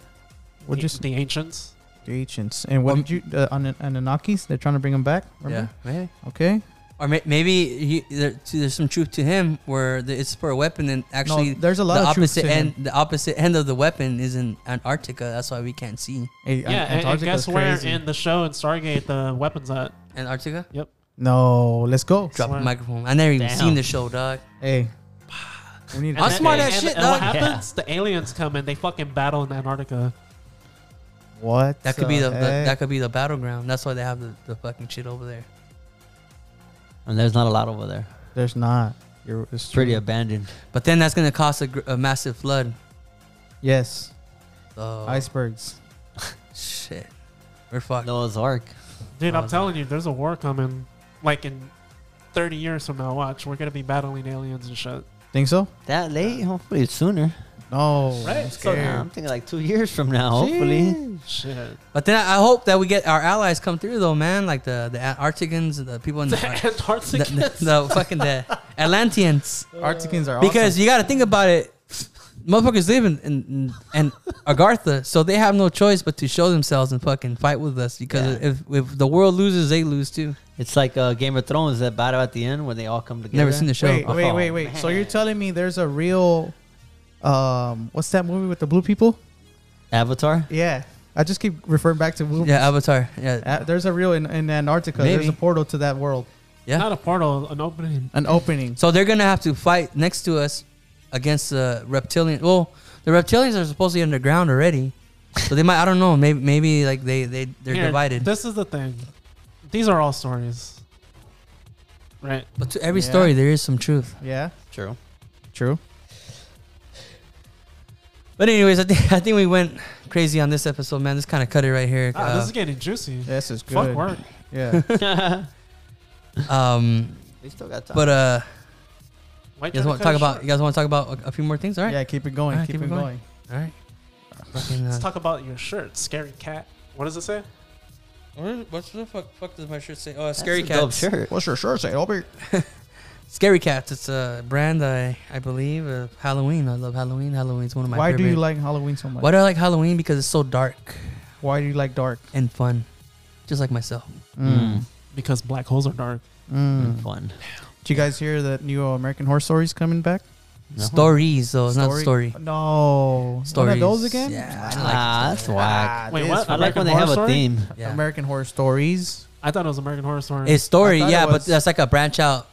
Speaker 2: We're
Speaker 3: The-
Speaker 2: just
Speaker 3: the ancients.
Speaker 2: the ancients. And
Speaker 3: Um,
Speaker 2: what did you uh, on Anunnakis? They're trying to bring them back. Remember?
Speaker 1: Yeah, maybe.
Speaker 2: Okay.
Speaker 1: Or may- maybe he, there, too, there's some truth to him where the, it's for a weapon, and actually
Speaker 2: no, there's a lot
Speaker 1: the
Speaker 2: of truth
Speaker 1: opposite
Speaker 2: to him.
Speaker 1: end, the opposite end of the weapon is in Antarctica. That's why we can't see
Speaker 2: Hey,
Speaker 3: Yeah, and- and,
Speaker 2: Antarctica's
Speaker 3: guess where
Speaker 2: crazy.
Speaker 3: in the show in Stargate the weapons at?
Speaker 1: Antarctica.
Speaker 2: no, let's go.
Speaker 1: Drop the
Speaker 3: Smart.
Speaker 1: microphone. I never even
Speaker 4: Damn.
Speaker 1: seen the show, dog.
Speaker 2: Hey, we need.
Speaker 3: And
Speaker 1: I'm
Speaker 3: then-
Speaker 1: smart
Speaker 3: and-
Speaker 1: as
Speaker 3: and-
Speaker 1: shit,
Speaker 3: and what
Speaker 1: dog.
Speaker 3: happens? The aliens come and they fucking battle in Antarctica.
Speaker 2: What?
Speaker 1: That could be the, the
Speaker 2: heck?
Speaker 1: that could be the battleground. That's why they have the, the fucking shit over there.
Speaker 4: And there's not a lot over there.
Speaker 2: There's not. You're, it's
Speaker 4: It's pretty
Speaker 2: true.
Speaker 4: abandoned.
Speaker 1: But then that's gonna cause a, gr- a massive flood.
Speaker 2: Yes,
Speaker 1: So
Speaker 2: icebergs.
Speaker 1: shit, we're fucked.
Speaker 4: Noah's Ark.
Speaker 3: Dude,
Speaker 1: Oh,
Speaker 3: I'm
Speaker 1: no.
Speaker 3: telling you, there's a war coming. Like in 30 years from now, watch, we're gonna be battling aliens and shit.
Speaker 2: Think so?
Speaker 4: That late? Hopefully it's sooner.
Speaker 2: No.
Speaker 3: Right,
Speaker 2: I'm
Speaker 3: so-
Speaker 2: scared.
Speaker 4: Yeah, I'm thinking like two years from now, hopefully.
Speaker 3: Shit.
Speaker 1: But then I I hope that we get our allies come through though, man. Like the the Antarcticans, the people in
Speaker 3: The
Speaker 1: the the,
Speaker 3: Antarctic.
Speaker 1: the, the fucking the Atlanteans.
Speaker 2: Arcticans are
Speaker 1: Because you got to think about it. Motherfuckers live in, in, in Agartha, so they have no choice but to show themselves and fucking fight with us. Because
Speaker 4: Yeah.
Speaker 1: if, if the world loses, they lose too.
Speaker 4: It's like uh, Game of Thrones, that battle at the end when they all come together.
Speaker 1: Never seen the show.
Speaker 2: Wait, wait,
Speaker 4: Oh,
Speaker 2: wait, wait. So
Speaker 4: man.
Speaker 2: you're telling me there's a real, um, what's that movie with the blue people?
Speaker 4: Avatar?
Speaker 2: Yeah, I just keep referring back to blue.
Speaker 1: Yeah, Avatar. Yeah,
Speaker 2: Uh, there's a real in, in Antarctica. There's a
Speaker 1: Maybe.
Speaker 2: portal to that world,
Speaker 1: Yeah.
Speaker 3: Not a portal, an opening.
Speaker 2: an opening.
Speaker 1: so they're gonna have to fight next to us against the reptilian. Well, the reptilians are supposed to be underground already, so they might. I don't know. Maybe maybe like they they they're
Speaker 3: Here,
Speaker 1: divided.
Speaker 3: This is the thing. These are all stories. Right.
Speaker 1: But to every
Speaker 2: Yeah.
Speaker 1: story, there is some truth.
Speaker 2: Yeah,
Speaker 4: True.
Speaker 2: true.
Speaker 1: But anyways, I think I think we went crazy on this episode, man. This kind of cut it right here.
Speaker 3: Ah,
Speaker 1: Uh,
Speaker 3: this is getting juicy.
Speaker 2: This is
Speaker 3: Fuck
Speaker 2: good.
Speaker 3: work.
Speaker 2: Yeah.
Speaker 1: um,
Speaker 4: We still got time.
Speaker 1: but uh,
Speaker 3: Why
Speaker 1: you guys want to talk about? You guys want to talk about a, a few more things? All right.
Speaker 2: Yeah. Keep it going.
Speaker 1: Alright,
Speaker 2: keep, it going.
Speaker 1: All right. Fucking,
Speaker 3: Let's
Speaker 1: uh,
Speaker 3: talk about your shirt, scary cat. What does it say?
Speaker 1: what's the fuck, fuck does my shirt say? Oh,
Speaker 4: That's
Speaker 1: scary
Speaker 4: a dope
Speaker 1: cats.
Speaker 4: shirt.
Speaker 2: What's your shirt say, Albert?
Speaker 1: Scary cats. It's a brand I I believe of Halloween. I love Halloween. Halloween's one of my.
Speaker 2: Why do
Speaker 1: favorite.
Speaker 2: you like Halloween so much?
Speaker 1: Why do I like Halloween? Because it's so dark
Speaker 2: Why do you like dark?
Speaker 1: and fun, just like myself.
Speaker 4: Mm.
Speaker 3: Because black holes are dark.
Speaker 2: Mm.
Speaker 4: Fun.
Speaker 2: Did you guys hear that new American Horror Stories coming back? Uh,
Speaker 4: No.
Speaker 1: Stories, though. Oh, It's not story.
Speaker 2: No.
Speaker 1: Stories.
Speaker 2: One of those again?
Speaker 1: Yeah. I
Speaker 4: Ah, that's whack.
Speaker 3: Wait,
Speaker 2: this
Speaker 3: what?
Speaker 4: I like
Speaker 3: American
Speaker 4: when they
Speaker 3: Horror
Speaker 4: have a
Speaker 3: Story?
Speaker 4: theme.
Speaker 1: Yeah.
Speaker 2: American Horror Stories.
Speaker 3: I thought it was American Horror Story.
Speaker 1: It's story,
Speaker 2: I thought
Speaker 1: yeah,
Speaker 2: it
Speaker 1: but
Speaker 2: was-
Speaker 1: that's like a branch out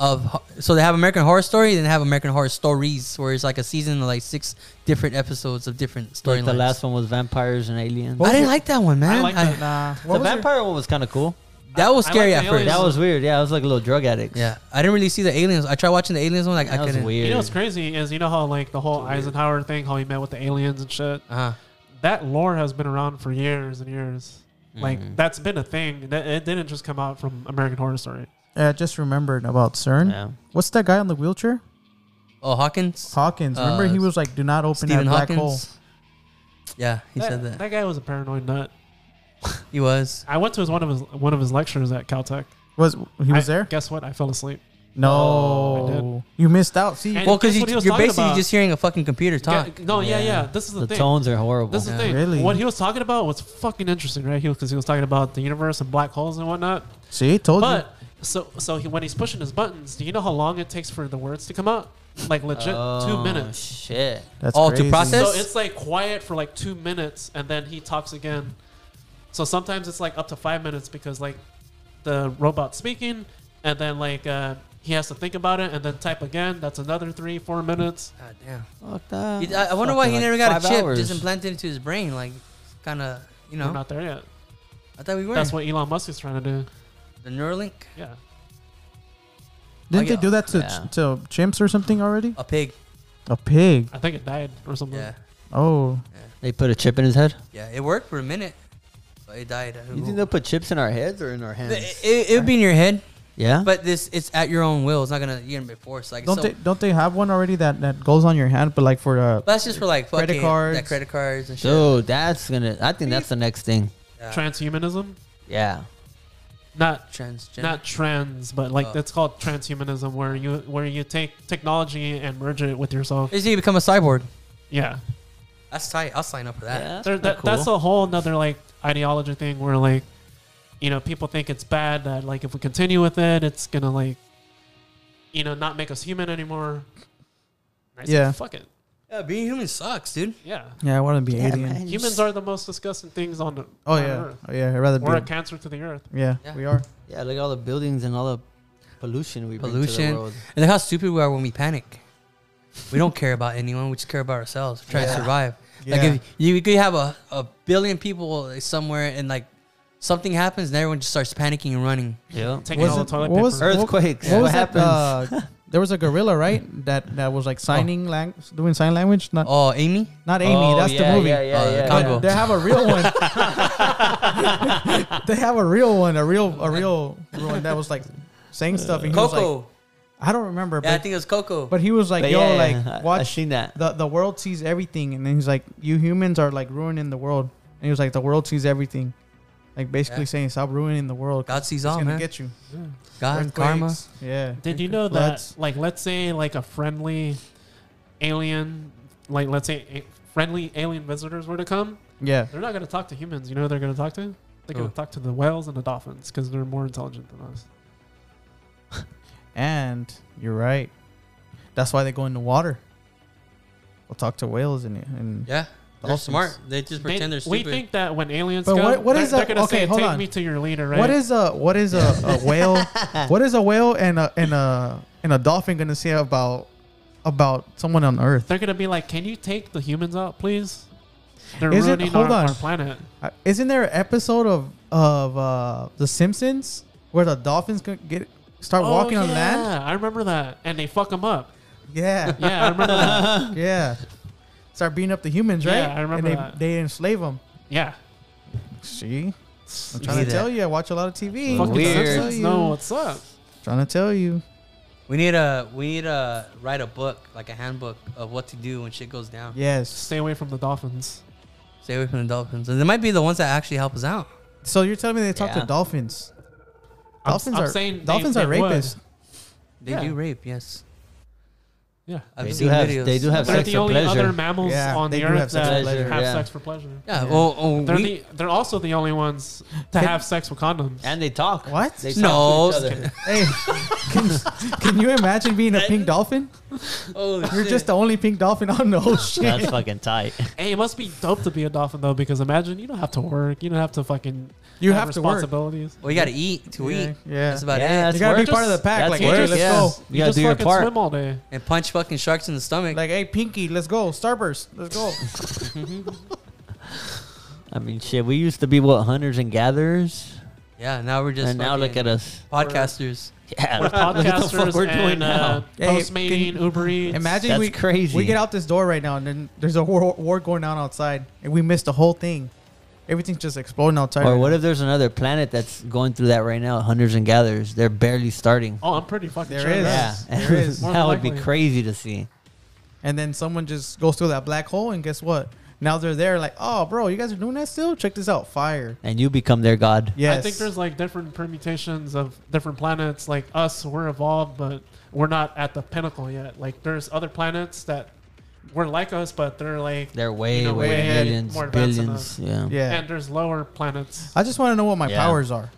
Speaker 1: of. ho- So they have American Horror Story, then they have American Horror Stories, where it's like a season of like six different episodes of different
Speaker 4: Like
Speaker 1: storylines.
Speaker 4: the last one was vampires and aliens.
Speaker 1: I didn't like that one, man.
Speaker 3: like
Speaker 1: I-
Speaker 3: that.
Speaker 2: Nah.
Speaker 4: the
Speaker 2: What was your-
Speaker 4: vampire one was kind of cool.
Speaker 1: that was
Speaker 3: I like
Speaker 1: scary
Speaker 3: the
Speaker 1: at first.
Speaker 3: aliens.
Speaker 4: That was weird. Yeah, I was like a little drug addict.
Speaker 1: yeah, I didn't really see the aliens. I tried watching the aliens one, like
Speaker 4: that
Speaker 1: I
Speaker 4: was
Speaker 1: couldn't.
Speaker 4: weird.
Speaker 3: You know what's crazy is you know how like the whole Eisenhower thing, how he met with the aliens and shit.
Speaker 1: Uh-huh.
Speaker 3: That lore has been around for years and years.
Speaker 1: Mm-hmm.
Speaker 4: Mm.
Speaker 3: Like that's been a thing. That it didn't just come out from American Horror Story.
Speaker 2: Yeah, I just remembered about CERN.
Speaker 4: Yeah.
Speaker 2: What's that guy on the wheelchair?
Speaker 1: Oh, Hawkins,
Speaker 2: Hawkins. Remember,
Speaker 1: Uh,
Speaker 2: he was like, "Do not open
Speaker 1: Stephen
Speaker 2: that black
Speaker 1: Hawkins.
Speaker 2: hole."
Speaker 1: Yeah, he
Speaker 3: that,
Speaker 1: said that.
Speaker 3: guy was a paranoid nut.
Speaker 1: He was.
Speaker 3: I went to his one of his one of his lectures at Caltech.
Speaker 2: Was he was
Speaker 3: I-
Speaker 2: there?
Speaker 3: Guess what? I fell asleep.
Speaker 2: No, you missed out. See,
Speaker 3: And
Speaker 1: Well, because
Speaker 3: guess
Speaker 1: you,
Speaker 3: what he was
Speaker 1: you're
Speaker 3: talking
Speaker 1: basically
Speaker 3: about?
Speaker 1: just hearing a fucking computer talk.
Speaker 3: Ge- no, yeah,
Speaker 4: Yeah.
Speaker 3: yeah. This is the,
Speaker 4: The
Speaker 3: thing.
Speaker 4: tones are horrible.
Speaker 3: This is the thing.
Speaker 2: Really?
Speaker 3: What he was talking about was fucking interesting, right? He because he was talking about the universe and black holes and whatnot.
Speaker 2: see, told you.
Speaker 3: But so so he, when he's pushing his buttons, do you know how long it takes for the words to come out? like legit two
Speaker 1: Oh,
Speaker 3: minutes.
Speaker 1: Shit.
Speaker 2: That's
Speaker 1: All
Speaker 2: crazy.
Speaker 1: Oh, to process.
Speaker 3: So it's like quiet for like two minutes, and then he talks again. So sometimes it's like up to five minutes because like the robot's speaking, and then like uh, he has to think about it and then type again. That's another three, four minutes.
Speaker 1: God damn.
Speaker 5: Fuck that.
Speaker 1: I, I wonder why he
Speaker 5: Fucking
Speaker 1: never
Speaker 5: like
Speaker 1: got a
Speaker 5: five
Speaker 1: chip
Speaker 5: hours.
Speaker 1: just implanted into his brain. Like, kind of, you
Speaker 3: We're
Speaker 1: know.
Speaker 3: not there yet.
Speaker 1: I thought we were.
Speaker 3: That's what Elon Musk is trying to do.
Speaker 1: the Neuralink.
Speaker 3: Yeah.
Speaker 2: Didn't
Speaker 1: Oh, yeah. Uh,
Speaker 2: they do that to
Speaker 5: Yeah.
Speaker 2: to chimps or something already?
Speaker 1: A pig.
Speaker 2: A pig.
Speaker 3: I think it died or something.
Speaker 1: Yeah.
Speaker 2: Oh,
Speaker 5: They put a chip in his head.
Speaker 1: Yeah. It worked for a minute, but it died.
Speaker 5: You think they'll put chips in our heads or in our hands?
Speaker 1: it, it, it would be in your head,
Speaker 5: yeah.
Speaker 1: but this it's at your own will. It's not gonna you're gonna be forced. Like
Speaker 2: don't
Speaker 1: so,
Speaker 2: they don't they have one already that that goes on your hand, but like for uh,
Speaker 1: But that's just for like
Speaker 2: Credit
Speaker 1: fucking
Speaker 2: cards.
Speaker 1: yeah, credit cards and shit.
Speaker 5: Dude, that's gonna. I think that's the next thing.
Speaker 1: Yeah.
Speaker 3: Transhumanism,
Speaker 5: Yeah.
Speaker 3: not
Speaker 1: Transgender.
Speaker 3: not trans, but like
Speaker 1: Oh.
Speaker 3: that's called transhumanism, where you where you take technology and merge it with yourself.
Speaker 1: You just need to become a cyborg.
Speaker 3: Yeah,
Speaker 1: That's tight. I'll sign up for that.
Speaker 5: yeah
Speaker 3: There- that- that's a whole another like ideology thing where like you know people think it's bad that like if we continue with it, it's gonna like you know not make us human anymore. I say,
Speaker 2: Yeah.
Speaker 3: fuck it.
Speaker 1: Yeah, being human sucks, dude.
Speaker 3: Yeah,
Speaker 2: yeah, I want to be alien.
Speaker 3: humans are the most disgusting things on the
Speaker 2: Oh
Speaker 3: on
Speaker 2: yeah,
Speaker 3: Earth.
Speaker 2: oh yeah. I'd rather
Speaker 3: We're a
Speaker 2: be.
Speaker 3: cancer to the earth.
Speaker 2: Yeah,
Speaker 1: Uh-huh. Yeah.
Speaker 2: we are.
Speaker 5: Yeah, look at all the buildings and all the pollution we bring to
Speaker 1: Pollution.
Speaker 5: the world.
Speaker 1: And look how stupid we are when we panic. We don't care about anyone. We just care about ourselves. Try to
Speaker 5: Yeah.
Speaker 1: survive.
Speaker 2: Yeah.
Speaker 1: Like if you you could have a, a billion people like, somewhere and like something happens and everyone just starts panicking and running.
Speaker 5: Yeah.
Speaker 3: Taking all the
Speaker 2: Wasn't-
Speaker 3: toilet paper.
Speaker 2: what was-
Speaker 5: Earthquakes.
Speaker 2: What, was
Speaker 5: What
Speaker 2: that? Uh, there was a gorilla, right? That that was like signing lang- doing sign language. Not
Speaker 1: Oh, Amy?
Speaker 2: not Amy. that's the movie.
Speaker 1: yeah,
Speaker 5: Uh,
Speaker 1: yeah.
Speaker 2: But
Speaker 1: Congo.
Speaker 2: They have a real one. they have a real one. A real a real one that was like saying stuff. And he was like-
Speaker 1: Coco.
Speaker 2: I don't remember, but
Speaker 1: yeah, I think it was Coco.
Speaker 2: but he was like, yo, like
Speaker 5: I, I
Speaker 2: watch
Speaker 5: seen that.
Speaker 2: the the world sees everything, and then he's like, you humans are like ruining the world, and he was like, the world sees everything, like basically
Speaker 1: Yeah.
Speaker 2: saying stop ruining the world. 'cause
Speaker 1: God sees
Speaker 2: It's
Speaker 1: all, man.
Speaker 2: gonna get you.
Speaker 1: God, karma.
Speaker 2: Earthquakes. Yeah.
Speaker 3: Did you know that,
Speaker 2: Floods.
Speaker 3: like, let's say, like a friendly alien, like, let's say a- friendly alien visitors were to come,
Speaker 2: Yeah.
Speaker 3: they're not going to talk to humans. You know, who they're going to talk to. They're going
Speaker 1: Who?
Speaker 3: to talk to the whales and the dolphins because they're more intelligent than us.
Speaker 2: And you're right. That's why they go in the water. We'll talk to whales in it. And
Speaker 1: Yeah. They're
Speaker 2: Dolphins.
Speaker 1: smart. They just
Speaker 3: They-
Speaker 1: pretend they're
Speaker 3: we
Speaker 1: stupid.
Speaker 3: think that when aliens
Speaker 2: But
Speaker 3: come,
Speaker 2: what- what
Speaker 3: they're,
Speaker 2: is
Speaker 3: they're
Speaker 2: that-
Speaker 3: going to
Speaker 2: okay,
Speaker 3: say,
Speaker 2: hold
Speaker 3: "Take
Speaker 2: on.
Speaker 3: me to your leader." Right?
Speaker 2: what is a what is a, a whale? What is a whale and a and a and a dolphin gonna say about about someone on Earth?
Speaker 3: they're going to be like, "Can you take the humans out, please?" They're
Speaker 2: Is it-
Speaker 3: ruining
Speaker 2: hold
Speaker 3: our,
Speaker 2: on.
Speaker 3: our planet.
Speaker 2: Uh, Isn't there an episode of of uh, The Simpsons where the dolphins can get start walking
Speaker 3: Oh, yeah,
Speaker 2: on land?
Speaker 3: I remember that, and they fuck them up.
Speaker 2: Yeah,
Speaker 3: Yeah, I remember that.
Speaker 2: yeah. Start beating up the humans, right?
Speaker 3: Yeah, I remember
Speaker 2: and they,
Speaker 3: that.
Speaker 2: they enslave them.
Speaker 3: Yeah,
Speaker 2: See, I'm
Speaker 1: See
Speaker 2: trying to
Speaker 1: that.
Speaker 2: tell you, I watch a lot of TV.
Speaker 3: fucking
Speaker 5: Weird.
Speaker 3: Simpsons know what's up.
Speaker 2: Trying to tell you.
Speaker 1: we need a we need a write a book, like a handbook of what to do when shit goes down.
Speaker 2: Yes.
Speaker 3: Stay away from the dolphins.
Speaker 1: Stay away from the dolphins. And they might be the ones that actually help us out.
Speaker 2: So you're telling me they talk
Speaker 5: Yeah.
Speaker 2: to dolphins?
Speaker 3: I'm-
Speaker 2: Dolphins
Speaker 3: I'm
Speaker 2: are
Speaker 3: saying they-
Speaker 2: dolphins
Speaker 3: they
Speaker 2: are
Speaker 3: would.
Speaker 2: rapists.
Speaker 1: They
Speaker 3: Yeah.
Speaker 1: do rape, yes.
Speaker 3: Yeah.
Speaker 1: I've
Speaker 5: They do
Speaker 1: seen
Speaker 5: have-
Speaker 1: videos.
Speaker 5: they do have
Speaker 3: They're
Speaker 5: sex
Speaker 3: the
Speaker 5: for
Speaker 3: only
Speaker 5: pleasure.
Speaker 3: other mammals
Speaker 2: Yeah,
Speaker 3: on
Speaker 2: they
Speaker 3: the
Speaker 2: do have
Speaker 3: earth
Speaker 2: sex
Speaker 5: for
Speaker 3: that
Speaker 5: pleasure,
Speaker 3: have
Speaker 5: yeah.
Speaker 3: sex for pleasure.
Speaker 1: Yeah. Well, oh,
Speaker 3: They're,
Speaker 1: we-
Speaker 3: the, they're also the only ones to
Speaker 2: Can-
Speaker 3: have sex with condoms.
Speaker 5: And they talk.
Speaker 2: What?
Speaker 5: They
Speaker 1: No.
Speaker 5: Talk to each other.
Speaker 2: Hey, can, can you imagine being a pink dolphin?
Speaker 1: oh,
Speaker 2: You're just the only pink dolphin on the whole shit.
Speaker 5: That's fucking tight.
Speaker 3: hey, it must be dope to be a dolphin though, because imagine you don't have to work, you don't have to fucking
Speaker 2: You have to work.
Speaker 3: responsibilities.
Speaker 1: well, you got to eat to
Speaker 2: Yeah,
Speaker 1: eat.
Speaker 2: yeah.
Speaker 1: That's about
Speaker 5: Yeah,
Speaker 1: it.
Speaker 2: You gotta
Speaker 5: work.
Speaker 2: be part of the pack.
Speaker 5: That's
Speaker 2: Like,
Speaker 5: work,
Speaker 2: hey, let's
Speaker 5: yeah.
Speaker 2: go.
Speaker 5: You
Speaker 3: You
Speaker 5: gotta
Speaker 3: just
Speaker 5: do your
Speaker 3: fucking
Speaker 5: part.
Speaker 3: swim all day.
Speaker 1: And punch fucking sharks in the stomach.
Speaker 2: Like, hey, Pinky, let's go. Starburst, let's go.
Speaker 5: I mean, shit. We used to be what hunters and gatherers,
Speaker 1: yeah. Now we're just
Speaker 5: and now look
Speaker 1: fucking
Speaker 5: at us.
Speaker 1: podcasters.
Speaker 5: Yeah,
Speaker 3: We're podcasters
Speaker 5: we're doing
Speaker 3: and uh,
Speaker 5: now.
Speaker 2: Hey,
Speaker 3: post mating,
Speaker 2: can-
Speaker 3: Uber Eats.
Speaker 2: Imagine
Speaker 5: That's
Speaker 2: we
Speaker 5: crazy.
Speaker 2: we get out this door right now, and then there's a war, war going on outside, and we miss the whole thing. Everything's just exploding outside.
Speaker 5: Or
Speaker 2: right
Speaker 5: what
Speaker 2: now.
Speaker 5: if there's another planet that's going through that right now? Hunters and gatherers. They're barely starting.
Speaker 3: Oh, I'm pretty fucking
Speaker 2: There
Speaker 3: sure.
Speaker 2: is.
Speaker 3: of that.
Speaker 5: Yeah,
Speaker 2: There is.
Speaker 5: that would be
Speaker 3: More than likely.
Speaker 5: crazy to see.
Speaker 2: And then someone just goes through that black hole, and guess what? Now they're there, like, oh, bro, you guys are doing that still? Check this out, fire.
Speaker 5: And you become their god.
Speaker 2: Yes.
Speaker 3: I think there's like different permutations of different planets. Like us, we're evolved, but we're not at the pinnacle yet. Like there's other planets that were like us, but they're like
Speaker 5: They're way,
Speaker 3: You know,
Speaker 5: way,
Speaker 3: way ahead,
Speaker 5: millions,
Speaker 3: more advanced than
Speaker 5: billions. Yeah.
Speaker 2: yeah.
Speaker 3: and there's lower planets.
Speaker 2: I just want to know what my
Speaker 5: Yeah.
Speaker 2: powers are.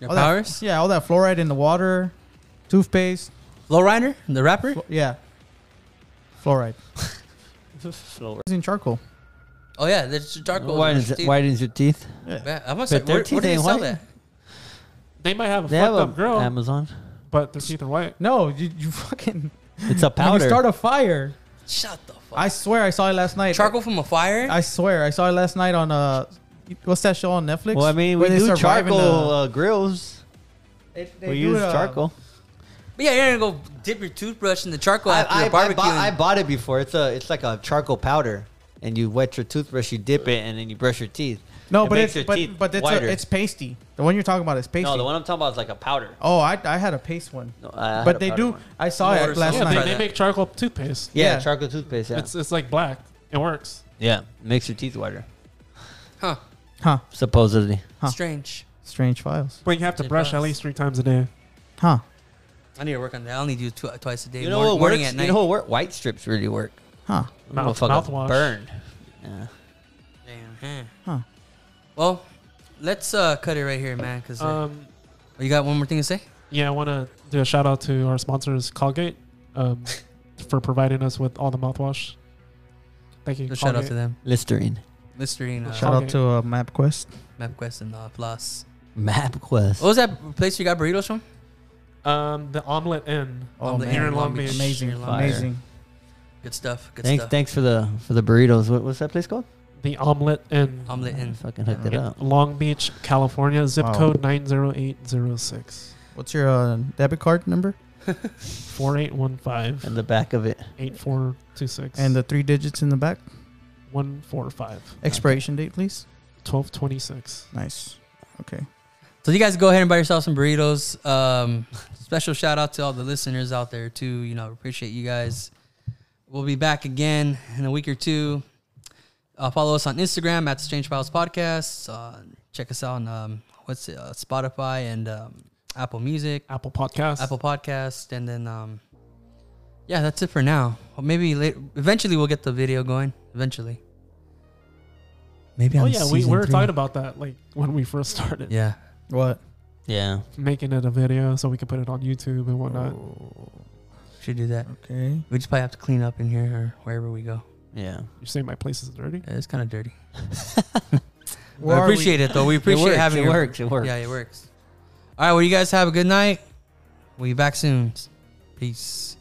Speaker 1: Your
Speaker 2: All that-
Speaker 1: powers?
Speaker 2: yeah, all that fluoride in the water, toothpaste.
Speaker 1: Lowrider, the rapper.
Speaker 2: Yeah. Fluoride.
Speaker 4: Slower.
Speaker 2: Using charcoal.
Speaker 1: Oh yeah, there's charcoal.
Speaker 5: Why
Speaker 1: in
Speaker 5: is
Speaker 1: his
Speaker 5: it
Speaker 1: teeth.
Speaker 5: whitens your teeth?
Speaker 1: Yeah, I must say,
Speaker 5: But their
Speaker 1: where, where
Speaker 5: teeth
Speaker 1: do they
Speaker 5: ain't
Speaker 1: sell
Speaker 5: white.
Speaker 1: that?
Speaker 3: They might have a
Speaker 5: They
Speaker 3: fucked
Speaker 5: have
Speaker 3: up
Speaker 5: a
Speaker 3: grill,
Speaker 5: Amazon.
Speaker 3: but their teeth are white.
Speaker 2: No, you, you fucking.
Speaker 5: It's a
Speaker 2: When you
Speaker 5: powder.
Speaker 2: start a fire.
Speaker 1: Shut the fuck.
Speaker 2: I swear I saw it last night.
Speaker 1: charcoal from a fire.
Speaker 2: I swear I saw it last night on uh, what's that show on Netflix?
Speaker 5: well, I mean, we
Speaker 2: Where they
Speaker 5: do
Speaker 2: survive in
Speaker 5: charcoal
Speaker 2: the-
Speaker 5: uh, grills. we
Speaker 2: do
Speaker 5: use
Speaker 2: it, uh,
Speaker 5: charcoal.
Speaker 1: but yeah, you're gonna go dip your toothbrush in the charcoal
Speaker 4: I,
Speaker 1: after
Speaker 4: I,
Speaker 1: you're
Speaker 4: I, bought,
Speaker 1: barbecuing.
Speaker 4: I bought it before. It's a it's like a charcoal powder, and you wet your toothbrush, you dip it, and then you brush your teeth.
Speaker 2: No,
Speaker 4: It
Speaker 2: but
Speaker 4: makes
Speaker 2: it's
Speaker 4: your
Speaker 2: but,
Speaker 4: teeth
Speaker 2: but it's
Speaker 4: whiter.
Speaker 2: a, it's pasty. The one you're talking about is pasty.
Speaker 4: no, the one I'm talking about is like a powder.
Speaker 2: Oh, I, I had a paste one.
Speaker 4: No, I- I had a
Speaker 2: but they
Speaker 4: powder
Speaker 2: do.
Speaker 4: one.
Speaker 2: I saw
Speaker 1: You
Speaker 2: it
Speaker 1: ordered
Speaker 2: last
Speaker 1: something. Try
Speaker 3: Yeah, they,
Speaker 2: night.
Speaker 3: they
Speaker 1: that.
Speaker 3: make charcoal toothpaste.
Speaker 4: Yeah,
Speaker 2: yeah.
Speaker 4: charcoal toothpaste. Yeah,
Speaker 3: It's it's like black. It works.
Speaker 4: yeah, makes your teeth whiter.
Speaker 1: huh?
Speaker 2: Huh?
Speaker 5: Supposedly.
Speaker 2: Huh.
Speaker 1: Strange.
Speaker 2: Strange files.
Speaker 3: But you have to
Speaker 1: It
Speaker 3: brush at
Speaker 1: does.
Speaker 3: least three times a day.
Speaker 2: Huh?
Speaker 1: I need to work on that. I only do tw- twice a day.
Speaker 4: You know
Speaker 1: mor-
Speaker 4: what
Speaker 1: morning
Speaker 4: works?
Speaker 1: at night.
Speaker 4: You know what work? White strips really work.
Speaker 2: Huh?
Speaker 3: Mouth-
Speaker 4: Motherfucker
Speaker 3: mouthwash.
Speaker 4: Burn. Yeah.
Speaker 1: Damn. huh.
Speaker 2: Huh?
Speaker 1: Well, let's uh, cut it right here, man. Cause uh,
Speaker 3: Um,
Speaker 1: you got one more thing to say.
Speaker 3: yeah, I want to do a shout out to our sponsors, Colgate, um, for providing us with all the mouthwash. Thank you.
Speaker 1: So shout out to
Speaker 3: Colgate.
Speaker 1: them.
Speaker 4: Listerine.
Speaker 1: Listerine, uh,
Speaker 2: Shout out to uh, MapQuest.
Speaker 1: MapQuest, and uh, Floss.
Speaker 4: MapQuest.
Speaker 1: What was that place you got burritos from?
Speaker 3: um, the Omelet Inn.
Speaker 1: Oh,
Speaker 3: the
Speaker 1: man,
Speaker 3: here in Long
Speaker 1: Long Beach.
Speaker 3: Beach.
Speaker 2: Amazing,
Speaker 1: Fire.
Speaker 2: amazing.
Speaker 1: Good stuff. Good
Speaker 5: Thanks,
Speaker 1: stuff.
Speaker 5: thanks for the for the burritos. What, what's that place called?
Speaker 3: The Omelet Inn.
Speaker 1: Omelet
Speaker 5: I
Speaker 1: and
Speaker 5: fucking hooked it
Speaker 3: in
Speaker 5: up.
Speaker 3: Long Beach, California, zip
Speaker 2: Wow.
Speaker 3: code 90806.
Speaker 2: What's your uh, debit card number
Speaker 3: 4815
Speaker 5: In the back of it.
Speaker 3: 8426
Speaker 2: and the three digits in the back?
Speaker 3: 145
Speaker 2: Expiration date, please.
Speaker 3: 1226.
Speaker 2: Nice. Okay.
Speaker 1: So you guys go ahead and buy yourself some burritos. Um, special shout out to all the listeners out there too. You know, appreciate you guys. We'll be back again in a week or two. Uh, follow us on Instagram at the Strange Files Podcast. Uh, check us out on um, what's it, uh, Spotify and um, Apple Music,
Speaker 3: Apple Podcast.
Speaker 1: Apple Podcast, and then um, yeah, that's it for now. Well, maybe later, eventually we'll get the video going. Eventually, maybe.
Speaker 3: Oh
Speaker 1: on
Speaker 3: yeah, we,
Speaker 1: season
Speaker 3: we were
Speaker 1: three.
Speaker 3: talking about that like when we first started
Speaker 1: Yeah.
Speaker 2: What?
Speaker 5: Yeah.
Speaker 3: making it a video so we could put it on YouTube and
Speaker 2: Oh.
Speaker 3: whatnot.
Speaker 1: Should do that.
Speaker 2: Okay.
Speaker 1: We just probably have to clean up in here or wherever we go.
Speaker 5: Yeah.
Speaker 3: You say my place is dirty?
Speaker 1: Yeah, It's kind of dirty.
Speaker 2: Where
Speaker 1: I
Speaker 2: are we?
Speaker 1: appreciate it though. We appreciate
Speaker 5: works,
Speaker 1: having
Speaker 5: it
Speaker 1: your-
Speaker 5: works, it works.
Speaker 1: Yeah, it works. All right, well, you guys have a good night. We'll be back soon. Peace.